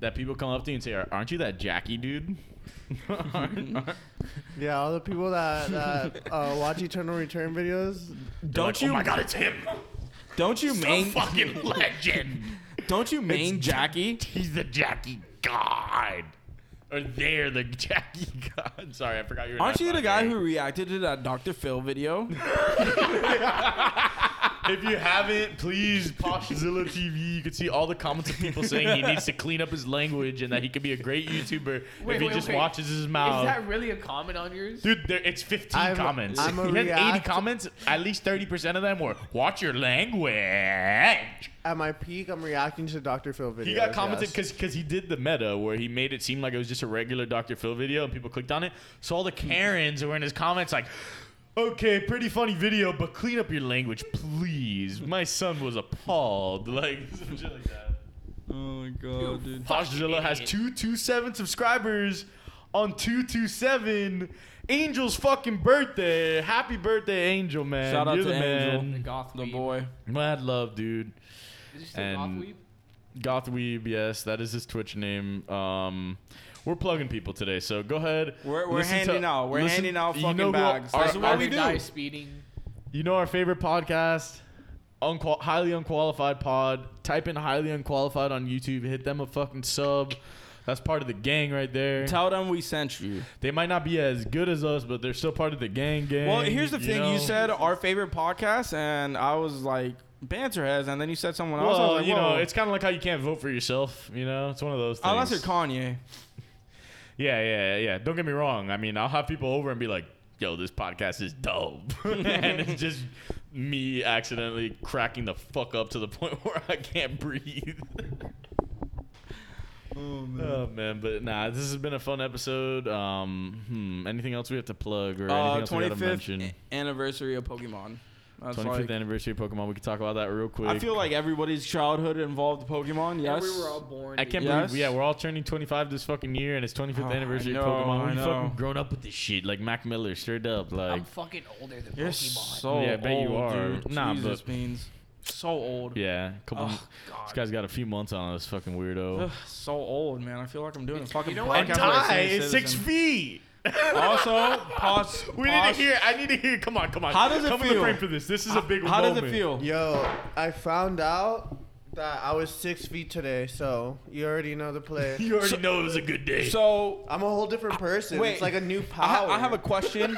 Speaker 2: that people come up to you and say, "Are- "Aren't you that Jackie dude?" Aren't- aren't-
Speaker 6: Yeah, all the people that, that uh, watch Eternal Return videos.
Speaker 2: They're
Speaker 3: Don't
Speaker 2: like,
Speaker 3: you-
Speaker 2: Oh my god, it's him!
Speaker 3: Don't you
Speaker 2: A
Speaker 3: main?
Speaker 2: fucking legend!
Speaker 3: Don't you main Jackie?
Speaker 2: He's the Jackie god. Or Or they're the Jackie God. Sorry, I forgot you were.
Speaker 3: Aren't
Speaker 2: not
Speaker 3: you the
Speaker 2: on
Speaker 3: guy
Speaker 2: there.
Speaker 3: who reacted to that Dr. Phil video?
Speaker 2: If you haven't, please Poshzilla TV. You can see all the comments of people saying he needs to clean up his language and that he could be a great YouTuber
Speaker 5: Wait,
Speaker 2: if he
Speaker 5: wait,
Speaker 2: just
Speaker 5: wait.
Speaker 2: watches his
Speaker 5: Is
Speaker 2: mouth.
Speaker 5: that really a comment on yours?
Speaker 2: Dude, there, it's 15
Speaker 6: I'm-
Speaker 2: comments.
Speaker 6: I'm a
Speaker 2: he had 80
Speaker 6: react-
Speaker 2: comments. At least 30% of them were, watch your language.
Speaker 6: At my peak, I'm reacting to Dr. Phil videos.
Speaker 2: He got commented
Speaker 6: yes.
Speaker 2: because he did the meta where he made it seem like it was just a regular Dr. Phil video and people clicked on it. So all the Karens were in his comments like, okay, pretty funny video, but clean up your language, please. My son was appalled. Like, some shit like that.
Speaker 3: oh my god, dude.
Speaker 2: Poshzilla has 227 subscribers on 227. Angel's fucking birthday. Happy birthday, Angel, man.
Speaker 3: Shout out
Speaker 2: You're
Speaker 3: to
Speaker 2: the
Speaker 3: Angel.
Speaker 2: man.
Speaker 5: The goth
Speaker 3: The
Speaker 5: weeb.
Speaker 3: boy.
Speaker 2: Mad love, dude.
Speaker 5: Is this the goth
Speaker 2: And-
Speaker 5: weeb?
Speaker 2: Gothweeb, yes, that is his Twitch name. Um, we're plugging people today, so go ahead.
Speaker 3: We're- we're
Speaker 2: listen to-
Speaker 3: handing out- we're
Speaker 2: listen-
Speaker 3: handing out
Speaker 2: you
Speaker 3: fucking
Speaker 2: know who-
Speaker 3: bags.
Speaker 2: our-
Speaker 3: That's what
Speaker 2: our-
Speaker 3: we do.
Speaker 5: Guy speeding.
Speaker 2: You know our favorite podcast, unqual- highly unqualified pod. Type in highly unqualified on YouTube. Hit them a fucking sub. That's part of the gang right there.
Speaker 3: Tell them we sent you.
Speaker 2: They might not be as good as us, but they're still part of the gang. Gang.
Speaker 3: Well, here's the thing.
Speaker 2: know?
Speaker 3: You said our favorite podcast, and I was like, banterheads, and then you said someone else. I was
Speaker 2: Well,
Speaker 3: like,
Speaker 2: you know,
Speaker 3: whoa.
Speaker 2: it's kind of like how you can't vote for yourself. You know, it's one of those. things.
Speaker 3: Unless you're Kanye.
Speaker 2: Yeah, yeah, yeah. Don't get me wrong. I mean, I'll have people over and be like, "Yo, this podcast is dope," and it's just me accidentally cracking the fuck up to the point where I can't breathe. Oh man. but nah, this has been a fun episode. Um, hmm, anything else we have to plug or
Speaker 3: Uh,
Speaker 2: anything else we gotta
Speaker 3: 25th
Speaker 2: mention?
Speaker 3: anniversary of Pokemon. That's
Speaker 2: 25th
Speaker 3: like,
Speaker 2: anniversary of Pokemon. We could talk about that real quick.
Speaker 3: I feel like everybody's childhood involved Pokemon.
Speaker 5: Yeah,
Speaker 3: Yes.
Speaker 5: we were all born.
Speaker 2: I can't
Speaker 3: Yes.
Speaker 2: believe, yeah, we're all turning 25 this fucking year, and it's 25th
Speaker 3: Oh, I
Speaker 2: anniversary
Speaker 3: know,
Speaker 2: of Pokemon.
Speaker 3: I
Speaker 2: We
Speaker 3: know.
Speaker 2: fucking grown up with this shit, like Mac Miller, straight up, like
Speaker 5: I'm fucking older than
Speaker 3: You're
Speaker 5: Pokemon.
Speaker 3: so
Speaker 2: Yeah, I bet
Speaker 3: old,
Speaker 2: you are.
Speaker 3: dude.
Speaker 2: Nah,
Speaker 3: Jesus
Speaker 2: but-
Speaker 3: beans. So old.
Speaker 2: Yeah, a couple.
Speaker 3: Oh,
Speaker 2: this guy's got a few months on this fucking weirdo.
Speaker 3: Ugh, so old, man. I feel like I'm doing a fucking
Speaker 5: know what?
Speaker 2: and
Speaker 3: podcast. with a
Speaker 2: Ty
Speaker 3: senior
Speaker 2: is six
Speaker 3: citizen.
Speaker 2: feet.
Speaker 3: Also, pause.
Speaker 2: We need
Speaker 3: pause.
Speaker 2: to hear. I need to hear. Come on, come on.
Speaker 3: How does it
Speaker 2: come in
Speaker 3: feel?
Speaker 2: the frame for this. This is a big.
Speaker 3: How does it
Speaker 2: moment.
Speaker 3: feel?
Speaker 6: Yo, I found out that I was six feet today, so you already know the play.
Speaker 2: You already know it was a good day.
Speaker 3: So,
Speaker 6: I'm a whole different person.
Speaker 3: wait.
Speaker 6: it's like a new
Speaker 3: I,
Speaker 6: power.
Speaker 3: ha- I have a question.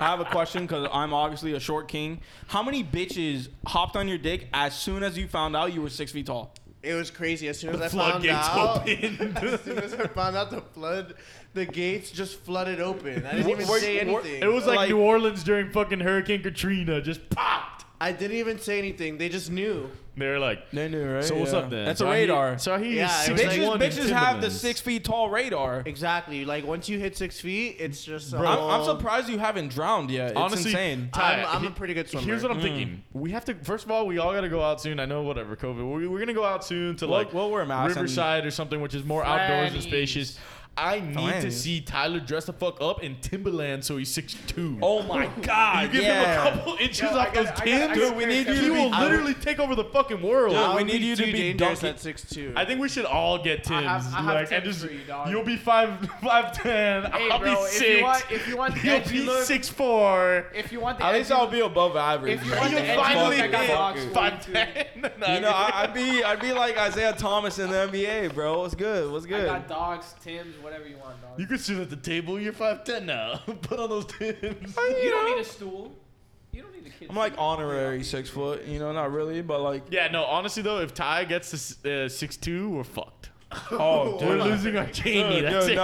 Speaker 3: I have a question because I'm obviously a short king. How many bitches hopped on your dick as soon as you found out you were six feet tall?
Speaker 6: It was crazy. As soon as I found
Speaker 2: floodgates
Speaker 6: out, as soon
Speaker 2: open.
Speaker 6: as I found out the flood, the gates just flooded open. I didn't even
Speaker 3: Were-
Speaker 6: say
Speaker 3: were-
Speaker 6: anything.
Speaker 2: it was like,
Speaker 3: Like-
Speaker 2: New Orleans during fucking Hurricane Katrina. Just popped.
Speaker 6: I didn't even say anything. They just knew.
Speaker 2: They were like.
Speaker 3: They knew, right?
Speaker 2: So what's up then?
Speaker 3: That's a
Speaker 2: So I hear-
Speaker 3: radar.
Speaker 2: So he
Speaker 6: Yeah,
Speaker 2: is
Speaker 6: it was
Speaker 2: six
Speaker 6: like-
Speaker 3: bitches
Speaker 2: one in
Speaker 3: bitches have the
Speaker 2: Timberlands.
Speaker 3: six feet tall radar.
Speaker 6: Exactly. Like once you hit six feet, it's just.
Speaker 3: I'm, I'm
Speaker 6: all-
Speaker 3: surprised you haven't drowned yet. It's
Speaker 2: Honestly,
Speaker 3: insane.
Speaker 6: I'm,
Speaker 2: Ty,
Speaker 6: I'm
Speaker 2: he-
Speaker 6: a pretty good swimmer.
Speaker 2: Here's what I'm
Speaker 3: Mm.
Speaker 2: thinking. We have to. First of all, we all got to go out soon. I know, whatever, COVID. We, we're gonna go out soon to
Speaker 3: We'll-
Speaker 2: like
Speaker 3: we'll wear masks and-
Speaker 2: Riverside or something, which is more outdoors and spacious. I need to
Speaker 3: Fannies.
Speaker 2: see Tyler dress the fuck up in Timberland so he's six two.
Speaker 3: Oh my god!
Speaker 2: you give
Speaker 3: yeah.
Speaker 2: him a couple inches off those Timbs.
Speaker 3: gotta- we need you
Speaker 2: he
Speaker 3: to
Speaker 2: will
Speaker 3: be- I would-
Speaker 2: literally take over the fucking world.
Speaker 3: Dude,
Speaker 6: I
Speaker 3: we
Speaker 6: would
Speaker 3: need you to
Speaker 6: too
Speaker 3: be
Speaker 6: dangerous
Speaker 3: dunking-
Speaker 6: at six two.
Speaker 2: I think we should all get Timbs.
Speaker 5: have- I have
Speaker 2: like, and
Speaker 5: Timbs
Speaker 2: just,
Speaker 5: for you, dog.
Speaker 2: You'll be five five ten.
Speaker 5: Hey,
Speaker 2: I'll
Speaker 5: bro,
Speaker 2: be
Speaker 5: if
Speaker 2: six.
Speaker 5: you want, if you want the
Speaker 2: You'll
Speaker 5: edgy
Speaker 2: be
Speaker 5: look,
Speaker 2: six four.
Speaker 5: if you want the
Speaker 3: At least
Speaker 5: edgy
Speaker 3: I'll be above average.
Speaker 5: If you
Speaker 3: man.
Speaker 5: want
Speaker 2: You
Speaker 5: the edgy
Speaker 2: finally
Speaker 5: look, I got
Speaker 2: did.
Speaker 5: box
Speaker 2: Five
Speaker 5: 42.
Speaker 2: ten.
Speaker 3: You know, I, I'd be I'd be like Isaiah Thomas in the NBA, bro. What's good? What's
Speaker 5: I
Speaker 3: good?
Speaker 5: got dogs, Tim's, whatever you want, dog.
Speaker 2: You can sit at the table. You're five ten now. Put on those tips.
Speaker 5: You don't need a stool. You don't need a kid.
Speaker 3: I'm like honorary six foot. You know, not really, but like
Speaker 2: Yeah, no. Honestly though, if Ty gets to uh, six two, we're fucked.
Speaker 3: oh,
Speaker 2: We're
Speaker 3: dude,
Speaker 2: losing our Jamie.
Speaker 3: dude,
Speaker 2: That's
Speaker 3: dude,
Speaker 2: it.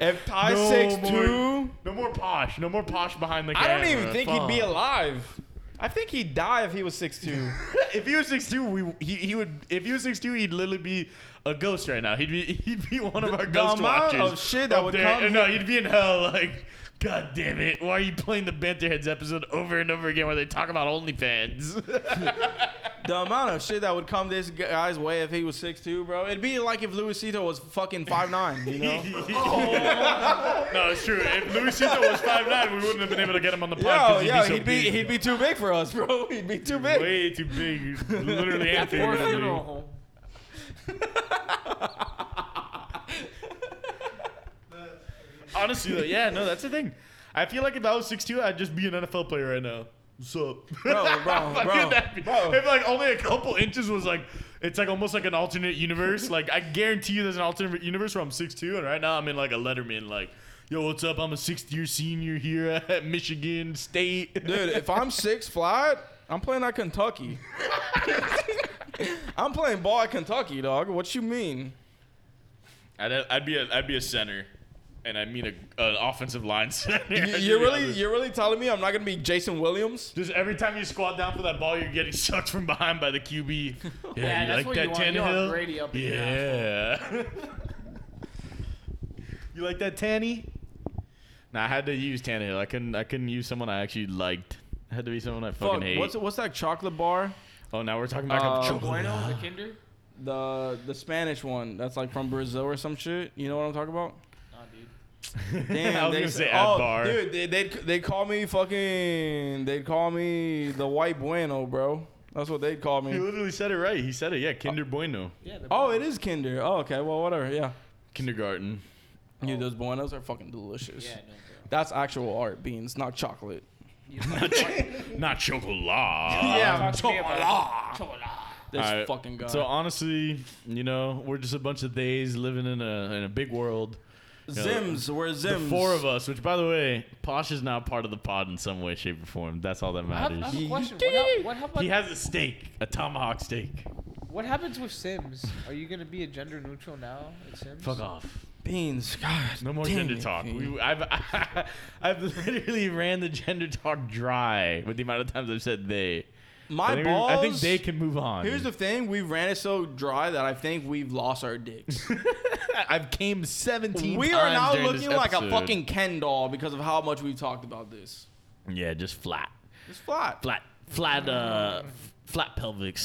Speaker 3: no. If Ty
Speaker 2: No
Speaker 3: six
Speaker 2: more-
Speaker 3: two,
Speaker 2: No more posh. No more posh behind the
Speaker 3: I
Speaker 2: camera.
Speaker 3: don't even think he'd be
Speaker 2: Fuck.
Speaker 3: alive. I think he'd die if he was six two.
Speaker 2: If he was six two, we he, he would. If he was six two, he'd literally be a ghost right now. He'd be he'd be one of our ghost
Speaker 3: amount
Speaker 2: watchers.
Speaker 3: of shit that
Speaker 2: up
Speaker 3: would
Speaker 2: there.
Speaker 3: come
Speaker 2: No, he'd be in hell. Like, god damn it! Why are you playing the Banterheads episode over and over again where they talk about OnlyFans?
Speaker 3: the amount of shit that would come this guy's way if he was six two, bro. It'd be like if Luisito was fucking five nine. You know. Oh.
Speaker 2: No, it's true. If Luisito was five nine, we wouldn't have been able to get him on the pod.
Speaker 3: Yo,
Speaker 2: 'cause he'd be so
Speaker 3: yo, he'd be
Speaker 2: big.
Speaker 3: he'd be too big for us, bro. He'd be too big.
Speaker 2: way too big. Literally and
Speaker 5: Or funeral
Speaker 2: figuratively.
Speaker 5: home.
Speaker 2: Honestly, though, yeah, no, that's the thing. I feel like if I was 6'2", I'd just be an NFL player right now. What's up?
Speaker 3: Bro, bro,
Speaker 2: Fuck
Speaker 3: bro,
Speaker 2: would that be?
Speaker 3: bro.
Speaker 2: If like only a couple inches was like It's like almost like an alternate universe. Like I guarantee you, there's an alternate universe where I'm six two, and right now I'm in like a Letterman. Like, yo, what's up? I'm a sixth year senior here at Michigan State.
Speaker 3: Dude, if I'm six flat, I'm playing at Kentucky. I'm playing ball at Kentucky, dog. What you mean?
Speaker 2: I'd, I'd be a I'd be a center, and I mean a, an offensive line center.
Speaker 3: You,
Speaker 2: I'd
Speaker 3: you're
Speaker 2: be
Speaker 3: really
Speaker 2: honest.
Speaker 3: you're really telling me I'm not gonna be Jason Williams?
Speaker 2: Just every time you squat down for that ball, you're getting sucked from behind by the QB. Yeah, you
Speaker 5: that's
Speaker 2: like
Speaker 5: what
Speaker 2: that
Speaker 5: you want. You want
Speaker 2: Tannehill?
Speaker 5: Brady up in your
Speaker 2: yeah. you like that Tanny? Nah, I had to use Tannehill. I couldn't. I couldn't use someone I actually liked. It had to be someone I fucking
Speaker 3: Fuck,
Speaker 2: hate.
Speaker 3: what's what's that chocolate bar?
Speaker 2: oh, now we're talking back
Speaker 3: Uh,
Speaker 2: up. Chocolate.
Speaker 5: Bueno, the Kinder.
Speaker 3: The the Spanish one that's like from Brazil or some shit. You know what I'm talking about?
Speaker 5: Nah, dude.
Speaker 3: Damn,
Speaker 2: I was
Speaker 3: they
Speaker 2: gonna
Speaker 3: s-
Speaker 2: say at
Speaker 3: oh,
Speaker 2: bar.
Speaker 3: dude, they they they call me fucking. They call me the white bueno, bro. That's what they'd call
Speaker 2: He
Speaker 3: me.
Speaker 2: literally said it right. He said it. Yeah, Kinder Bueno,
Speaker 5: Yeah. the-
Speaker 3: Oh, it is Kinder. Oh, okay. Well, whatever. Yeah,
Speaker 2: kindergarten. Oh.
Speaker 3: dude, those buenos are fucking delicious.
Speaker 5: Yeah, no, bro.
Speaker 3: That's actual art beans, not chocolate.
Speaker 2: Not chocolate.
Speaker 5: Talk to me about- Chocolat.
Speaker 3: Uh, This
Speaker 2: Alright,
Speaker 3: fucking guy.
Speaker 2: So honestly, you know, we're just a bunch of theys living in a in a big world.
Speaker 3: Zims, we're
Speaker 2: The
Speaker 3: Zims.
Speaker 2: four of us, which by the way, Posh is not part of the pod in some way, shape, or form. That's all that
Speaker 5: I have, I have
Speaker 2: matters.
Speaker 5: a question. What, hap- what,
Speaker 2: He
Speaker 5: happened,
Speaker 2: has a steak, a tomahawk steak.
Speaker 5: what happens with Sims? Are you gonna be a gender neutral now at Sims?
Speaker 2: Fuck off.
Speaker 3: beans. God,
Speaker 2: No more
Speaker 3: dang
Speaker 2: gender
Speaker 3: it,
Speaker 2: talk.
Speaker 3: dude.
Speaker 2: We, I've I've literally ran the gender talk dry with the amount of times I've said they. I
Speaker 3: My
Speaker 2: think, we-
Speaker 3: balls.
Speaker 2: I think they can move on.
Speaker 3: Here's the thing: we ran it so dry that I think we've lost our dicks.
Speaker 2: I've came 17.
Speaker 3: we are
Speaker 2: times
Speaker 3: now
Speaker 2: during this
Speaker 3: looking like a
Speaker 2: episode.
Speaker 3: fucking Ken doll because of how much we've talked about this.
Speaker 2: Yeah, just flat,
Speaker 3: It's flat,
Speaker 2: flat, flat, uh, f- flat pelvic.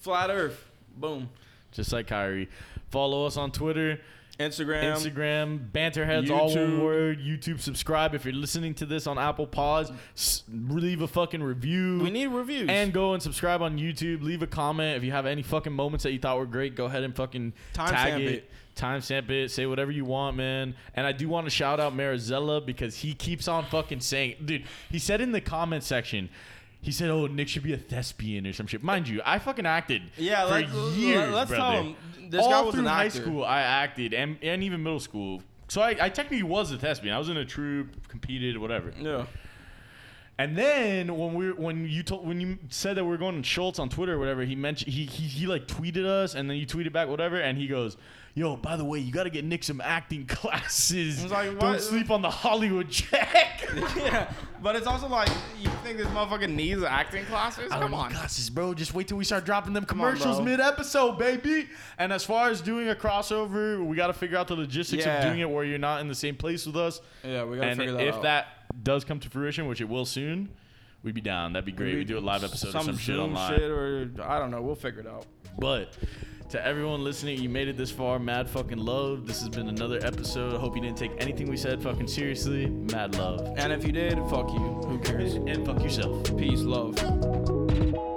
Speaker 3: flat Earth. Boom.
Speaker 2: just like Kyrie. Follow us on Twitter,
Speaker 3: Instagram.
Speaker 2: Instagram, Banterheads, all
Speaker 3: YouTube.
Speaker 2: one word. YouTube, subscribe if you're listening to this on Apple Pods. S- leave a fucking review.
Speaker 3: We need reviews.
Speaker 2: and go and subscribe on YouTube. Leave a comment if you have any fucking moments that you thought were great. Go ahead and fucking
Speaker 3: Timestamp
Speaker 2: tag it,
Speaker 3: it.
Speaker 2: timestamp it, say whatever you want, man. And I do want to shout out Marizella because he keeps on fucking saying, dude. He said in the comment section. He said, "Oh, Nick should be a thespian or some shit." Mind you, I fucking acted
Speaker 3: Yeah,
Speaker 2: for
Speaker 3: let's-
Speaker 2: years.
Speaker 3: let's tell
Speaker 2: brother.
Speaker 3: him, this
Speaker 2: All
Speaker 3: guy was
Speaker 2: through
Speaker 3: an
Speaker 2: high
Speaker 3: actor.
Speaker 2: school, I acted, and, and even middle school. So I, I technically was a thespian. I was in a troupe, competed, whatever.
Speaker 3: yeah.
Speaker 2: And then when we when you told when you said that we were going to Schultz on Twitter or whatever, he mentioned he, he he like tweeted us and then you tweeted back whatever and he goes, "Yo, by the way, you got to get Nick some acting classes.
Speaker 3: was like,
Speaker 2: Don't
Speaker 3: "What?"
Speaker 2: sleep on the Hollywood check."
Speaker 3: yeah. But it's also like, you think this motherfucker needs acting classes?
Speaker 2: I don't
Speaker 3: Come
Speaker 2: need
Speaker 3: on.
Speaker 2: classes, bro. Just wait till we start dropping them
Speaker 3: on,
Speaker 2: commercials
Speaker 3: bro.
Speaker 2: mid episode, baby. And as far as doing a crossover, we got to figure out the logistics
Speaker 3: Yeah.
Speaker 2: of doing it where you're not in the same place with us.
Speaker 3: Yeah, we gotta
Speaker 2: and
Speaker 3: figure that
Speaker 2: if
Speaker 3: out.
Speaker 2: that does come to fruition, which it will soon, we'd be down. That'd be great. We do a live episode or some shit
Speaker 3: Zoom
Speaker 2: online.
Speaker 3: shit or I don't know. We'll figure it out.
Speaker 2: But to everyone listening, you made it this far. Mad fucking love. This has been another episode. I hope you didn't take anything we said fucking seriously. Mad love.
Speaker 3: And if you did, fuck you. Who cares?
Speaker 2: And fuck yourself.
Speaker 3: Peace, love.
Speaker 2: Peace.